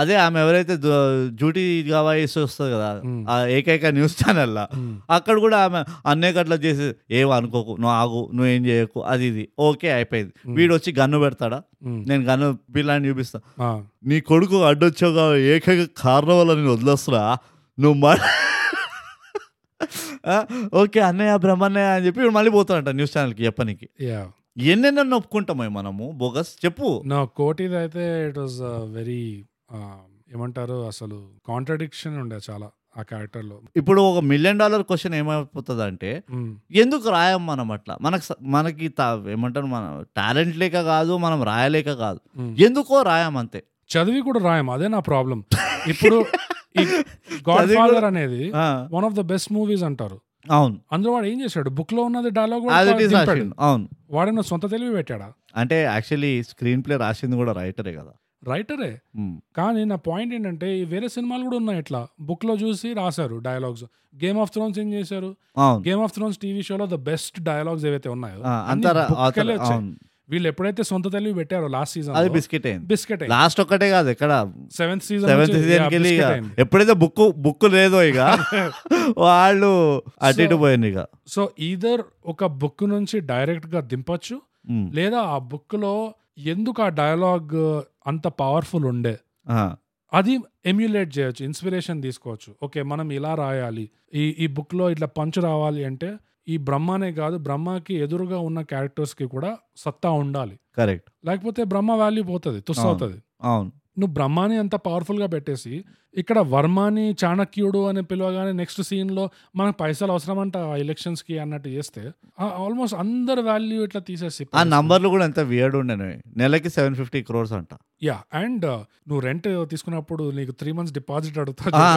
Speaker 4: అదే ఆమె ఎవరైతే దు- డ్యూటీ కావాల్సి వస్తుంది కదా
Speaker 3: Hmm.
Speaker 4: ఆ ఏకైక న్యూస్ ఛానల్లా
Speaker 3: ఉమ్,
Speaker 4: అక్కడ కూడా ఆమె అన్నయ్యకి అట్లా చేసి ఏం అనుకోకు నువ్వు ఆగు నువ్వు ఏం చేయకు అది ఇది ఓకే అయిపోయింది వీడు వచ్చి గన్ను పెడతాడా
Speaker 3: ఉమ్,
Speaker 4: నేను గన్ను పిల్లని చూపిస్తా
Speaker 3: ఆ,
Speaker 4: నీ కొడుకు అడ్డొచ్చావు కాబట్టి ఏకైక కారణం వల్ల నేను వదిలేస్తున్నా నువ్వు మా ఆ, ఓకే అన్నయ్య బ్రహ్మన్నయ్య అని చెప్పి వీడు మళ్ళీ పోతాడంట న్యూస్ ఛానల్కి చెప్పనికి
Speaker 3: yeah.
Speaker 4: ఎన్నెన్నో నొప్పుకుంటామే మనము బోగస్ చెప్పు
Speaker 3: నా కోటిది అయితే ఇట్ వాజ్ వెరీ ఏమంటారు అసలు కాంట్రడిక్షన్ ఉండే చాలా ఆ క్యారెక్టర్ లో
Speaker 4: ఇప్పుడు ఒక మిలియన్ డాలర్ క్వశ్చన్ ఏమైపోతుంది అంటే
Speaker 3: ఉమ్,
Speaker 4: ఎందుకు రాయం మనం అట్లా మనకు స- మనకి త- ఏమంటారు మన టాలెంట్ లేక కాదు మనం రాయలేక కాదు
Speaker 3: ఉమ్.
Speaker 4: ఎందుకో రాయం అంతే
Speaker 3: చదివి కూడా రాయం అదే నా ప్రాబ్లం ఇప్పుడు గాడ్
Speaker 4: చదివి
Speaker 3: ఫాదర్
Speaker 4: కూడా-
Speaker 3: అనేది
Speaker 4: ఆ,
Speaker 3: one of the best movies అంటారు
Speaker 4: అవును
Speaker 3: అందులో వాడు ఏం చేశాడు బుక్ లో ఉన్నది డైలాగ్
Speaker 4: అది it is రాసిండు. అవును
Speaker 3: వాడిన సొంత తెలివి పెట్టాడా
Speaker 4: అంటే యాక్చువల్లీ స్క్రీన్ ప్లే రాసింది కూడా రైటరే కదా
Speaker 3: రైటరే
Speaker 4: ఉమ్.
Speaker 3: కానీ నా పాయింట్ ఏంటంటే ఈ వేరే సినిమాలు కూడా ఉన్నాయి ఇట్లా బుక్ లో చూసి రాశారు డైలాగ్స్ గేమ్ ఆఫ్ థ్రోన్స్ ఏం చేశారు
Speaker 4: అవును
Speaker 3: గేమ్ ఆఫ్ థ్రోన్స్ టీవీ షోలో ద బెస్ట్ డైలాగ్స్ ఏవైతే ఉన్నాయో
Speaker 4: ఆ,
Speaker 3: అన్ని
Speaker 4: అంతా రా-
Speaker 3: book
Speaker 4: author-
Speaker 3: లే వచ్చాయి.
Speaker 4: అవును.
Speaker 3: వీళ్ళు ఎప్పుడైతే సొంత తెలివి పెట్టారో లాస్ట్
Speaker 4: అది
Speaker 3: సీజన్
Speaker 4: బిస్కెట్ అయింది
Speaker 3: బిస్కెట్
Speaker 4: లాస్ట్ ఒక్కటే కాదు ఇక్కడ
Speaker 3: సెవెంత్
Speaker 4: సెవెంత్ సీజన్ కెళ్ళి ఇక
Speaker 3: సీజన్
Speaker 4: ఎప్పుడైతే బుక్ బుక్ లేదో ఇక వాళ్ళు అటు ఇటు
Speaker 3: So-
Speaker 4: పోయింది ఇక
Speaker 3: సో ఈధర్ ఒక బుక్ నుంచి డైరెక్ట్ గా దింపొచ్చు
Speaker 4: ఉమ్.
Speaker 3: లేదా ఆ బుక్ లో ఎందుకు ఆ డైలాగ్ అంత పవర్ఫుల్ ఉండే
Speaker 4: ఆ,
Speaker 3: అది ఎమ్యులేట్ చేయొచ్చు ఇన్స్పిరేషన్ తీసుకోవచ్చు ఓకే మనం ఇలా రాయాలి ఈ ఈ బుక్ లో ఇట్లా పంచ్ రావాలి అంటే ఈ బ్రహ్మనే కాదు బ్రహ్మకి ఎదురుగా ఉన్న క్యారెక్టర్స్ కి కూడా సత్తా ఉండాలి
Speaker 4: కరెక్ట్
Speaker 3: లేకపోతే బ్రహ్మ వాల్యూ పోతుంది తుస్
Speaker 4: అవును.
Speaker 3: అవుతుంది
Speaker 4: అవును
Speaker 3: నువ్వు బ్రహ్మాని అంత పవర్ఫుల్ గా పెట్టేసి ఇక్కడ వర్మాని చాణక్యుడు అని పిలవగానే నెక్స్ట్ సీన్ లో మనకు పైసలు అవసరం అంట ఎలక్షన్స్ కి అన్నట్టు చేస్తే ఆల్మోస్ట్ అందరు వాల్యూ ఇట్లా తీసేసి
Speaker 4: ఆ నంబర్లు కూడా ఎంత వియర్డ్ ఉండేవి నెలకి సెవెన్ ఫిఫ్టీ క్రోర్స్ అంట
Speaker 3: యా అండ్ uh, నువ్వు రెంట్ తీసుకున్నప్పుడు నీకు త్రీ మంత్స్ డిపాజిట్
Speaker 4: ఆ,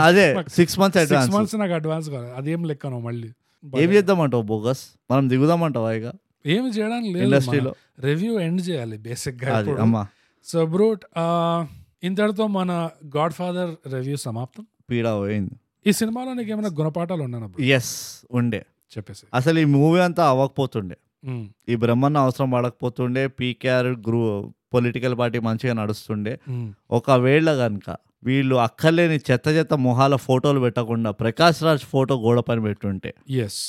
Speaker 4: అదే
Speaker 3: అడుగుతా
Speaker 4: six months
Speaker 3: six
Speaker 4: advance
Speaker 3: months నాకు అడ్వాన్స్ కాదు అదేం లెక్కను మళ్ళీ
Speaker 4: ఏం చేద్దామంటావు బోగస్ మనం దిగుదామంటావా ఇక
Speaker 3: ఏమి చేయడానికి లేదు
Speaker 4: ఇండస్ట్రీలో
Speaker 3: రివ్యూ ఎండ్ చేయాలి బేసిక్ గా
Speaker 4: అది
Speaker 3: ఇప్పుడు.
Speaker 4: అమ్మా
Speaker 3: సో బ్రూట్ ఇంతటితో మన గాడ్ ఫాదర్ రివ్యూ సమాప్తం
Speaker 4: పీడ పోయింది
Speaker 3: ఈ సినిమాలో నీకు ఏమైనా గుణపాఠాలు ఉన్నాను
Speaker 4: ఎస్ ఉండే
Speaker 3: చెప్పేసి
Speaker 4: అసలు ఈ మూవీ అంతా అవ్వకపోతుండే
Speaker 3: ఉమ్,
Speaker 4: ఈ బ్రహ్మన్న అవసరం పడకపోతుండే పీకేఆర్ గ్రూ పొలిటికల్ పార్టీ మంచిగా నడుస్తుండే
Speaker 3: ఉమ్,
Speaker 4: ఒకవేళ కనుక వీళ్ళు అక్కర్లేని చెత్త చెత్త మొహాల ఫోటోలు పెట్టకుండా ప్రకాష్ రాజ్ ఫోటో గోడ పైన పెట్టుంటే
Speaker 3: ఎస్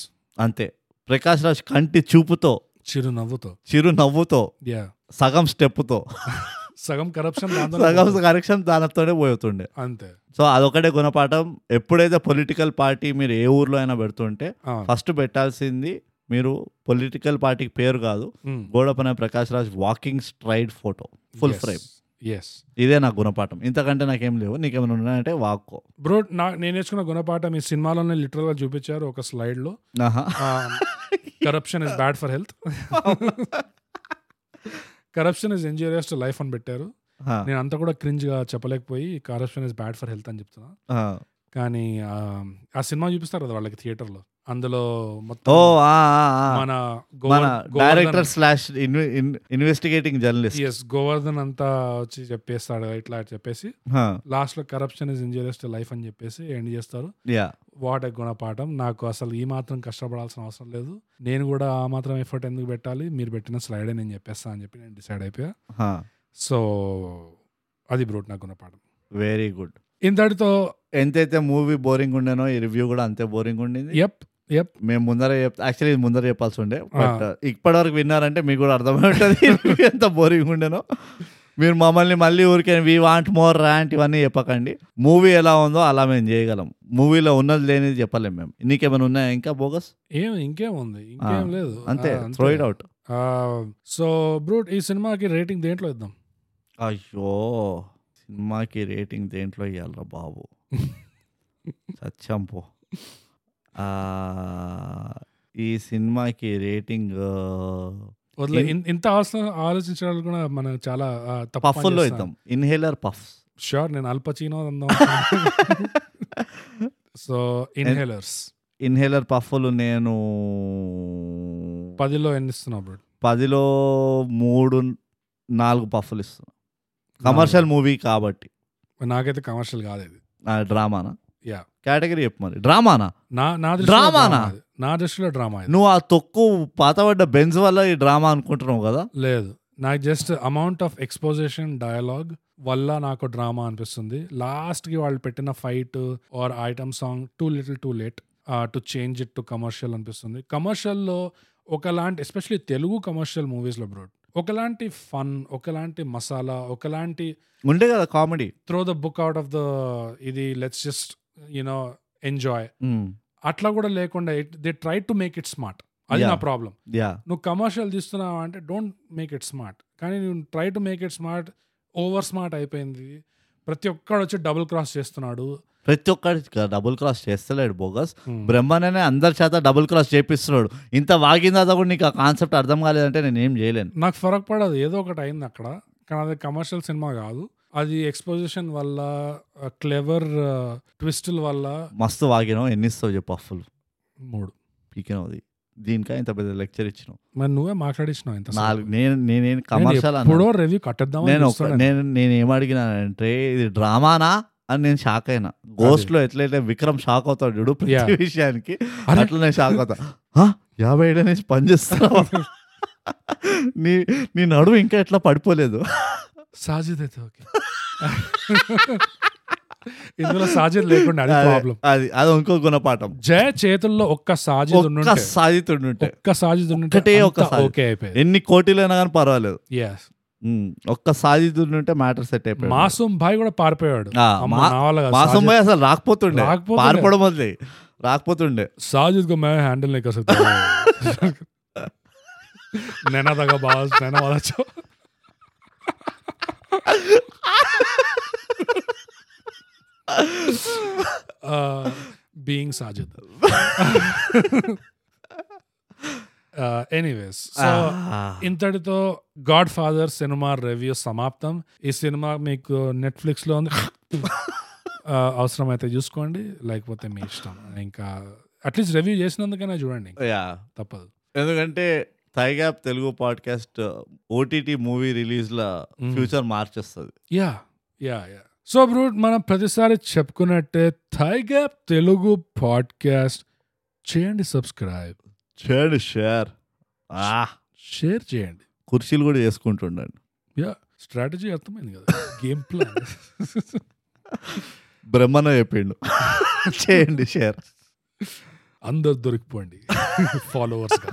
Speaker 4: అంతే ప్రకాష్ రాజ్ కంటి చూపుతో
Speaker 3: చిరునవ్వుతో
Speaker 4: చిరు నవ్వుతో
Speaker 3: యా
Speaker 4: సగం స్టెప్తో
Speaker 3: సగం కరప్షన్
Speaker 4: సగం కరెక్షన్ దానితోనే పోతుండే
Speaker 3: అంతే
Speaker 4: సో అదొకటే గుణపాఠం ఎప్పుడైతే పొలిటికల్ పార్టీ మీరు ఏ ఊర్లో అయినా పెడుతుంటే
Speaker 3: ఆ,
Speaker 4: ఫస్ట్ పెట్టాల్సింది మీరు పొలిటికల్ పార్టీకి పేరు కాదు
Speaker 3: ఉమ్,
Speaker 4: గోడపన Prakash Raj walking stride photo full
Speaker 3: yes,
Speaker 4: frame
Speaker 3: yes
Speaker 4: ఇదే నా గుణపాఠం ఇంతకంటే నాకేం లేవు నీకేమైనా ఉన్నాయంటే వాక్కో
Speaker 3: బ్రో నా నేను నేర్చుకున్న గుణపాఠం ఈ సినిమాలోనే లిటరల్ గా చూపించారు ఒక స్లైడ్ లో
Speaker 4: ఆహా.
Speaker 3: Corruption is bad for health corruption is injurious to life అని పెట్టారు
Speaker 4: ఆ,
Speaker 3: నేను అంతా కూడా క్రింజ్ గా చెప్పలేకపోయి corruption is bad for health అని చెప్తున్నా
Speaker 4: ఆ.
Speaker 3: కానీ ఆ, ఆ సినిమా చూపిస్తారు కదా వాళ్ళకి థియేటర్ లో అందులో
Speaker 4: ఓ
Speaker 3: మొత్తం
Speaker 4: ఆ, ఆ, ఆ.
Speaker 3: మన
Speaker 4: మన డైరెక్టర్ స్లాష్ ఇన్వె- ఇన్- ఇన్వెస్టిగేటింగ్ జర్నలిస్ట్
Speaker 3: ఎస్ గోవర్ధన్ అంతా వచ్చి చెప్పేస్తాడు ఇట్లా చెప్పేసి
Speaker 4: ఆ,
Speaker 3: లాస్ట్ లో corruption is injurious to life అని చెప్పేసి ఎండ్ చేస్తారు
Speaker 4: యా
Speaker 3: వాట్ ఎ గుణపాఠం నాకు అసలు ఈ మాత్రం కష్టపడాల్సిన అవసరం లేదు నేను కూడా ఆ మాత్రం ఎఫర్ట్ ఎందుకు పెట్టాలి మీరు పెట్టిన స్లైడే నేను చెప్పేస్తా అని చెప్పి నేను డిసైడ్ అయిపోయా
Speaker 4: ఆ,
Speaker 3: సో అది బ్రూట్ నా గుణపాఠం
Speaker 4: వెరీ గుడ్
Speaker 3: ఇంతటితో
Speaker 4: ఎంతైతే మూవీ బోరింగ్ ఉండేనో ఈ రివ్యూ కూడా అంతే బోరింగ్ ఉండింది
Speaker 3: ఎప్ ఎప్
Speaker 4: మేము ముందర యాక్చువల్లీ ముందర చెప్పాల్సి ఉండే బట్ uh, ఇప్పటివరకు విన్నారంటే మీకు కూడా అర్థమై ఉంటుంది ఎంత బోరింగ్ ఉండేనో మీరు మమ్మల్ని మళ్ళీ ఊరికే వి వాంట్ మోర్ ర్యాంట్ ఇవన్నీ చెప్పకండి మూవీ ఎలా ఉందో అలా మేము చేయగలం మూవీలో ఉన్నది లేనిది చెప్పలేం మేము నీకేమైనా ఉన్నాయా ఇంకా బోగస్
Speaker 3: ఏం ఇంకేముంది ఇంకేం
Speaker 4: ఆ,
Speaker 3: లేదు
Speaker 4: అంతే
Speaker 3: ఆ,
Speaker 4: థ్రో ఇట్ అవుట్
Speaker 3: ఆ, సో బ్రూట్ ఈ సినిమాకి రేటింగ్ దేంట్లో ఇద్దాం
Speaker 4: అయ్యో సినిమాకి రేటింగ్ దేంట్లో ఇవ్వాలరా బాబు సత్యం పో ఆ, ఈ సినిమాకి రేటింగ్
Speaker 3: వదిలే ఇన్- ఇంత ఆలోచన- ఆలోచించడానికి కూడా మనం చాలా ఆ, తప్పు పని
Speaker 4: పఫ్లో
Speaker 3: చేస్తాం.
Speaker 4: ఇద్దాం ఇన్హేలర్ పఫ్స్
Speaker 3: షూర్ నేను అల్పచీనో అందాం సో ఇన్హేలర్స్
Speaker 4: ఇన్హేలర్ పఫ్లు నేను
Speaker 3: పదిలో ఎన్ని ఇస్తున్నావు బ్రూట్
Speaker 4: పదిలో మూడు నాలుగు పఫ్లు ఇస్తున్నా కమర్షియల్ మూవీ కాబట్టి
Speaker 3: నాకైతే కమర్షియల్ కాదు ఇది
Speaker 4: ఆ, డ్రామానా
Speaker 3: Yeah.
Speaker 4: కేటగిరీ చెప్పు మరి డ్రామానా
Speaker 3: నా నా దృష్టిలో
Speaker 4: Drama నా?
Speaker 3: ఇది. నా దృష్టిలో డ్రామా ఇది
Speaker 4: నువ్వు ఆ తొక్కు పాతబడ్డ బెంజ్ వల్ల ఈ డ్రామా అనుకుంటున్నావు కదా
Speaker 3: లేదు నాకు just amount of exposition dialogue వల్ల నాకు డ్రామా అనిపిస్తుంది లాస్ట్ కి వాళ్ళు పెట్టిన fight or item song too little too late to change it to commercial అనిపిస్తుంది కమర్షియల్లో ఒకలాంటి ఎస్పెషలీ తెలుగు కమర్షియల్ మూవీస్లో బ్రోడ్ ఒకలాంటి ఫన్ ఒకలాంటి మసాలా ఒకలాంటి
Speaker 4: ఉండే కదా comedy
Speaker 3: throw the book out of the ఇది లెట్స్ జస్ట్ యునో ఎంజాయ్ అట్లా కూడా లేకుండా they try to make it smart అది నా
Speaker 4: Yeah.
Speaker 3: ప్రాబ్లం
Speaker 4: యా
Speaker 3: నువ్వు కమర్షియల్ తీస్తున్నావు అంటే డోంట్ మేక్ ఇట్ స్మార్ట్ కానీ నువ్వు try to make it smart over smart అయిపోయింది ప్రతి ఒక్కడు వచ్చి డబుల్ క్రాస్ చేస్తున్నాడు
Speaker 4: ప్రతి ఒక్కడి డబుల్ క్రాస్ చేస్తలేడు బోగస్
Speaker 3: Hmm.
Speaker 4: బ్రహ్మనే అందరి చేత డబుల్ క్రాస్ చేపిస్తున్నాడు ఇంత వాగిన తర్వాత కూడా నీకు ఆ కాన్సెప్ట్ అర్థం కాలేదంటే నేను ఏం చేయలేను
Speaker 3: నాకు ఫరక్ పడదు ఏదో ఒకటి అయింది అక్కడ కానీ అది కమర్షియల్ సినిమా కాదు అది ఎక్స్పోజిషన్ వల్ల క్లెవర్ ట్విస్టుల వల్ల
Speaker 4: మస్తు వాగినావు ఎన్ని ఇస్తావు చెప్పు అఫ్ఫులు
Speaker 3: మూడు
Speaker 4: పీకినది దీనికా ఇంత పెద్ద లెక్చర్ ఇచ్చినావు
Speaker 3: మరి నువ్వే మాట్లాడించినావు ఇంత
Speaker 4: నాలుగు నేను నేనేం కమర్షియల్
Speaker 3: ఎప్పుడో రివ్యూ కట్టేద్దాం
Speaker 4: నేను ఒక- నేను నేను ఏమడిగినానంటే ఇది డ్రామానా అని నేను షాక్ అయినా గోస్ట్ లో ఎట్లయితే విక్రమ్ షాక్ అవుతాడు చూడు ప్రతి
Speaker 3: Yeah.
Speaker 4: విషయానికి
Speaker 3: అరే.
Speaker 4: అట్లా నేను షాక్ అవుతా "హా? యాభై ఏళ్ళ నుంచి పనిచేస్తున్నావా నీ నీ నడుము ఇంకా ఎట్లా పడిపోలేదు
Speaker 3: సాజిద్ అయితే ఓకే ఇందులో సాజిద్ లేకుండా అది
Speaker 4: అదే,
Speaker 3: ప్రాబ్లం
Speaker 4: అది అది ఇంకో గుణపాఠం
Speaker 3: జయ చేతుల్లో ఒక్క సాజిద్
Speaker 4: ఒక్క
Speaker 3: ఉండుంటే
Speaker 4: సాధితుడు ఉంటే
Speaker 3: ఒక్క సాజిద్ ఉండుంటే
Speaker 4: ఒక్కటే
Speaker 3: అంతా
Speaker 4: ఒక్క సాజిద్.
Speaker 3: ఓకే అయిపోయింది
Speaker 4: ఎన్ని కోటీలైనా కానీ పర్వాలేదు
Speaker 3: Yes.
Speaker 4: ఉమ్, ఒక్క సాధితుడు ఉంటే మ్యాటర్ సెట్ అయిపోయింది
Speaker 3: మాసూమ్ భాయ్ కూడా పారిపోయాడు
Speaker 4: Hmm. ఆ,
Speaker 3: అమ్మ,
Speaker 4: మా-
Speaker 3: నా వల్ల కాదు.
Speaker 4: మాసం పోయి అసలు రాకపోతుండే
Speaker 3: రాకపోతుండే.
Speaker 4: పారిపోవడం వదిలే రాకపోతుండే
Speaker 3: साजिद को मैं हैंडल नहीं कर सकता नैना था का बाज नैना वाला छो बीइंग साजिद ఎనీవేస్ సో ఇంతటితో గాడ్ ఫాదర్ సినిమా రివ్యూ సమాప్తం ఈ సినిమా మీకు నెట్ఫ్లిక్స్ లో ఉంది ఆ, అవసరమైతే చూసుకోండి లేకపోతే మీ ఇష్టం ఇంకా అట్లీస్ట్ రివ్యూ చేసినందుకైనా చూడండి ఇంకా
Speaker 4: యా
Speaker 3: తప్పదు
Speaker 4: ఎందుకంటే thigh gap Telugu podcast OTT movie రిలీజ్ల
Speaker 3: Mm.
Speaker 4: ఫ్యూచర్ మార్చేస్తుంది
Speaker 3: yeah yeah yeah so brute మనం ప్రతిసారి చెప్పుకున్నట్టే థై గ్యాప్ తెలుగు పాడ్కాస్ట్ చేయండి సబ్స్క్రైబ్
Speaker 4: చేయండి షేర్
Speaker 3: షేర్ చేయండి
Speaker 4: కుర్చీలు కూడా చేసుకుంటుండండి
Speaker 3: యా స్ట్రాటజీ అర్థమైంది కదా గేమ్ ప్లాన్
Speaker 4: బ్రహ్మన చెప్పిండు చేయండి షేర్
Speaker 3: అందరు దొరికిపోండి ఫాలోవర్స్